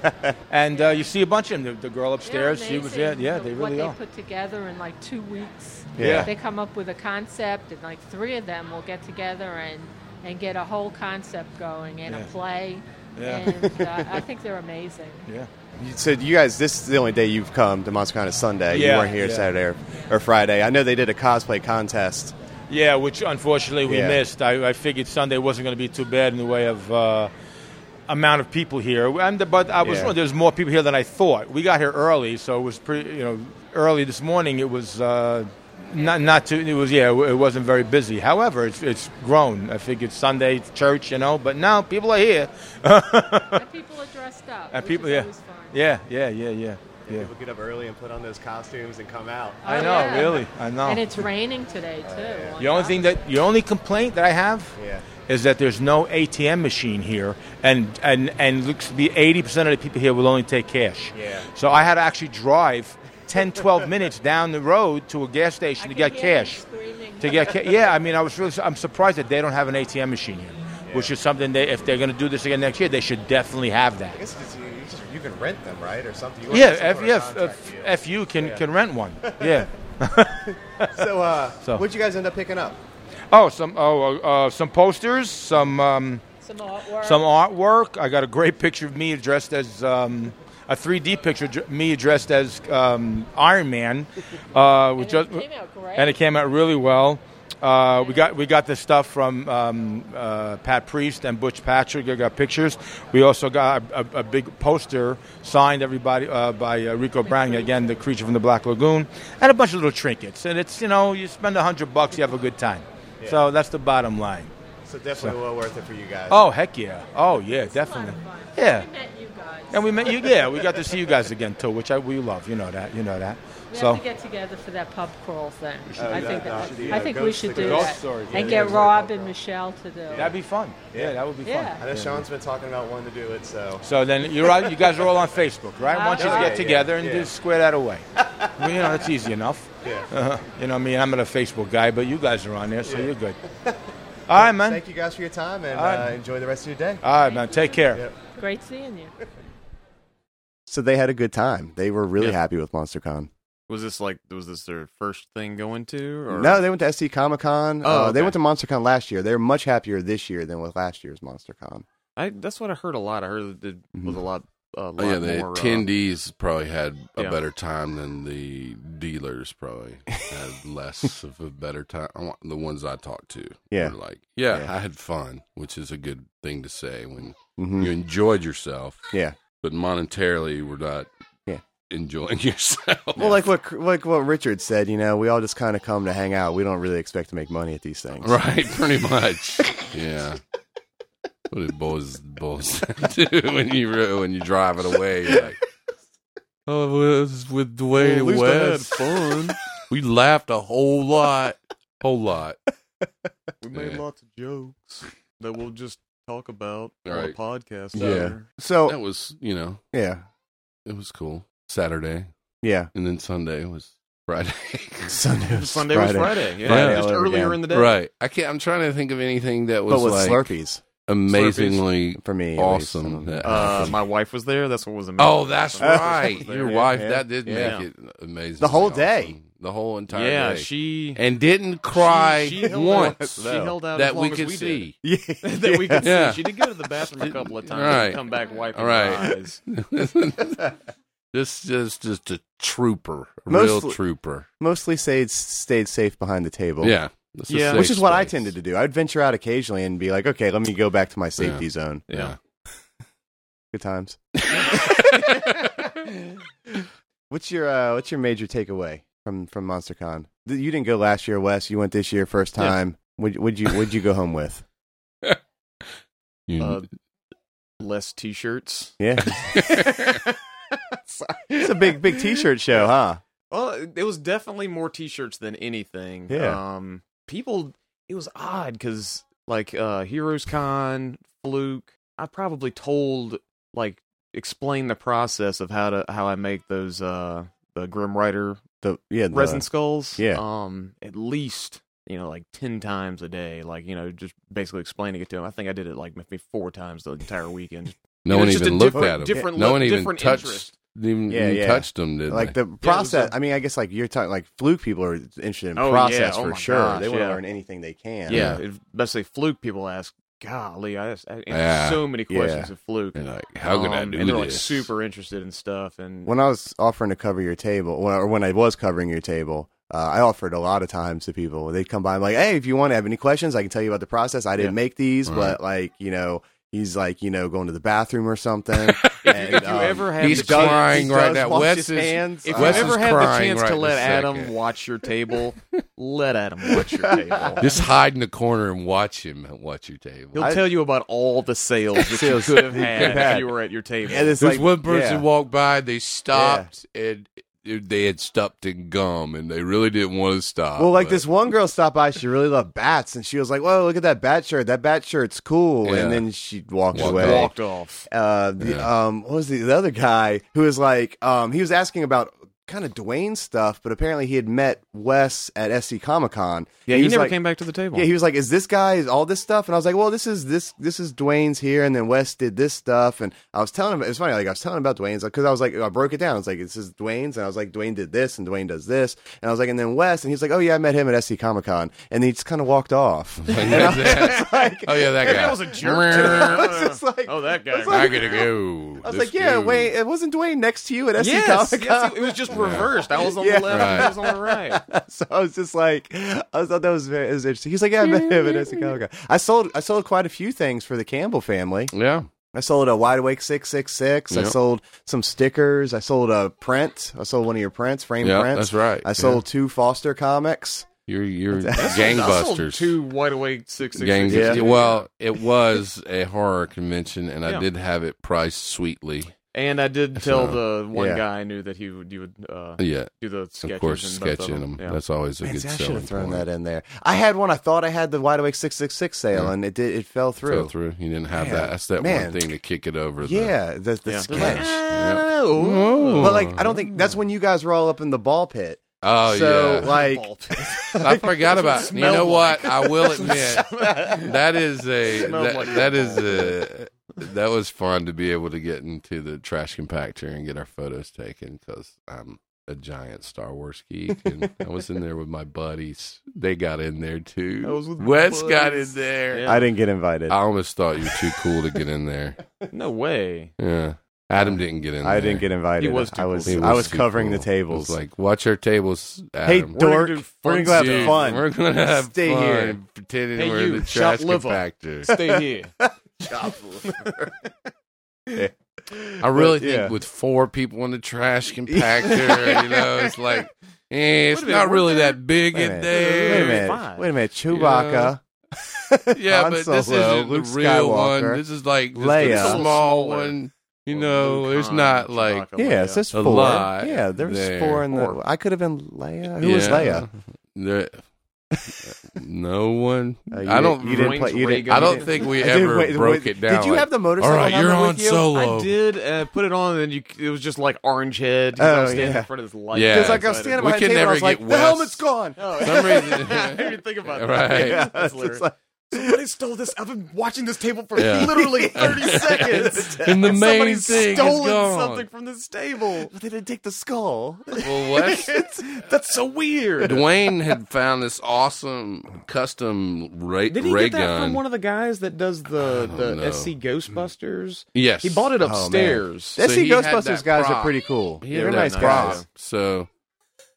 Speaker 6: And uh, you see a bunch of them. The, the girl
Speaker 7: They're
Speaker 6: upstairs, she was yeah,
Speaker 7: amazing,
Speaker 6: yeah,
Speaker 7: the-
Speaker 6: they
Speaker 7: what
Speaker 6: really
Speaker 7: they
Speaker 6: are.
Speaker 7: put together in like two weeks.
Speaker 1: Yeah.
Speaker 7: They come up with a concept, and like three of them will get together and and get a whole concept going and
Speaker 6: Yeah.
Speaker 7: a play.
Speaker 6: Yeah.
Speaker 7: And uh, I think they're amazing.
Speaker 6: yeah.
Speaker 1: You said you guys. This is the only day you've come to MonsterCon is Sunday. you
Speaker 6: Yeah,
Speaker 1: weren't here
Speaker 6: yeah.
Speaker 1: Saturday or, or Friday. I know they did a cosplay contest.
Speaker 6: Yeah, which unfortunately we
Speaker 1: Yeah.
Speaker 6: missed. I, I figured Sunday wasn't going to be too bad in the way of uh, amount of people here. And, but I was
Speaker 1: Yeah.
Speaker 6: wrong. there's more people here than I thought. We got here early, so it was pretty. You know, early this morning it was uh, not not too. It was yeah, it wasn't very busy. However, it's it's grown. I figured Sunday church, you know, but now people are here.
Speaker 7: and people are dressed up.
Speaker 6: And
Speaker 7: which
Speaker 6: people,
Speaker 7: is
Speaker 6: yeah,
Speaker 7: always fun.
Speaker 6: yeah, yeah, yeah, yeah, yeah.
Speaker 1: People get up early and put on those costumes and come out.
Speaker 7: Oh,
Speaker 6: I know,
Speaker 7: yeah.
Speaker 6: really, I know.
Speaker 7: And it's raining today too. on
Speaker 6: The only
Speaker 7: top
Speaker 6: thing
Speaker 7: of
Speaker 6: that the only complaint that I have
Speaker 1: Yeah.
Speaker 6: is that there's no ATM machine here, and and and looks to be 80 percent of the people here will only take cash.
Speaker 1: Yeah.
Speaker 6: So I had to actually drive 10, 12 minutes down the road to a gas station to
Speaker 7: I could
Speaker 6: get
Speaker 7: hear him
Speaker 6: cash.
Speaker 7: screaming.
Speaker 6: To get ca- yeah, I mean, I was really su- I'm surprised that they don't have an ATM machine here, which is something they if they're going to do this again next year, they should definitely have that.
Speaker 1: I guess it's, you, you can rent them, right, or something. You
Speaker 6: Yeah,
Speaker 1: want some
Speaker 6: F,
Speaker 1: sort
Speaker 6: yeah,
Speaker 1: of
Speaker 6: F,
Speaker 1: contract
Speaker 6: F,
Speaker 1: deal.
Speaker 6: FU can, can rent one. Yeah.
Speaker 1: so, uh,
Speaker 6: So.
Speaker 1: what'd you guys end up picking up?
Speaker 6: Oh, some oh uh, uh, some posters, some. Um,
Speaker 7: Some artwork.
Speaker 6: some artwork. I got a great picture of me dressed as um, a 3D picture, dr- me dressed as um, Iron Man, uh, which
Speaker 7: And
Speaker 6: just-
Speaker 7: it came out great.
Speaker 6: and it came out really well. Uh, we got we got the stuff from um, uh, Pat Priest and Butch Patrick. I got pictures. We also got a, a, a big poster signed everybody uh, by uh, Rico Brown again, the creature from the Black Lagoon, and a bunch of little trinkets. And it's you know you spend a hundred bucks, you have a good time. So that's the bottom line.
Speaker 1: So definitely well worth it for you guys.
Speaker 6: Oh heck yeah! Oh yeah,
Speaker 7: A lot
Speaker 6: definitely.
Speaker 7: of fun.
Speaker 6: Yeah.
Speaker 7: We met you guys.
Speaker 6: And we met you, yeah. We got to see you guys again too, which I, we love. You know that. You know that.
Speaker 7: We
Speaker 6: so
Speaker 7: have to get together for that pub crawl thing. I
Speaker 1: that- that
Speaker 7: think that,
Speaker 1: should be
Speaker 7: I
Speaker 1: a
Speaker 7: think we
Speaker 1: ghost
Speaker 7: should
Speaker 1: story.
Speaker 7: do
Speaker 6: Ghost
Speaker 7: that
Speaker 6: story, yeah.
Speaker 7: and get
Speaker 1: Yeah.
Speaker 7: Rob and Michelle to do it.
Speaker 6: that'd be fun. Yeah, that would be
Speaker 7: Yeah.
Speaker 1: I
Speaker 6: fun.
Speaker 1: know Sean's been talking about wanting to do it, so
Speaker 6: So then you're all, you guys are all on Facebook, right? Why don't you
Speaker 1: Yeah,
Speaker 6: get
Speaker 1: yeah,
Speaker 6: together and
Speaker 1: yeah.
Speaker 6: just square that away? Well, you know, that's easy enough.
Speaker 1: yeah.
Speaker 6: Uh, you know, I mean, I'm not a Facebook guy, but you guys are on there, so you're good. All right, man.
Speaker 1: Thank you guys for your time and
Speaker 6: Alright.
Speaker 1: uh, enjoy the rest of your day.
Speaker 6: All right, man. Take care.
Speaker 1: Yeah.
Speaker 7: Great seeing you.
Speaker 1: So they had a good time. They were really
Speaker 3: Yeah.
Speaker 1: happy with MonsterCon.
Speaker 3: Was this like was this their first thing going to? Or
Speaker 1: No, they went to SC Comic Con.
Speaker 3: Oh,
Speaker 1: uh, They
Speaker 3: okay.
Speaker 1: went to MonsterCon last year. They're much happier this year than with last year's MonsterCon.
Speaker 3: I that's what I heard a lot. I heard that there was a lot a lot
Speaker 2: Mm-hmm. Oh, yeah, the
Speaker 3: more. uh,
Speaker 2: attendees probably had a
Speaker 3: yeah.
Speaker 2: better time than the dealers probably had less of a better time. I want- The ones I talked to
Speaker 1: Yeah.
Speaker 2: were like, yeah,
Speaker 1: Yeah.
Speaker 2: I had fun, which is a good thing to say when
Speaker 1: Mhm.
Speaker 3: Mm-hmm.
Speaker 2: you enjoyed yourself,
Speaker 1: Yeah.
Speaker 2: but monetarily we're not
Speaker 1: Yeah.
Speaker 2: enjoying yourself.
Speaker 1: Well, like what like what Richard said, you know, we all just kind of come to hang out. We don't really expect to make money at these things.
Speaker 2: right, pretty much. yeah. What it boils boils down to when you re- when you drive it away, you're like, oh, well, it was with Dwayne
Speaker 3: least I had
Speaker 2: West, fun. we laughed a whole lot, whole lot.
Speaker 3: We made
Speaker 2: Yeah.
Speaker 3: lots of jokes that we'll just talk about on
Speaker 2: Right.
Speaker 3: a podcast.
Speaker 1: Yeah.
Speaker 3: later.
Speaker 2: That
Speaker 1: So,
Speaker 2: was, you know,
Speaker 1: yeah.
Speaker 2: it was cool. Saturday
Speaker 1: Yeah.
Speaker 2: and then Sunday was Friday.
Speaker 1: Sunday was
Speaker 3: Sunday
Speaker 1: Friday.
Speaker 3: was Friday. Yeah,
Speaker 2: Friday
Speaker 3: just
Speaker 1: all over
Speaker 3: earlier
Speaker 1: again.
Speaker 3: in the day.
Speaker 2: right. I can't. I'm trying to think of anything that was
Speaker 1: But with
Speaker 2: like
Speaker 1: Slurpees
Speaker 2: amazingly
Speaker 1: for me, at least. Um, I
Speaker 2: awesome.
Speaker 1: don't know.
Speaker 2: That
Speaker 3: Uh,
Speaker 2: happened.
Speaker 3: my wife was there. That's what was amazing.
Speaker 2: Um, Oh, that's right.
Speaker 3: Yeah,
Speaker 2: Your
Speaker 3: yeah,
Speaker 2: wife
Speaker 1: yeah.
Speaker 2: that did
Speaker 3: Yeah.
Speaker 2: make it amazing.
Speaker 1: The whole day.
Speaker 2: Awesome. The whole entire
Speaker 3: yeah,
Speaker 2: day.
Speaker 3: she
Speaker 2: and didn't cry
Speaker 3: she, she held out-
Speaker 2: once
Speaker 3: she held out as
Speaker 2: that
Speaker 3: long
Speaker 2: we
Speaker 3: as
Speaker 2: could
Speaker 3: we did.
Speaker 2: see.
Speaker 1: Yeah.
Speaker 3: that we could
Speaker 2: Yeah.
Speaker 3: see. She did go to the bathroom a couple of times
Speaker 2: Right.
Speaker 3: and come back wiping
Speaker 2: All right.
Speaker 3: her eyes.
Speaker 2: this is just a trooper, a real
Speaker 1: Mostly-
Speaker 2: trooper.
Speaker 1: Mostly stayed stayed safe behind the table.
Speaker 2: Yeah. It's a
Speaker 3: Yeah.
Speaker 2: safe
Speaker 1: Which is what I
Speaker 2: space.
Speaker 1: tended to do. I'd venture out occasionally and be like, "Okay, let me go back to my safety zone."
Speaker 2: Yeah.
Speaker 1: Good times. What's your uh, What's your major takeaway from from MonsterCon? Th- You didn't go last year, Wes. You went this year, first
Speaker 3: Yeah.
Speaker 1: time. Would would you would you go home with?
Speaker 2: You-
Speaker 3: Uh, less t-shirts.
Speaker 1: Yeah, it's a big big T-shirt show, huh?
Speaker 3: Well, it was definitely more t-shirts than anything.
Speaker 1: Yeah.
Speaker 3: Um, people, it was odd because like uh, Heroes Con, Fluke, I probably told like explain the process of how to how I make those uh the Grim Rider
Speaker 1: The yeah the,
Speaker 3: resin skulls.
Speaker 1: uh, yeah.
Speaker 3: Um, at least you know like ten times a day. Like you know just basically explaining it to them. I think I did it like maybe four times the entire weekend.
Speaker 2: no
Speaker 3: You know,
Speaker 2: one
Speaker 3: it's just
Speaker 2: even
Speaker 3: a
Speaker 2: looked
Speaker 3: different-
Speaker 2: at him.
Speaker 3: different
Speaker 2: no
Speaker 3: look,
Speaker 2: one even
Speaker 3: different
Speaker 2: touched.
Speaker 3: interest.
Speaker 2: Even,
Speaker 1: Yeah,
Speaker 2: even
Speaker 1: yeah.
Speaker 2: touched him, did
Speaker 1: like
Speaker 2: they?
Speaker 1: the process. I mean, I guess like you're talking like fluke people are interested in
Speaker 3: Oh, yeah.
Speaker 1: process
Speaker 3: Oh,
Speaker 1: for
Speaker 3: my
Speaker 1: sure.
Speaker 3: gosh,
Speaker 1: they want to
Speaker 3: yeah.
Speaker 1: learn anything they can.
Speaker 3: Yeah, it- especially fluke people ask. Golly, I asked I answered
Speaker 2: Yeah.
Speaker 3: so many
Speaker 1: Yeah.
Speaker 3: questions of fluke.
Speaker 2: You're like, how could I
Speaker 3: Um,
Speaker 2: do
Speaker 3: and they're like
Speaker 2: this?
Speaker 3: super interested in stuff and
Speaker 1: When I was offering to cover your table, or when I was covering your table, uh, I offered a lot of times to people. They'd come by. I'm like, hey, if you want to have any questions, I can tell you about the process. I didn't
Speaker 3: Yeah.
Speaker 1: make these,
Speaker 2: Right.
Speaker 1: but like, you know, he's like, you know, going to the bathroom or something. and,
Speaker 3: if you
Speaker 1: um,
Speaker 3: ever have
Speaker 2: He's
Speaker 3: the chance-
Speaker 2: crying
Speaker 1: he
Speaker 2: right
Speaker 1: does
Speaker 2: now.
Speaker 1: wash
Speaker 2: Wes
Speaker 1: his
Speaker 2: is-
Speaker 1: hands.
Speaker 3: if
Speaker 1: Uh,
Speaker 3: you
Speaker 2: Wes is
Speaker 3: ever had the
Speaker 2: crying
Speaker 3: chance
Speaker 2: right
Speaker 3: to
Speaker 2: this
Speaker 3: let Adam
Speaker 2: second.
Speaker 3: watch your table, let Adam watch your table.
Speaker 2: Just hide in the corner and watch him watch your table.
Speaker 3: He'll
Speaker 1: I-
Speaker 3: tell you about all the sales that you could have had if
Speaker 1: had.
Speaker 3: you were at your table.
Speaker 1: and it's
Speaker 2: There's
Speaker 1: like
Speaker 2: one person
Speaker 1: yeah.
Speaker 2: walked by, they stopped, and they had stopped in gum, and they really didn't want to stop.
Speaker 1: Well, like
Speaker 2: but-
Speaker 1: this one girl stopped by. She really loved bats, and she was like, "Whoa, look at that bat shirt! That bat shirt's cool."
Speaker 2: Yeah.
Speaker 1: And then she walked
Speaker 2: Walked
Speaker 1: away.
Speaker 3: Walked off.
Speaker 1: Uh, the, um, what was the, the other guy who was like, um, he was asking about kind of Dwayne stuff, but apparently he had met Wes at SC Comic Con.
Speaker 3: Yeah, he, never came back to the table.
Speaker 1: Yeah, he was like, "Is this guy is all this stuff?" And I was like, "Well, this is this this is Dwayne's here, and then Wes did this stuff." And I was telling him it was funny, like I was telling him about Dwayne's because I was like, I broke it down. I was like, "This is Dwayne's," and I was like, "Dwayne did this, and Dwayne does this," and I was like, "And then Wes," and he's like, "Oh yeah, I met him at SC Comic Con," and he just kind of walked off.
Speaker 2: Like, that's- oh yeah, that guy.
Speaker 3: that was a
Speaker 1: I
Speaker 3: jerk.
Speaker 1: was just like,
Speaker 3: oh, that guy.
Speaker 2: I gotta go.
Speaker 1: I was like, "Yeah, wait, it wasn't Dwayne next to you at SC
Speaker 3: yes,
Speaker 1: Comic Con?"
Speaker 3: yes, it was just reversed. I was on
Speaker 1: Yeah.
Speaker 3: the left,
Speaker 2: Right.
Speaker 3: I was on the right.
Speaker 1: So I was just like, I thought that was very it was interesting. He's like, "Yeah, I met him at SC Comic Con." I sold I sold quite a few things for the Campbell family.
Speaker 2: yeah,
Speaker 1: I sold a wide awake six six six. I
Speaker 2: Yep.
Speaker 1: sold some stickers. I sold a print. I sold one of your prints, frame
Speaker 2: yeah,
Speaker 1: prints.
Speaker 2: that's right.
Speaker 1: I sold two Foster comics.
Speaker 2: Yeah. you're you're
Speaker 3: I sold
Speaker 2: gangbusters.
Speaker 3: two wide awake six six
Speaker 2: Gang-
Speaker 3: six.
Speaker 1: Yeah.
Speaker 2: Well, it was a horror convention, and I
Speaker 3: Yeah.
Speaker 2: did have it priced sweetly.
Speaker 3: And I did tell the one
Speaker 1: yeah.
Speaker 3: guy I knew that he would you would uh,
Speaker 2: Yeah,
Speaker 3: do the sketches.
Speaker 2: of course,
Speaker 3: and both of
Speaker 2: sketching them.
Speaker 3: Yeah.
Speaker 2: That's always a
Speaker 1: Man,
Speaker 2: good
Speaker 1: see, I should
Speaker 2: selling
Speaker 1: have thrown
Speaker 2: point.
Speaker 1: that in there. I had one. I thought I had the wide awake six six six sale,
Speaker 2: Yeah.
Speaker 1: and it did. It fell through.
Speaker 2: Fell through. You didn't have
Speaker 1: Man,
Speaker 2: that. That's that
Speaker 1: man.
Speaker 2: one thing to kick it over. the-
Speaker 1: Yeah, the, the
Speaker 3: Yeah.
Speaker 1: sketch.
Speaker 2: Yeah.
Speaker 3: Oh.
Speaker 1: But like, I don't think that's when you guys were all up in the ball pit.
Speaker 2: Oh
Speaker 1: so
Speaker 2: yeah.
Speaker 1: like,
Speaker 2: I forgot about. You
Speaker 3: smelled
Speaker 2: know
Speaker 3: like.
Speaker 2: what? I will admit that is a
Speaker 3: Smelled
Speaker 2: that,
Speaker 3: like
Speaker 2: that is a that was fun to be able to get into the trash compactor and get our photos taken because I'm a giant Star Wars geek and I was in there with my buddies. They got in there too.
Speaker 3: I was with my
Speaker 2: Wes got in
Speaker 3: buddies.
Speaker 2: there.
Speaker 3: Yeah.
Speaker 2: Ah,
Speaker 1: I didn't get invited.
Speaker 2: I almost thought you were too cool to get in there.
Speaker 3: No way.
Speaker 2: Yeah. Adam didn't get in.
Speaker 1: I
Speaker 2: there.
Speaker 1: didn't get invited.
Speaker 3: He was too
Speaker 1: I was
Speaker 2: He
Speaker 1: I was
Speaker 2: too
Speaker 1: covering
Speaker 2: cool.
Speaker 1: the tables.
Speaker 2: It was like, watch our tables,
Speaker 1: hey
Speaker 2: Adam.
Speaker 1: dork,
Speaker 3: do
Speaker 1: we're
Speaker 3: fun
Speaker 1: gonna have
Speaker 2: Dude,
Speaker 1: fun.
Speaker 2: We're gonna have
Speaker 1: Stay
Speaker 2: fun
Speaker 1: here.
Speaker 2: pretending
Speaker 3: Hey,
Speaker 2: we're
Speaker 3: you,
Speaker 2: the trash
Speaker 3: shop liver.
Speaker 2: compactor.
Speaker 3: Stay here.
Speaker 2: I really
Speaker 1: But, yeah.
Speaker 2: think with four people in the trash compactor, you know, it's like, eh, it's
Speaker 3: Wait a minute,
Speaker 2: not really
Speaker 3: weren't
Speaker 2: that big
Speaker 1: Wait a
Speaker 2: in
Speaker 1: minute.
Speaker 2: there.
Speaker 1: Wait a
Speaker 3: Fine.
Speaker 1: minute. Wait a minute. Chewbacca.
Speaker 2: Yeah,
Speaker 1: Han
Speaker 2: but this
Speaker 1: Solo,
Speaker 2: isn't
Speaker 1: Luke
Speaker 2: the real
Speaker 1: Skywalker,
Speaker 2: one. This is like just
Speaker 1: Leia.
Speaker 2: a
Speaker 1: It's a
Speaker 2: small
Speaker 3: smaller.
Speaker 2: one. You
Speaker 3: Or
Speaker 2: know,
Speaker 3: Luke
Speaker 2: there's
Speaker 3: Han,
Speaker 2: not like
Speaker 3: Chewbacca,
Speaker 1: Yeah,
Speaker 3: Leia.
Speaker 1: it says
Speaker 2: A
Speaker 1: four.
Speaker 2: lot
Speaker 1: yeah, there was
Speaker 2: there.
Speaker 1: four in the.
Speaker 2: Oh, Four.
Speaker 1: I could have been Leia. Who was
Speaker 2: Yeah.
Speaker 1: Leia?
Speaker 2: there, no one.
Speaker 1: Uh, you
Speaker 2: I
Speaker 1: didn't-
Speaker 2: don't.
Speaker 1: You didn't
Speaker 3: Wayne's
Speaker 1: play. You didn't,
Speaker 3: Reagan.
Speaker 2: I don't
Speaker 1: you
Speaker 2: think we
Speaker 1: didn't- I did-
Speaker 2: ever
Speaker 1: wait,
Speaker 2: broke
Speaker 1: wait,
Speaker 2: it down.
Speaker 1: Did you
Speaker 2: like,
Speaker 1: have the
Speaker 2: All
Speaker 1: motorcycle?
Speaker 2: right,
Speaker 1: helmet
Speaker 2: you're on
Speaker 1: with you?
Speaker 2: solo.
Speaker 3: I did uh, put it on, and you it was just like orange head. 'cause I was
Speaker 1: Oh,
Speaker 3: standing
Speaker 1: yeah.
Speaker 3: in front of this light.
Speaker 2: Yeah.
Speaker 1: Because like I
Speaker 3: So
Speaker 1: was standing
Speaker 2: We
Speaker 1: behind
Speaker 2: can
Speaker 1: the table, I
Speaker 2: never
Speaker 1: was like,
Speaker 2: get
Speaker 1: the
Speaker 2: Wes.
Speaker 1: helmet's gone.
Speaker 3: didn't-
Speaker 2: some reason-
Speaker 3: I didn't even think about that.
Speaker 2: Right.
Speaker 1: Yeah,
Speaker 3: That's
Speaker 1: it's
Speaker 3: hilarious.
Speaker 1: like-
Speaker 5: Somebody stole this. I've been watching this table for
Speaker 2: Yeah.
Speaker 5: literally 30 seconds.
Speaker 2: And the main
Speaker 5: Somebody's
Speaker 2: thing is
Speaker 5: stolen
Speaker 2: gone.
Speaker 5: something from this table.
Speaker 1: But they didn't take the skull.
Speaker 2: Well, Wes,
Speaker 5: That's so weird.
Speaker 2: Dwayne had found this awesome custom ray,
Speaker 3: Did he
Speaker 2: ray
Speaker 3: get that
Speaker 2: gun.
Speaker 3: from one of the guys that does the
Speaker 2: don't
Speaker 3: the
Speaker 2: know.
Speaker 3: SC Ghostbusters?
Speaker 2: yes,
Speaker 3: He bought it
Speaker 1: Oh, man.
Speaker 3: upstairs.
Speaker 1: SC
Speaker 2: he had
Speaker 1: Ghostbusters
Speaker 2: that
Speaker 1: guys are
Speaker 2: prop.
Speaker 1: pretty cool.
Speaker 2: He
Speaker 1: They're
Speaker 2: had
Speaker 1: nice
Speaker 2: that prop,
Speaker 1: guys.
Speaker 2: so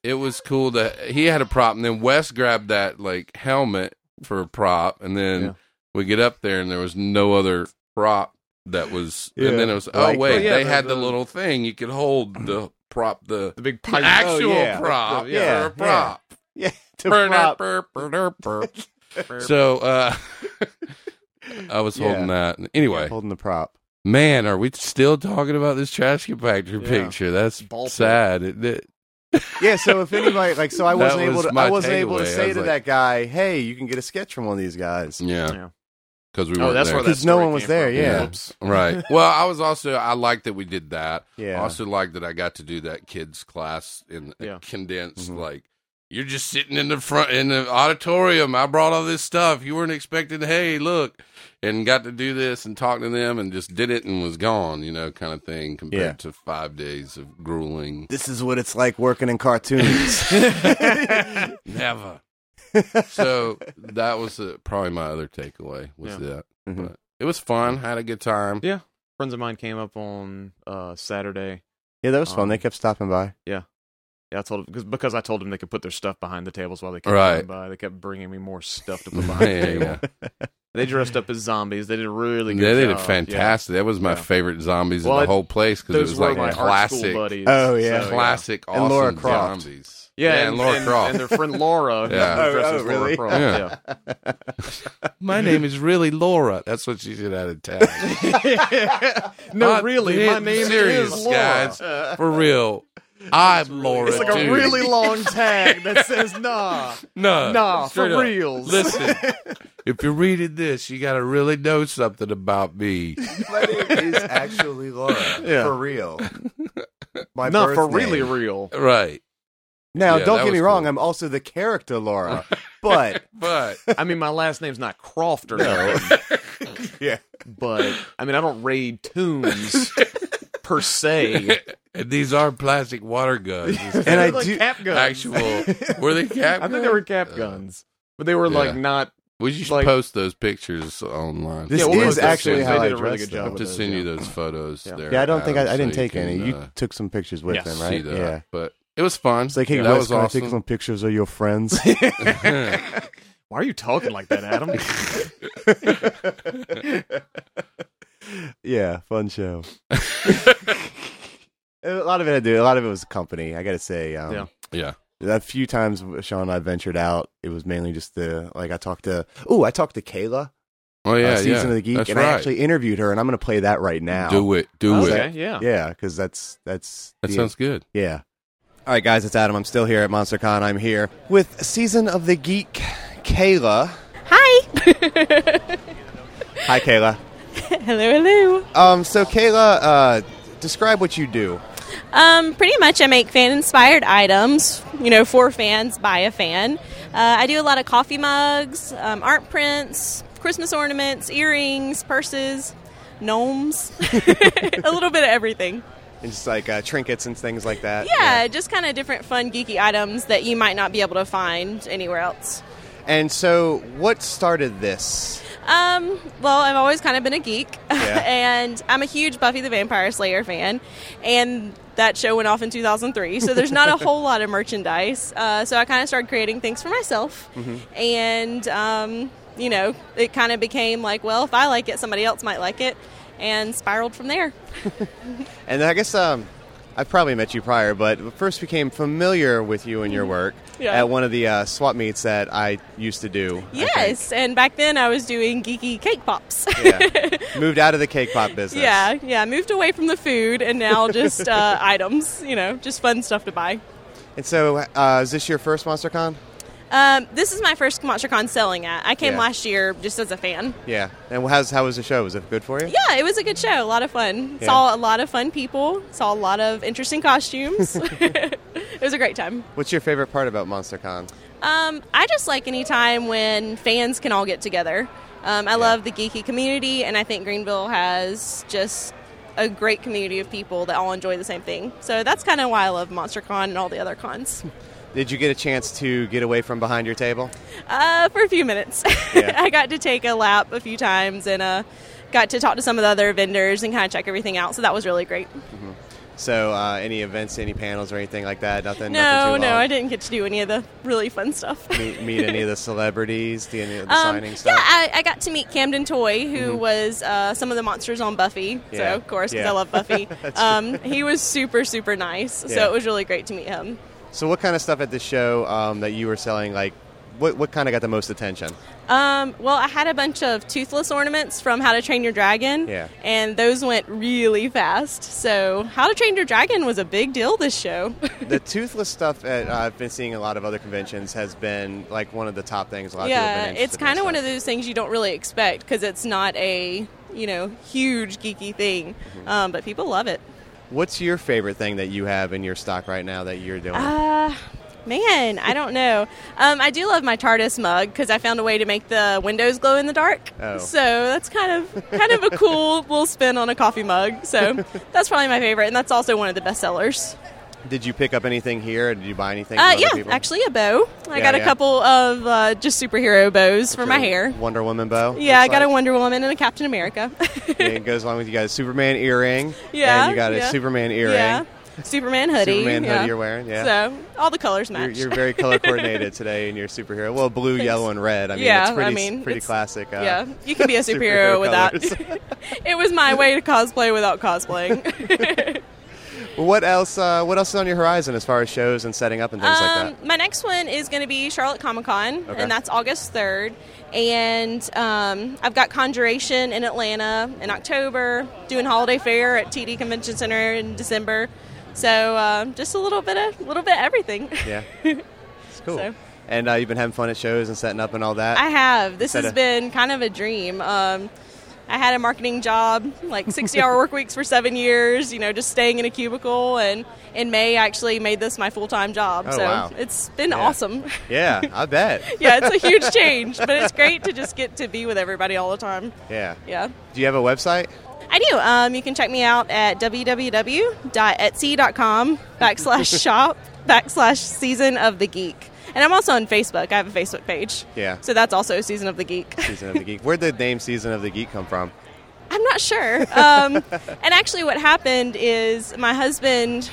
Speaker 2: it was cool that he had a prop, and then Wes grabbed that like helmet for a prop, and then
Speaker 3: Yeah.
Speaker 2: we get up there, and there was no other prop that was.
Speaker 1: Yeah.
Speaker 2: And then it was, oh
Speaker 1: Like
Speaker 2: wait,
Speaker 1: that.
Speaker 3: Yeah,
Speaker 2: they
Speaker 3: the-
Speaker 2: had the,
Speaker 3: the-
Speaker 2: little thing you could hold the prop, the,
Speaker 3: the big pipe.
Speaker 2: actual
Speaker 3: Oh, yeah.
Speaker 2: prop,
Speaker 3: The-
Speaker 1: yeah,
Speaker 2: for
Speaker 1: yeah.
Speaker 2: a prop.
Speaker 1: Yeah, to
Speaker 2: Burr,
Speaker 1: prop.
Speaker 2: burr, burr, burr, burr. so uh I was holding that. Anyway,
Speaker 1: holding the prop.
Speaker 2: man, are we still talking about this trash compactor
Speaker 3: Yeah.
Speaker 2: picture? That's
Speaker 3: Ball pit.
Speaker 2: sad. It, it-
Speaker 1: Yeah, so if anybody like, so I
Speaker 2: That
Speaker 1: wasn't able
Speaker 2: was
Speaker 1: to,
Speaker 2: my
Speaker 1: I wasn't able to
Speaker 2: takeaway. I
Speaker 1: say
Speaker 2: was
Speaker 1: to
Speaker 2: like-
Speaker 1: that guy, "Hey, you can get a sketch from one of these guys."
Speaker 2: yeah,
Speaker 3: Yeah.
Speaker 2: because we
Speaker 3: Oh,
Speaker 2: were
Speaker 3: that's
Speaker 2: there.
Speaker 3: where that
Speaker 1: Because no
Speaker 3: story
Speaker 1: one was
Speaker 3: came
Speaker 1: there,
Speaker 3: from.
Speaker 1: yeah.
Speaker 3: Oops.
Speaker 2: right. Well, I was also I like that we did that.
Speaker 1: Yeah.
Speaker 2: Also like that I got to do that kids class in a
Speaker 3: Yeah.
Speaker 2: condensed
Speaker 1: Mhm.
Speaker 3: Mm-hmm.
Speaker 2: like. You're just sitting in the front in the auditorium. I brought all this stuff. You weren't expecting. Hey, look, and got to do this and talk to them and just did it and was gone. You know, kind of thing compared
Speaker 1: Yeah.
Speaker 2: to five days of grueling.
Speaker 1: This is what it's like working in cartoons.
Speaker 2: Never. so that was uh probably my other takeaway was
Speaker 3: Yeah.
Speaker 2: that.
Speaker 3: Mm-hmm.
Speaker 1: Mhm.
Speaker 2: But it was fun. Had a good time.
Speaker 3: Yeah. Friends of mine came up on uh, Saturday.
Speaker 1: yeah, that was fun.
Speaker 3: Um,
Speaker 1: They kept stopping by.
Speaker 3: Yeah, I told because because I told them they could put their stuff behind the tables while they kept
Speaker 2: Right.
Speaker 3: coming by. They kept bringing me more stuff to put
Speaker 2: Yeah,
Speaker 3: behind the table.
Speaker 2: yeah.
Speaker 3: They dressed up as zombies. They did a really good.
Speaker 2: they did it
Speaker 3: job.
Speaker 2: fantastic. That was my
Speaker 3: Yeah.
Speaker 2: favorite zombies
Speaker 3: Well,
Speaker 2: in
Speaker 3: it-
Speaker 2: the whole place
Speaker 3: Yeah.
Speaker 2: because it
Speaker 3: Those
Speaker 2: was
Speaker 3: were
Speaker 2: like
Speaker 3: my art school
Speaker 2: classic,
Speaker 3: buddies.
Speaker 1: Oh, yeah.
Speaker 3: So,
Speaker 2: classic,
Speaker 1: And Laura
Speaker 2: awesome
Speaker 1: Croft.
Speaker 2: zombies.
Speaker 3: Yeah,
Speaker 2: and, Laura Croft.
Speaker 3: and their friend Laura. who
Speaker 2: Yeah.
Speaker 1: Oh,
Speaker 3: dresses
Speaker 1: oh,
Speaker 3: Laura
Speaker 1: really?
Speaker 3: Croft,
Speaker 2: Yeah.
Speaker 3: yeah.
Speaker 2: my name is really Laura. That's what she should add in tag.
Speaker 3: No,
Speaker 2: I'm
Speaker 3: really,
Speaker 2: dead
Speaker 3: my name
Speaker 2: serious,
Speaker 3: is Laura.
Speaker 2: guys. For real, I'm Laura.
Speaker 3: It's like
Speaker 2: dude.
Speaker 3: a really long tag that says "Nah,
Speaker 2: no,
Speaker 3: nah,
Speaker 2: straight
Speaker 3: for
Speaker 2: up.
Speaker 3: reals."
Speaker 2: Listen, if you're reading this, you got to really know something about me.
Speaker 1: My name is actually Laura.
Speaker 3: Yeah.
Speaker 1: For real. My
Speaker 3: Not
Speaker 1: birth
Speaker 3: for
Speaker 1: name.
Speaker 3: really real.
Speaker 2: Right.
Speaker 1: Now,
Speaker 2: Yeah, that
Speaker 1: don't get me
Speaker 2: was
Speaker 1: wrong.
Speaker 2: cool.
Speaker 1: I'm also the character Laura, but
Speaker 2: But
Speaker 3: I mean, my last name's not Croft or nothing,
Speaker 1: yeah,
Speaker 3: but I mean, I don't raid tombs per se.
Speaker 2: and these are plastic water guns. It's
Speaker 1: and I
Speaker 3: They're like
Speaker 1: do.
Speaker 3: cap guns.
Speaker 2: Actual. Were they cap?
Speaker 3: I think they were cap guns, but they were like
Speaker 2: Yeah.
Speaker 3: not.
Speaker 2: We should
Speaker 3: Like-
Speaker 2: post those pictures online.
Speaker 1: This
Speaker 3: Yeah, we'll
Speaker 1: is
Speaker 3: post those
Speaker 1: actually
Speaker 3: pictures.
Speaker 1: how
Speaker 3: They
Speaker 1: I
Speaker 3: did a really
Speaker 1: dressed,
Speaker 3: good job
Speaker 1: though.
Speaker 2: I'll
Speaker 3: with
Speaker 2: just
Speaker 3: those,
Speaker 2: send you
Speaker 3: yeah.
Speaker 2: those photos.
Speaker 3: Yeah.
Speaker 2: There,
Speaker 1: Yeah, I don't think I,
Speaker 2: Adam,
Speaker 1: I didn't
Speaker 2: so
Speaker 1: take any.
Speaker 2: can,
Speaker 1: You
Speaker 2: uh,
Speaker 1: took some pictures with
Speaker 3: Yes.
Speaker 1: them,
Speaker 2: see
Speaker 1: right?
Speaker 2: that.
Speaker 1: Yeah.
Speaker 2: but it was fun.
Speaker 1: It's like, hey,
Speaker 2: that
Speaker 1: Wes,
Speaker 2: was
Speaker 1: can
Speaker 2: awesome.
Speaker 1: I take some pictures of your friends?
Speaker 3: Why are you talking like that, Adam?
Speaker 1: yeah, fun show. a lot of it I do. A lot of it was company. I got to say. Um,
Speaker 3: Yeah.
Speaker 2: yeah,
Speaker 1: A few times Sean and I ventured out. It was mainly just the like I talked to. Oh, I talked to Kayla.
Speaker 2: oh
Speaker 1: uh,
Speaker 2: yeah,
Speaker 1: season
Speaker 2: yeah.
Speaker 1: of the geek,
Speaker 2: That's
Speaker 1: and
Speaker 2: right.
Speaker 1: I actually interviewed her, and I'm going to play that right now.
Speaker 2: do it, do it.
Speaker 3: okay, yeah.
Speaker 1: Yeah, because that's that's
Speaker 2: That
Speaker 1: the-
Speaker 2: sounds good.
Speaker 1: yeah. All right, guys, it's Adam. I'm still here at MonsterCon. I'm here with season of the geek, Kayla.
Speaker 8: Hi.
Speaker 1: Hi, Kayla.
Speaker 8: hello, hello.
Speaker 1: Um, so Kayla, uh, describe what you do.
Speaker 8: Um, pretty much, I make fan inspired items, you know, for fans by a fan. Uh, I do a lot of coffee mugs, um, art prints, Christmas ornaments, earrings, purses, gnomes, a little bit of everything.
Speaker 1: It's just like uh, trinkets and things like that.
Speaker 8: Yeah, just kind of different fun, geeky items that you might not be able to find anywhere else.
Speaker 1: And so, what started this?
Speaker 8: Um, well, I've always kind of been a geek,
Speaker 1: Yeah.
Speaker 8: and I'm a huge Buffy the Vampire Slayer fan, and that show went off in 2003, so there's not a whole lot of merchandise. Uh, so I kind of started creating things for myself,
Speaker 1: Mm-hmm.
Speaker 8: and um, you know, it kind of became like, well, if I like it, somebody else might like it, and spiraled from there.
Speaker 1: And I guess um, I probably met you prior, but first became familiar with you and your work
Speaker 8: Mm-hmm. Yeah.
Speaker 1: at one of the uh, swap meets that I used to do. I think.
Speaker 8: Yes, and back then I was doing geeky cake pops.
Speaker 1: Yeah. Moved out of the cake pop business.
Speaker 8: yeah, yeah, moved away from the food and now just uh, items, you know, just fun stuff to buy.
Speaker 1: And so, uh, is this your first MonsterCon?
Speaker 8: Um, this is my first MonsterCon selling at. I came
Speaker 1: Yeah.
Speaker 8: last year just as a fan.
Speaker 1: Yeah. And how's, how was the show? Was it good for you?
Speaker 8: Yeah, it was a good show. A lot of fun.
Speaker 1: Yeah.
Speaker 8: Saw a lot of fun people. Saw a lot of interesting costumes. it was a great time.
Speaker 1: What's your favorite part about MonsterCon?
Speaker 8: Um, I just like any time when fans can all get together. Um, I love the geeky community, and I think Greenville has just a great community of people that all enjoy the same thing. So that's kind of why I love MonsterCon and all the other cons.
Speaker 1: Did you get a chance to get away from behind your table?
Speaker 8: Uh, for a few minutes.
Speaker 1: Yeah.
Speaker 8: I got to take a lap a few times and uh, got to talk to some of the other vendors and kind of check everything out. So that was really great.
Speaker 1: So, uh, any events, any panels, or anything like that? Nothing.
Speaker 8: no,
Speaker 1: nothing too
Speaker 8: no,
Speaker 1: long?
Speaker 8: I didn't get to do any of the really fun stuff.
Speaker 1: Meet, meet any of the celebrities, the, any of the
Speaker 8: Um,
Speaker 1: signing
Speaker 8: yeah,
Speaker 1: stuff. Mm-hmm.
Speaker 8: I, I got to meet Camden Toy, who was uh, some of the monsters on Buffy.
Speaker 1: Yeah.
Speaker 8: So, of course, because
Speaker 1: Yeah.
Speaker 8: I love Buffy. um, he was super, super nice.
Speaker 1: Yeah.
Speaker 8: So, it was really great to meet him.
Speaker 1: So, what kind of stuff at the show um, that you were selling? Like, what what kind of got the most attention?
Speaker 8: Um, well, I had a bunch of toothless ornaments from How to Train Your Dragon,
Speaker 1: Yeah.
Speaker 8: and those went really fast. So, How to Train Your Dragon was a big deal this show.
Speaker 1: the toothless stuff at, uh, I've been seeing a lot of other conventions has been like one of the top things. A lot of people have
Speaker 8: yeah,
Speaker 1: been
Speaker 8: it's
Speaker 1: interested in
Speaker 8: kind
Speaker 1: this
Speaker 8: of one of
Speaker 1: stuff.
Speaker 8: those things you don't really expect because it's not a you know huge geeky thing,
Speaker 1: Mm-hmm.
Speaker 8: um, but people love it.
Speaker 1: What's your favorite thing that you have in your stock right now that you're doing?
Speaker 8: Uh, man, I don't know. Um, I do love my TARDIS mug because I found a way to make the windows glow in the dark.
Speaker 1: Oh.
Speaker 8: So that's kind of kind of a cool little spin on a coffee mug. So that's probably my favorite, and that's also one of the best sellers.
Speaker 1: Did you pick up anything here? Or did you buy anything?
Speaker 8: Uh,
Speaker 1: from other
Speaker 8: yeah,
Speaker 1: people?
Speaker 8: actually a bow. I
Speaker 1: Yeah,
Speaker 8: got a
Speaker 1: yeah.
Speaker 8: couple of uh, just superhero bows for
Speaker 1: Your
Speaker 8: my hair.
Speaker 1: Wonder Woman bow.
Speaker 8: Yeah, I
Speaker 1: looks
Speaker 8: got a
Speaker 1: like.
Speaker 8: Wonder Woman and a Captain America.
Speaker 1: Yeah, it goes along with you got a Superman earring.
Speaker 8: Yeah,
Speaker 1: and you got a
Speaker 8: yeah.
Speaker 1: Superman earring.
Speaker 8: Yeah. Superman hoodie.
Speaker 1: Superman
Speaker 8: yeah.
Speaker 1: hoodie you're wearing, yeah.
Speaker 8: So all the colors match.
Speaker 1: You're, you're very color coordinated today in your superhero. Well, blue, yellow, and red. I mean,
Speaker 8: Yeah,
Speaker 1: it's pretty,
Speaker 8: I mean,
Speaker 1: pretty
Speaker 8: it's-
Speaker 1: classic. Uh,
Speaker 8: yeah, you can be a
Speaker 1: superhero
Speaker 8: superhero, without.
Speaker 1: colours.
Speaker 8: it was my way to cosplay without cosplaying.
Speaker 1: What else? Uh, what else is on your horizon as far as shows and setting up and things like that?
Speaker 8: Um, My next one is going to be Charlotte Comic Con,
Speaker 1: Okay.
Speaker 8: and that's August 3rd. And um, I've got Conjuration in Atlanta in October, doing Holiday Fair at TD Convention Center in December. So um, just a little bit of little bit of everything.
Speaker 1: Yeah, it's cool.
Speaker 8: So-
Speaker 1: And uh, you've been having fun at shows and setting up and all that.
Speaker 8: I have. This
Speaker 1: Set
Speaker 8: has
Speaker 1: a-
Speaker 8: been kind of a dream. Um, I had a marketing job, like 60 hour work weeks for seven years, you know, just staying in a cubicle. And in May, I actually made this my full time job.
Speaker 1: Oh,
Speaker 8: so
Speaker 1: wow.
Speaker 8: it's been
Speaker 1: Yeah.
Speaker 8: awesome.
Speaker 1: yeah, I bet.
Speaker 8: yeah, it's a huge change, but it's great to just get to be with everybody all the time.
Speaker 1: Yeah.
Speaker 8: Yeah.
Speaker 1: Do you have a website?
Speaker 8: I do. Um, you can check me out at www.etsy.com backslash shop backslash season of the geek. And I'm also on Facebook. I have a Facebook page.
Speaker 1: Yeah.
Speaker 8: So that's also Season of the Geek.
Speaker 1: Season of the Geek. Where'd the name Season of the Geek come from?
Speaker 8: I'm not sure. Um, and actually, what happened is my husband,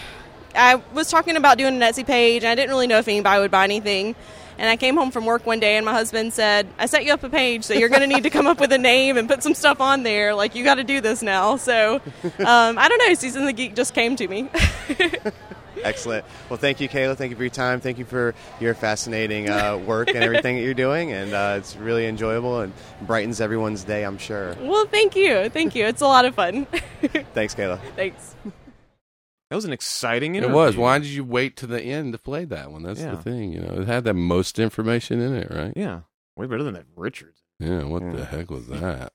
Speaker 8: I was talking about doing an Etsy page, and I didn't really know if anybody would buy anything. And I came home from work one day, and my husband said, I set you up a page, so you're going to need to come up with a name and put some stuff on there. Like, you got to do this now. So, um, I don't know. Season of the Geek just came to me.
Speaker 1: Excellent. Well, thank you, Kayla. Thank you for your time. Thank you for your fascinating uh, work and everything that you're doing. And uh, it's really enjoyable and brightens everyone's day, I'm sure.
Speaker 8: well, thank you. Thank you. It's a lot of fun.
Speaker 1: Thanks, Kayla.
Speaker 8: Thanks.
Speaker 3: That was an exciting
Speaker 2: It
Speaker 3: interview.
Speaker 2: was. Why did you wait to the end to play that one? That's
Speaker 3: Yeah.
Speaker 2: the thing. You know, it had the most information in it, right?
Speaker 3: Yeah, way better than that Richards.
Speaker 2: Yeah. What
Speaker 1: Yeah.
Speaker 2: the heck was that?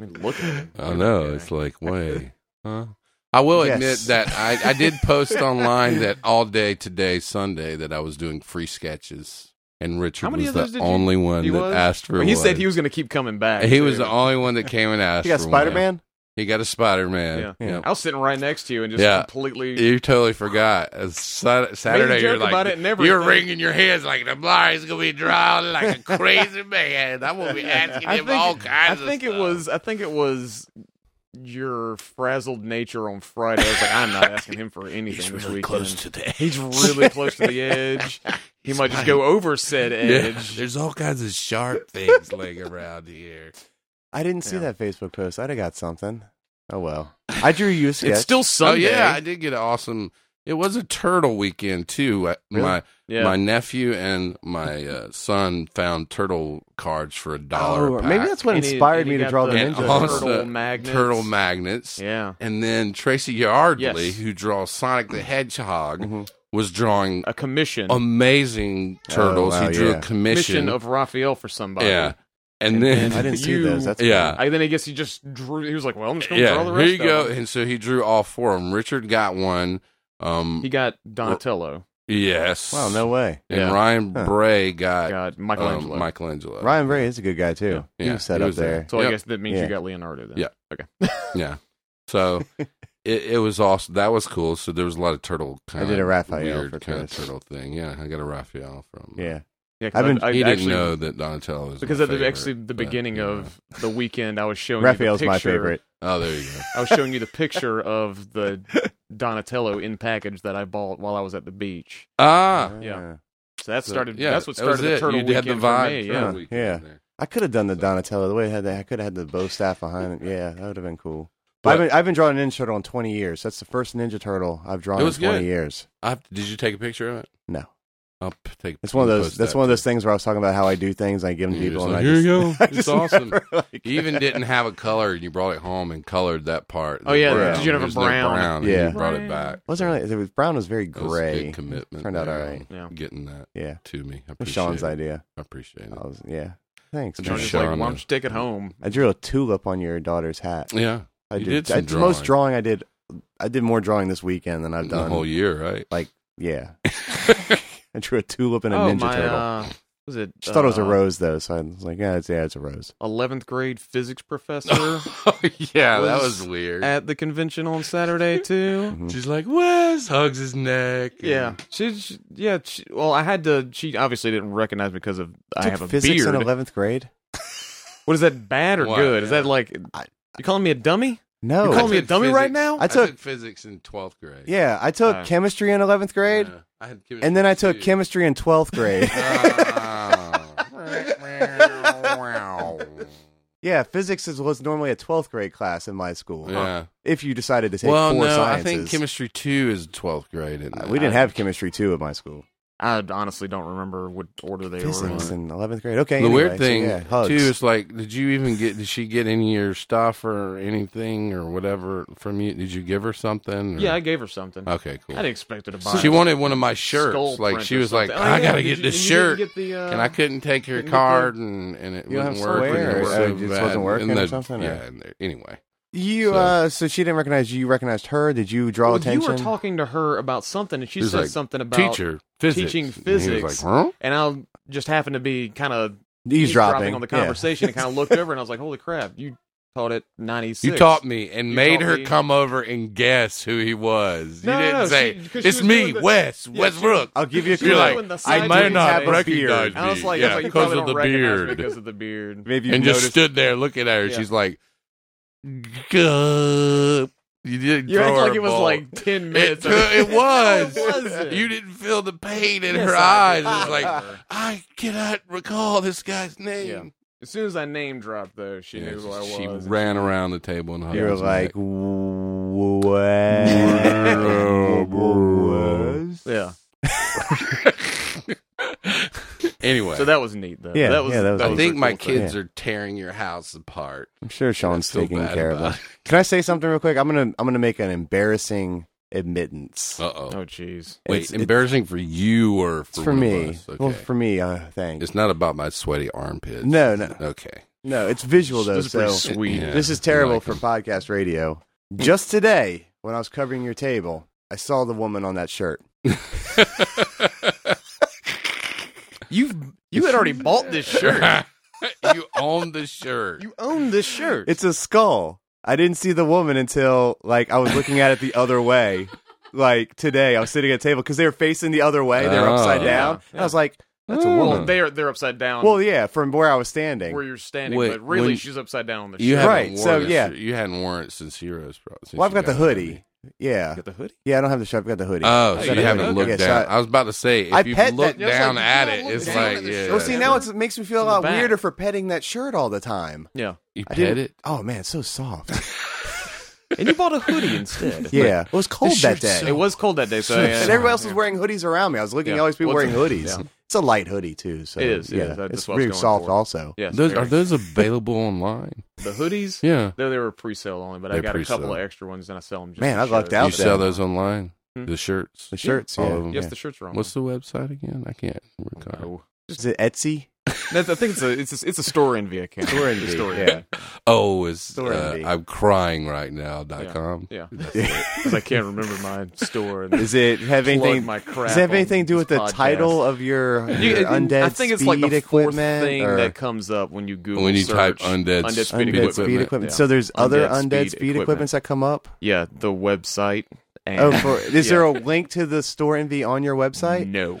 Speaker 3: I mean, look at it.
Speaker 2: I know. It's like, way. Huh? I will
Speaker 1: Yes.
Speaker 2: admit that I, I did post online that all day today, Sunday, that I was doing free sketches. And Richard
Speaker 3: How many
Speaker 2: was
Speaker 3: of
Speaker 2: the
Speaker 3: those did you-
Speaker 2: only one
Speaker 3: he
Speaker 2: that
Speaker 3: was?
Speaker 2: asked for
Speaker 3: Well, he
Speaker 2: one.
Speaker 3: said he was going to keep coming back.
Speaker 2: He was
Speaker 3: too.
Speaker 2: the only one that came and asked
Speaker 1: You got
Speaker 2: for one.
Speaker 1: Spider Man?
Speaker 2: He got a Spider Man.
Speaker 3: Yeah. I was sitting right next to you and just
Speaker 2: Yeah.
Speaker 3: completely.
Speaker 2: You totally forgot. As Sat- Saturday, you're
Speaker 3: joke
Speaker 2: like
Speaker 3: about it and
Speaker 2: you're
Speaker 3: everything.
Speaker 2: wringing your hands like the is gonna be drowning like a crazy man. I'm gonna be asking
Speaker 3: I
Speaker 2: him
Speaker 3: think,
Speaker 2: all kinds.
Speaker 3: I think
Speaker 2: of
Speaker 3: it was. I think it was your frazzled nature on Friday. I was like, I'm not asking him for anything this weekend.
Speaker 2: today.
Speaker 3: He's really close to the edge. He might just go over said edge.
Speaker 2: There's all kinds of sharp things laying around here.
Speaker 1: I didn't see that Facebook post. I'd have got something. Oh well. I drew you a sketch.
Speaker 3: It's still Sunday.
Speaker 2: Oh yeah, I did get an awesome. It was a turtle weekend too. I- My
Speaker 3: Yeah.
Speaker 2: my nephew and my uh, son found turtle cards for a dollar.
Speaker 1: Oh,
Speaker 2: a
Speaker 1: maybe
Speaker 2: pack.
Speaker 1: that's what
Speaker 3: And he-
Speaker 1: inspired
Speaker 3: and
Speaker 1: me
Speaker 3: he
Speaker 1: to
Speaker 3: got
Speaker 1: draw the,
Speaker 3: the-
Speaker 2: and
Speaker 1: ninja.
Speaker 2: also
Speaker 3: Turtle magnets.
Speaker 2: Turtle magnets.
Speaker 3: Yeah.
Speaker 2: And then Tracy Yardley,
Speaker 3: Yes.
Speaker 2: who draws Sonic the Hedgehog, was drawing
Speaker 3: A commission.
Speaker 2: amazing turtles.
Speaker 1: wow,
Speaker 2: he drew
Speaker 1: yeah.
Speaker 2: a
Speaker 3: commission
Speaker 2: commission.
Speaker 3: of Raphael for somebody.
Speaker 2: yeah. And then,
Speaker 1: I didn't see
Speaker 3: You-
Speaker 1: those. That's
Speaker 2: yeah.
Speaker 3: I, then I guess he just drew. He was like, "Well, I'm just gonna
Speaker 2: yeah,
Speaker 3: draw the
Speaker 2: here
Speaker 3: rest."
Speaker 2: you go.
Speaker 3: of them.
Speaker 2: And so he drew all four of them. Richard got one. Um,
Speaker 3: He got Donatello.
Speaker 2: yes.
Speaker 1: Wow, no way.
Speaker 2: And
Speaker 3: Yeah.
Speaker 2: Ryan
Speaker 1: Huh.
Speaker 2: Bray got,
Speaker 3: got
Speaker 2: um,
Speaker 3: Michelangelo.
Speaker 2: Michelangelo.
Speaker 1: Ryan Bray is a good guy too.
Speaker 2: Yeah.
Speaker 1: He
Speaker 2: Yeah,
Speaker 1: was set
Speaker 2: he
Speaker 1: up
Speaker 2: was
Speaker 1: there.
Speaker 2: there.
Speaker 3: so
Speaker 2: Yep.
Speaker 3: I guess that means
Speaker 1: Yeah.
Speaker 3: you got Leonardo. Then.
Speaker 2: Yeah.
Speaker 3: Okay.
Speaker 2: Yeah. So it, it was awesome. That was cool. So there was a lot of turtle kind
Speaker 1: did a Raphael
Speaker 2: weird
Speaker 1: for
Speaker 2: kind of
Speaker 1: Chris.
Speaker 2: turtle thing. Yeah, I got a Raphael from.
Speaker 1: Yeah.
Speaker 3: Yeah, 'cause
Speaker 1: I've been-
Speaker 3: I, I
Speaker 2: he
Speaker 3: actually,
Speaker 2: didn't know that Donatello was
Speaker 3: because
Speaker 2: my
Speaker 3: at the,
Speaker 2: favorite,
Speaker 3: actually the
Speaker 2: but,
Speaker 3: beginning
Speaker 2: yeah.
Speaker 3: of the weekend, I was showing
Speaker 1: Raphael's
Speaker 3: you the
Speaker 1: my
Speaker 3: picture-
Speaker 1: favorite.
Speaker 2: Oh, there you go.
Speaker 3: I was showing you the picture of the Donatello in package that I bought while I was at the beach.
Speaker 2: Ah,
Speaker 3: Yeah. So that
Speaker 2: So,
Speaker 3: started.
Speaker 2: yeah,
Speaker 3: that's what
Speaker 2: that was
Speaker 3: started the
Speaker 2: it.
Speaker 3: turtle
Speaker 2: you had
Speaker 3: weekend
Speaker 2: the vibe.
Speaker 3: for me.
Speaker 2: turtle
Speaker 3: Yeah.
Speaker 2: weekend
Speaker 1: Yeah.
Speaker 2: there.
Speaker 1: I could have done the Donatello the way I had that. I could have had the bow staff behind it. Yeah, that would have been cool. But
Speaker 2: But-
Speaker 1: I've been, I've been drawing Ninja Turtle in 20 years. That's the first Ninja Turtle I've drawn
Speaker 2: It
Speaker 1: in
Speaker 2: was
Speaker 1: 20
Speaker 2: good.
Speaker 1: years.
Speaker 2: I have to- did you take a picture of it?
Speaker 1: No,
Speaker 2: I'll p- take.
Speaker 1: it's one of those.
Speaker 2: post
Speaker 1: That's
Speaker 2: that
Speaker 1: one of those
Speaker 2: too.
Speaker 1: things where I was talking about how I do things. I give them to
Speaker 2: You're
Speaker 1: people.
Speaker 2: just
Speaker 1: and
Speaker 2: like,
Speaker 1: I
Speaker 2: Here
Speaker 1: just,
Speaker 2: you go.
Speaker 1: I
Speaker 2: It's
Speaker 1: just
Speaker 2: awesome.
Speaker 1: never, like-
Speaker 2: You even didn't have a color, and you brought it home and colored that part.
Speaker 3: Oh, yeah,
Speaker 2: The
Speaker 1: did you
Speaker 3: have a
Speaker 2: There's no
Speaker 3: brown?
Speaker 2: brown, and
Speaker 1: Yeah.
Speaker 2: you brought it back.
Speaker 1: wasn't really. It was brown. Was very
Speaker 2: That was a
Speaker 1: gray.
Speaker 2: big commitment.
Speaker 1: Turned out
Speaker 2: there
Speaker 1: all
Speaker 2: on
Speaker 1: right.
Speaker 3: Yeah.
Speaker 2: Getting that
Speaker 1: Yeah,
Speaker 2: to me. I
Speaker 1: it was
Speaker 2: appreciate
Speaker 1: Sean's "Oh,
Speaker 2: it.
Speaker 1: idea.
Speaker 2: I appreciate
Speaker 1: I
Speaker 2: it.
Speaker 1: was yeah. Thanks.
Speaker 2: It's
Speaker 3: I
Speaker 1: man.
Speaker 3: was just
Speaker 2: Sean
Speaker 3: like, why
Speaker 2: and-
Speaker 3: don't you take it home?
Speaker 1: I drew a tulip on your daughter's hat.
Speaker 2: Yeah,
Speaker 1: I
Speaker 2: You did some
Speaker 1: I- the most
Speaker 2: drawing.
Speaker 1: drawing I did. I did more drawing this weekend than I've
Speaker 2: the
Speaker 1: done.
Speaker 2: whole year, right?
Speaker 1: Yeah, I drew a tulip and a
Speaker 3: oh
Speaker 1: Ninja
Speaker 3: my!
Speaker 1: Turtle.
Speaker 3: Uh, was it?
Speaker 1: Just thought it was a
Speaker 3: uh,
Speaker 1: rose though, so I was like, yeah, it's yeah, it's a rose.
Speaker 3: Eleventh grade physics professor
Speaker 2: Oh, yeah, that
Speaker 3: Was
Speaker 2: was weird.
Speaker 3: at the convention on Saturday too.
Speaker 2: She's like, Wes hugs his neck. and-
Speaker 3: Yeah, she, she yeah. She, well, I had to. She obviously didn't recognize me because of I
Speaker 1: Took
Speaker 3: have a
Speaker 1: physics
Speaker 3: beard.
Speaker 1: in eleventh grade.
Speaker 3: what is that bad or
Speaker 2: What?
Speaker 3: good? Is that like
Speaker 1: I-
Speaker 3: you calling me a dummy?
Speaker 1: No,
Speaker 3: You
Speaker 2: I
Speaker 3: call me a
Speaker 2: took
Speaker 3: dummy
Speaker 2: physics-
Speaker 3: right now?
Speaker 1: I took-
Speaker 2: physics in twelfth grade.
Speaker 1: yeah, I took
Speaker 3: Uh,
Speaker 1: chemistry in eleventh grade,
Speaker 2: Yeah, I had chemistry
Speaker 1: and then I took
Speaker 2: too.
Speaker 1: chemistry in twelfth grade.
Speaker 2: Oh.
Speaker 1: yeah, physics is, was normally a twelfth grade class in my school.
Speaker 2: yeah.
Speaker 1: If you decided to take
Speaker 2: Well,
Speaker 1: four
Speaker 2: no,
Speaker 1: sciences,
Speaker 2: I think chemistry two is twelfth grade. Isn't
Speaker 1: Uh,
Speaker 2: it?
Speaker 1: we didn't have chemistry two at my school.
Speaker 3: I honestly don't remember what order they were.
Speaker 1: Physics
Speaker 3: in.
Speaker 1: in eleventh grade. Okay,
Speaker 2: the
Speaker 1: anyway,
Speaker 2: weird
Speaker 1: so
Speaker 2: thing
Speaker 1: yeah, hugs.
Speaker 2: too is like, did you even get? Did she get any of your stuff or anything or whatever from you? Did you give her something? or-
Speaker 3: Yeah, I gave her something.
Speaker 2: Okay,
Speaker 3: I
Speaker 2: cool.
Speaker 3: didn't expect her to buy.
Speaker 2: She
Speaker 3: it.
Speaker 2: wanted one of my shirts.
Speaker 3: Skull
Speaker 2: like
Speaker 3: print
Speaker 2: she
Speaker 3: or
Speaker 2: was like,
Speaker 3: something. Oh,
Speaker 2: I
Speaker 3: yeah,
Speaker 2: gotta
Speaker 3: did
Speaker 2: get
Speaker 3: you-
Speaker 2: this
Speaker 3: and you
Speaker 2: shirt,
Speaker 3: didn't get the, uh,
Speaker 2: and I couldn't take her
Speaker 3: didn't get the-
Speaker 2: card, and and it
Speaker 1: You don't have
Speaker 2: wouldn't work. and it
Speaker 1: Square,
Speaker 2: was
Speaker 1: or uh,
Speaker 2: so
Speaker 1: it just
Speaker 2: bad.
Speaker 1: wasn't working
Speaker 2: And
Speaker 1: or
Speaker 2: the-
Speaker 1: something, or-
Speaker 2: Yeah. and there- anyway,
Speaker 1: you.
Speaker 2: so-
Speaker 1: Uh, so she didn't recognize you. You recognized her. Did you draw
Speaker 3: Well,
Speaker 1: attention?
Speaker 3: You were talking to her about something, and she
Speaker 2: It was
Speaker 3: said
Speaker 2: like,
Speaker 3: something about
Speaker 2: teacher physics.
Speaker 3: teaching
Speaker 2: And he was
Speaker 3: physics.
Speaker 2: like, huh?
Speaker 3: And I just happened to be kind of
Speaker 1: eavesdropping
Speaker 3: on the
Speaker 1: Yeah.
Speaker 3: conversation, and kind of looked over, and I was like, "Holy crap! You taught it ninety six.
Speaker 2: You taught me and
Speaker 3: You
Speaker 2: made
Speaker 3: taught
Speaker 2: her
Speaker 3: me-
Speaker 2: come over and guess who he was.
Speaker 3: No,
Speaker 2: you
Speaker 3: no,
Speaker 2: didn't
Speaker 3: no,
Speaker 2: say
Speaker 3: she- 'cause she
Speaker 2: it's
Speaker 3: was
Speaker 2: me,
Speaker 3: doing the-
Speaker 2: Wes,
Speaker 3: yeah,
Speaker 2: Westbrook.
Speaker 1: I'll give you a clue.
Speaker 2: You're
Speaker 3: doing
Speaker 2: like,
Speaker 3: the
Speaker 2: I
Speaker 3: side
Speaker 2: might
Speaker 3: doing
Speaker 2: not
Speaker 1: have a
Speaker 2: recognize
Speaker 1: beard.
Speaker 2: me.
Speaker 3: And I was like,
Speaker 2: yeah,
Speaker 3: I was like, you
Speaker 2: because
Speaker 3: probably
Speaker 2: of
Speaker 3: don't
Speaker 2: the
Speaker 3: recognize me
Speaker 2: beard.
Speaker 3: because of the beard.
Speaker 1: Maybe you
Speaker 2: and just
Speaker 1: noticed-
Speaker 2: stood there looking at her.
Speaker 3: Yeah.
Speaker 2: She's like, "Guh." you didn't.
Speaker 3: You
Speaker 2: throw
Speaker 3: act
Speaker 2: her
Speaker 3: like it was
Speaker 2: ball.
Speaker 3: like ten
Speaker 2: It,
Speaker 3: minutes.
Speaker 2: took- it was.
Speaker 3: No, it wasn't.
Speaker 2: You didn't feel the pain in
Speaker 3: Yes,
Speaker 2: her
Speaker 3: I
Speaker 2: eyes.
Speaker 3: did.
Speaker 2: It was like I cannot recall this guy's name.
Speaker 3: as soon as I name dropped, though, she
Speaker 2: Yeah,
Speaker 3: knew who I was.
Speaker 2: she ran around the table and hugged
Speaker 1: You're
Speaker 2: his
Speaker 1: like,
Speaker 2: neck.
Speaker 1: what?
Speaker 3: Yeah.
Speaker 2: anyway.
Speaker 3: So that was neat, though.
Speaker 1: Yeah,
Speaker 3: that was.
Speaker 1: yeah, that was
Speaker 2: I
Speaker 1: a
Speaker 2: think
Speaker 3: a
Speaker 2: my
Speaker 3: cool thing.
Speaker 2: kids are tearing your house apart.
Speaker 1: I'm sure Sean's
Speaker 2: feel
Speaker 1: taking
Speaker 2: bad
Speaker 1: care of
Speaker 2: about
Speaker 1: us. Can I say something real quick? I'm gonna I'm gonna make an embarrassing admittance.
Speaker 2: Uh oh.
Speaker 3: Oh, jeez.
Speaker 2: Wait,
Speaker 1: it's-
Speaker 2: embarrassing for you or for,
Speaker 1: It's for
Speaker 2: one of
Speaker 1: me.
Speaker 2: us? Okay.
Speaker 1: Well, for me, uh, thanks.
Speaker 2: it's not about my sweaty armpits.
Speaker 1: No, no.
Speaker 2: Okay.
Speaker 1: no, it's visual though.
Speaker 3: This is pretty
Speaker 1: So
Speaker 3: sweet.
Speaker 2: Yeah.
Speaker 1: this is
Speaker 2: we
Speaker 1: terrible
Speaker 2: like
Speaker 1: for
Speaker 2: 'em.
Speaker 1: podcast radio. Just today, when I was covering your table, I saw the woman on that shirt.
Speaker 3: You you had already bought this shirt.
Speaker 2: you own the shirt.
Speaker 3: You own this shirt.
Speaker 1: It's a skull. I didn't see the woman until like I was looking at it the other way. Like today, I was sitting at a table because they were facing the other way. They were
Speaker 2: Oh.
Speaker 1: upside
Speaker 2: Yeah,
Speaker 1: down. And I was like, "That's a
Speaker 3: Well,
Speaker 1: woman."
Speaker 3: they're they're upside down.
Speaker 1: well, yeah, from where I was standing.
Speaker 3: where you're standing,
Speaker 2: Wait,
Speaker 3: but really
Speaker 2: when-
Speaker 3: she's upside down on the
Speaker 2: You
Speaker 3: shirt.
Speaker 2: haven't
Speaker 1: Right,
Speaker 2: worn
Speaker 1: so,
Speaker 2: it-
Speaker 1: yeah.
Speaker 2: you hadn't worn it since Heroes. Pro- since
Speaker 1: well, I've
Speaker 2: you
Speaker 1: got the hoodie. Yeah,
Speaker 3: Got the hoodie.
Speaker 1: yeah, I don't have the shirt. I've got the hoodie.
Speaker 2: Oh,
Speaker 1: I've
Speaker 2: so
Speaker 1: got
Speaker 2: you
Speaker 1: the
Speaker 2: haven't
Speaker 1: hoodie.
Speaker 2: looked
Speaker 1: Yeah, so
Speaker 2: down.
Speaker 1: I-
Speaker 2: I was about to say if
Speaker 1: I
Speaker 2: you
Speaker 1: pet
Speaker 2: look
Speaker 1: that- Yeah, it's
Speaker 2: down
Speaker 3: like, you
Speaker 2: at
Speaker 3: gotta
Speaker 2: it,
Speaker 3: look
Speaker 2: it's
Speaker 3: down
Speaker 2: like
Speaker 3: at the
Speaker 2: yeah.
Speaker 3: shirt.
Speaker 1: well, see, now it's, it makes me feel a lot
Speaker 3: back.
Speaker 1: weirder for petting that shirt all the time.
Speaker 3: Yeah,
Speaker 2: you
Speaker 1: I
Speaker 2: pet
Speaker 1: didn't-
Speaker 2: it.
Speaker 1: Oh man, it's so soft.
Speaker 3: and you bought a hoodie instead.
Speaker 1: yeah, it was cold that
Speaker 2: shirt's
Speaker 1: day.
Speaker 2: so
Speaker 3: It was cold that day, so yeah,
Speaker 1: and everyone else was wearing hoodies around me. I was looking at
Speaker 3: Yeah.
Speaker 1: all these people
Speaker 3: Well,
Speaker 1: wearing
Speaker 3: it's-
Speaker 1: hoodies.
Speaker 3: yeah.
Speaker 1: It's a light hoodie too, so
Speaker 3: It is, it
Speaker 1: Yeah,
Speaker 3: is. That's
Speaker 1: it's
Speaker 3: what I was
Speaker 1: really
Speaker 3: going
Speaker 1: soft
Speaker 3: for.
Speaker 1: also.
Speaker 3: Yes,
Speaker 2: Those,
Speaker 3: very-
Speaker 2: are those available online?
Speaker 3: the hoodies?
Speaker 2: Yeah.
Speaker 3: No, they were pre-sale only, but I
Speaker 2: They're
Speaker 3: got a couple
Speaker 2: pre-sale.
Speaker 3: of extra ones and I sell them. Just
Speaker 1: Man,
Speaker 3: for
Speaker 1: I lucked
Speaker 3: shows.
Speaker 1: out
Speaker 2: you
Speaker 1: there.
Speaker 2: sell those online.
Speaker 3: Hmm?
Speaker 2: The shirts.
Speaker 1: The shirts,
Speaker 2: All
Speaker 1: yeah.
Speaker 2: of them.
Speaker 3: Yes, the shirts Oh. are on.
Speaker 2: What's the website again? I can't recall.
Speaker 3: No.
Speaker 1: Is it Etsy?
Speaker 3: That's- I think it's a it's a, it's a store envy account.
Speaker 1: Store envy,
Speaker 3: It's store
Speaker 1: yeah.
Speaker 3: envy.
Speaker 2: Oh, it's
Speaker 1: Store
Speaker 2: uh,
Speaker 1: envy.
Speaker 2: I'm crying right now. Dot
Speaker 3: Yeah.
Speaker 2: com.
Speaker 3: Yeah, because I can't remember my store. And
Speaker 1: Is it have
Speaker 3: plug
Speaker 1: anything?
Speaker 3: my crap
Speaker 1: does it have
Speaker 3: on
Speaker 1: anything to do
Speaker 3: this
Speaker 1: with the
Speaker 3: podcast.
Speaker 1: title of your,
Speaker 3: You-
Speaker 1: your
Speaker 3: it-
Speaker 1: undead
Speaker 3: I think it's like the
Speaker 1: speed
Speaker 3: fourth
Speaker 1: equipment
Speaker 3: thing
Speaker 1: or
Speaker 3: that comes up when you Google
Speaker 2: When you
Speaker 3: search
Speaker 2: type undead
Speaker 3: speed
Speaker 1: undead
Speaker 3: equipment.
Speaker 1: speed equipment?
Speaker 3: Yeah.
Speaker 1: So there's other
Speaker 3: Undead
Speaker 1: undead
Speaker 3: speed
Speaker 1: speed,
Speaker 3: equipment.
Speaker 1: equipments that come up.
Speaker 3: yeah, the website. And
Speaker 1: Oh, for, is
Speaker 3: Yeah.
Speaker 1: there a link to the store envy on your website?
Speaker 3: No.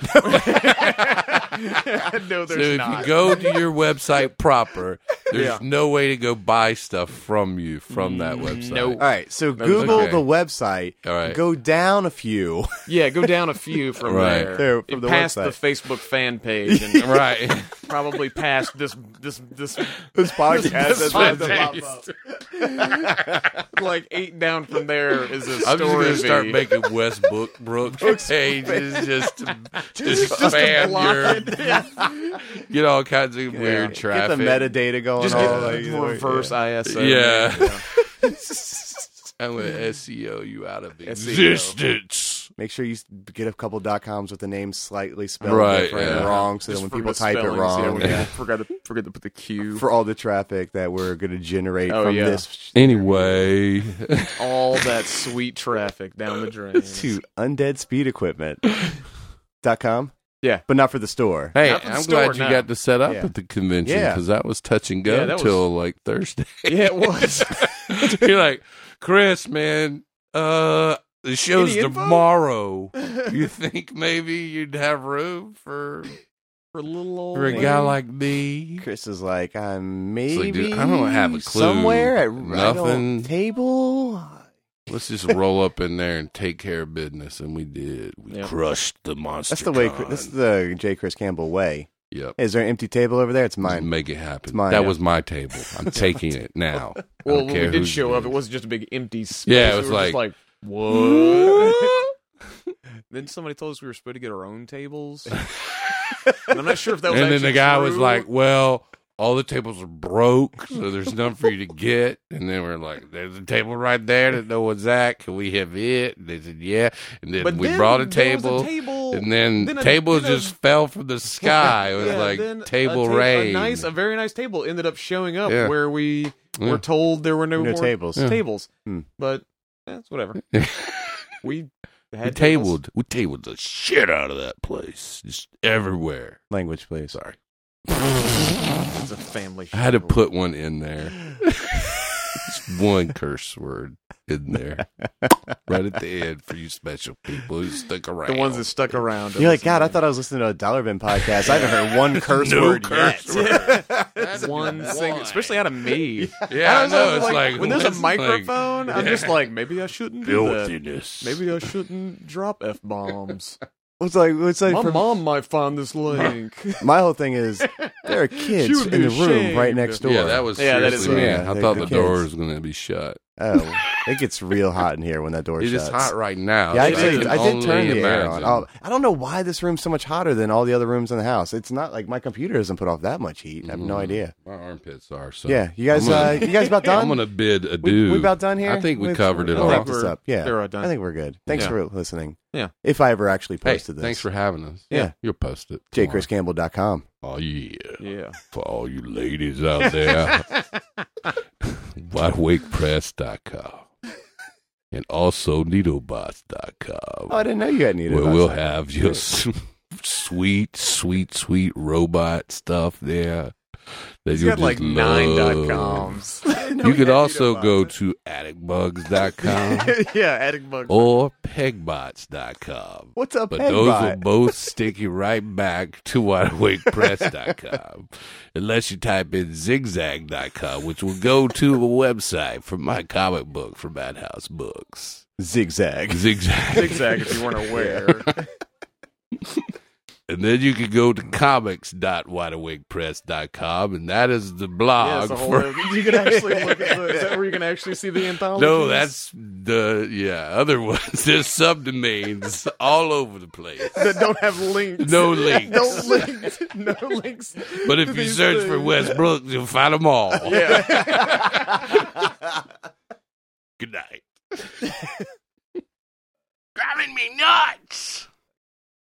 Speaker 3: no,
Speaker 2: So
Speaker 3: there's
Speaker 2: if
Speaker 3: not.
Speaker 2: you go to your website proper, there's
Speaker 3: Yeah. Mm,
Speaker 2: no way to go buy stuff from you from that website.
Speaker 3: no.
Speaker 1: All right, so Google
Speaker 2: okay.
Speaker 1: the website.
Speaker 2: All right.
Speaker 1: Go down a few.
Speaker 3: yeah, go down a few from
Speaker 2: Right.
Speaker 3: there.
Speaker 1: There, from the
Speaker 3: past
Speaker 1: website.
Speaker 3: the Facebook fan page and
Speaker 2: Right.
Speaker 3: probably past this this this
Speaker 1: this podcast is about to pop up.
Speaker 3: podcast. like eight down from there is a
Speaker 2: I'm just
Speaker 3: story.
Speaker 2: gonna start
Speaker 3: bee.
Speaker 2: making West Book Brooks pages just to just,
Speaker 3: Just to
Speaker 2: spam
Speaker 3: block
Speaker 2: your get all kinds of weird
Speaker 1: Get the
Speaker 2: traffic.
Speaker 1: metadata going
Speaker 3: Just
Speaker 1: on.
Speaker 3: get
Speaker 1: like,
Speaker 3: reverse ISO.
Speaker 2: yeah. I'm gonna SEO E you out of
Speaker 3: E
Speaker 2: existence.
Speaker 1: Make sure you s- get a couple dot coms with the name slightly spelled
Speaker 2: Right,
Speaker 1: different
Speaker 2: yeah.
Speaker 1: and wrong, so that
Speaker 3: Just
Speaker 1: when
Speaker 3: for
Speaker 1: people
Speaker 3: the
Speaker 1: type it
Speaker 3: spellings, Yeah,
Speaker 1: wrong,
Speaker 3: when
Speaker 1: yeah.
Speaker 3: people forgot to forget to put the Q.
Speaker 1: for all the traffic that we're going to generate
Speaker 3: Oh,
Speaker 1: from
Speaker 3: yeah.
Speaker 1: this sh-
Speaker 2: Anyway,
Speaker 3: all that sweet traffic down the drain.
Speaker 1: to undead speed equipment dot com.
Speaker 3: Yeah.
Speaker 1: but not for the store.
Speaker 2: hey,
Speaker 3: Not for the
Speaker 2: I'm
Speaker 3: store
Speaker 2: glad you
Speaker 3: now.
Speaker 2: got to set up
Speaker 1: Yeah.
Speaker 2: at the convention
Speaker 1: Yeah.
Speaker 2: because that was touch and go
Speaker 3: Yeah, that was-
Speaker 2: until like Thursday.
Speaker 3: Yeah, it was.
Speaker 2: You're like, Chris, man, uh, the show's
Speaker 3: Any info?
Speaker 2: tomorrow. You think maybe you'd have room for
Speaker 3: for little old
Speaker 2: for a guy like me?
Speaker 1: Chris is like, I'm
Speaker 2: It's
Speaker 1: maybe
Speaker 2: like, dude, I don't have a clue.
Speaker 1: Somewhere at I
Speaker 2: Nothing.
Speaker 1: don't- table.
Speaker 2: Let's just roll up in there and take care of business, and we did. We
Speaker 3: Yeah.
Speaker 2: crushed the monster.
Speaker 1: That's the way.
Speaker 2: Con.
Speaker 1: This is the J. Chris Campbell way.
Speaker 2: Yep.
Speaker 1: Is there an empty table over there? It's
Speaker 2: Just
Speaker 1: mine.
Speaker 2: Make it happen.
Speaker 1: It's mine,
Speaker 2: that
Speaker 1: yeah.
Speaker 2: was my table. I'm taking it now. I
Speaker 3: Well,
Speaker 2: don't
Speaker 3: when
Speaker 2: care
Speaker 3: we did
Speaker 2: who's
Speaker 3: show up, it
Speaker 2: doing
Speaker 3: wasn't just a big empty space.
Speaker 2: Yeah, it was
Speaker 3: we were just
Speaker 2: like-
Speaker 3: what? then somebody told us we were supposed to get our own tables. And I'm not sure if that was.
Speaker 2: And then the
Speaker 3: actually
Speaker 2: guy was
Speaker 3: true.
Speaker 2: like, "Well, all the tables are broke, so there's none for you to get." And then we're like, "There's a table right there that no one's at. Can we have it?" And they said, "Yeah." And then
Speaker 3: But
Speaker 2: we
Speaker 3: then
Speaker 2: brought a
Speaker 3: there was
Speaker 2: table.
Speaker 3: table,
Speaker 2: And then,
Speaker 3: then a-
Speaker 2: tables
Speaker 3: then a-
Speaker 2: just fell from the sky. It was
Speaker 3: Yeah,
Speaker 2: like
Speaker 3: then a
Speaker 2: table
Speaker 3: ta-
Speaker 2: rain.
Speaker 3: A nice, a very nice table ended up showing up
Speaker 2: Yeah.
Speaker 3: where we
Speaker 2: Yeah.
Speaker 3: were told there were no,
Speaker 1: No
Speaker 3: more
Speaker 1: tables. Yeah.
Speaker 3: Tables,
Speaker 1: Hmm.
Speaker 3: but that's whatever. we
Speaker 2: we
Speaker 3: had tables.
Speaker 2: tabled. We tabled the shit out of that place, just everywhere.
Speaker 1: Language, please.
Speaker 2: Sorry,
Speaker 3: It's a family.
Speaker 2: I had to
Speaker 3: show.
Speaker 2: put one in there. Just one curse word in there, right at the end for you special people who stick around.
Speaker 3: the ones that stuck around.
Speaker 1: You're like, God, I thought I was listening to a Dollar Bin podcast. I haven't heard one curse word yet.
Speaker 3: one single, especially out of me.
Speaker 2: Yeah, I know. It's like,
Speaker 3: when there's a
Speaker 2: it's like
Speaker 3: microphone, I'm just like, maybe I shouldn't do that.
Speaker 2: filthiness.
Speaker 3: Maybe I shouldn't drop f bombs.
Speaker 1: It's like, it's like
Speaker 3: My
Speaker 1: for-
Speaker 3: mom might find this link.
Speaker 1: my whole thing is there are
Speaker 3: She
Speaker 1: kids
Speaker 3: would
Speaker 1: in
Speaker 3: be
Speaker 1: the room right
Speaker 3: ashamed.
Speaker 1: next door.
Speaker 2: yeah, that was
Speaker 3: Yeah, that is
Speaker 2: seriously me.
Speaker 1: weird. Yeah,
Speaker 2: I
Speaker 1: the-
Speaker 2: thought
Speaker 1: the
Speaker 2: the, door
Speaker 1: kids.
Speaker 2: was going to be shut.
Speaker 1: Oh, it gets real hot in here when that door
Speaker 2: It's
Speaker 1: shuts.
Speaker 2: just hot right now.
Speaker 1: Yeah, I
Speaker 2: so
Speaker 1: actually,
Speaker 2: can
Speaker 1: I did
Speaker 2: only
Speaker 1: turn the air on.
Speaker 2: imagine.
Speaker 1: Oh, I don't know why this room's so much hotter than all the other rooms in the house. It's not like my computer doesn't put off that much heat. I have no
Speaker 2: Mm.
Speaker 1: idea.
Speaker 2: My armpits are so.
Speaker 1: Yeah, you guys,
Speaker 2: I'm
Speaker 1: uh,
Speaker 2: gonna-
Speaker 1: you guys about done?
Speaker 2: I'm going to bid adieu.
Speaker 1: we, we about done here.
Speaker 2: I think we
Speaker 1: Let's-
Speaker 2: covered it
Speaker 1: we'll
Speaker 2: all.
Speaker 1: Wrap this
Speaker 3: We're-
Speaker 1: up. Yeah,
Speaker 3: they're all done.
Speaker 1: I think we're good. Thanks
Speaker 3: Yeah.
Speaker 1: for listening.
Speaker 3: Yeah.
Speaker 1: if I ever actually
Speaker 2: Hey,
Speaker 1: posted this,
Speaker 2: thanks for having us.
Speaker 1: Yeah.
Speaker 2: you'll post it. tomorrow.
Speaker 1: jchriscampbell.com.
Speaker 2: Oh yeah.
Speaker 3: Yeah.
Speaker 2: for all you ladies out there. WideAwakePress.com and also
Speaker 1: Oh, I
Speaker 2: NeedleBots.com,
Speaker 1: didn't know you had needed.
Speaker 2: where we'll have your s- sweet, sweet, sweet robot stuff there. that
Speaker 3: He's
Speaker 2: you
Speaker 3: got like
Speaker 2: just
Speaker 3: nine dot
Speaker 2: love.
Speaker 3: coms.
Speaker 2: you could also go to atticbugs.com
Speaker 3: yeah, attic bug.
Speaker 2: or pegbots.com.
Speaker 1: What's up,
Speaker 2: But those will both stick you right back to wideawakepress.com. Unless you type in zigzag.com, which will go to a website for my comic book for Madhouse Books.
Speaker 1: Zigzag.
Speaker 2: Zigzag.
Speaker 3: Zigzag, if you weren't aware.
Speaker 2: And then you can go to comics.wideawakepress.com, and that is the
Speaker 3: yeah,
Speaker 2: blog
Speaker 3: it's a whole
Speaker 2: for
Speaker 3: other- you can actually look at the. Is that where you can actually see the anthology?
Speaker 2: No, that's the yeah. Other ones, there's subdomains all over the place.
Speaker 3: that don't have links.
Speaker 2: No links.
Speaker 3: No links. No links.
Speaker 2: but
Speaker 3: to
Speaker 2: if you
Speaker 3: these
Speaker 2: search for
Speaker 3: things.
Speaker 2: Westbrook, you'll find them all.
Speaker 3: yeah.
Speaker 2: Good night. Grabbing me nuts.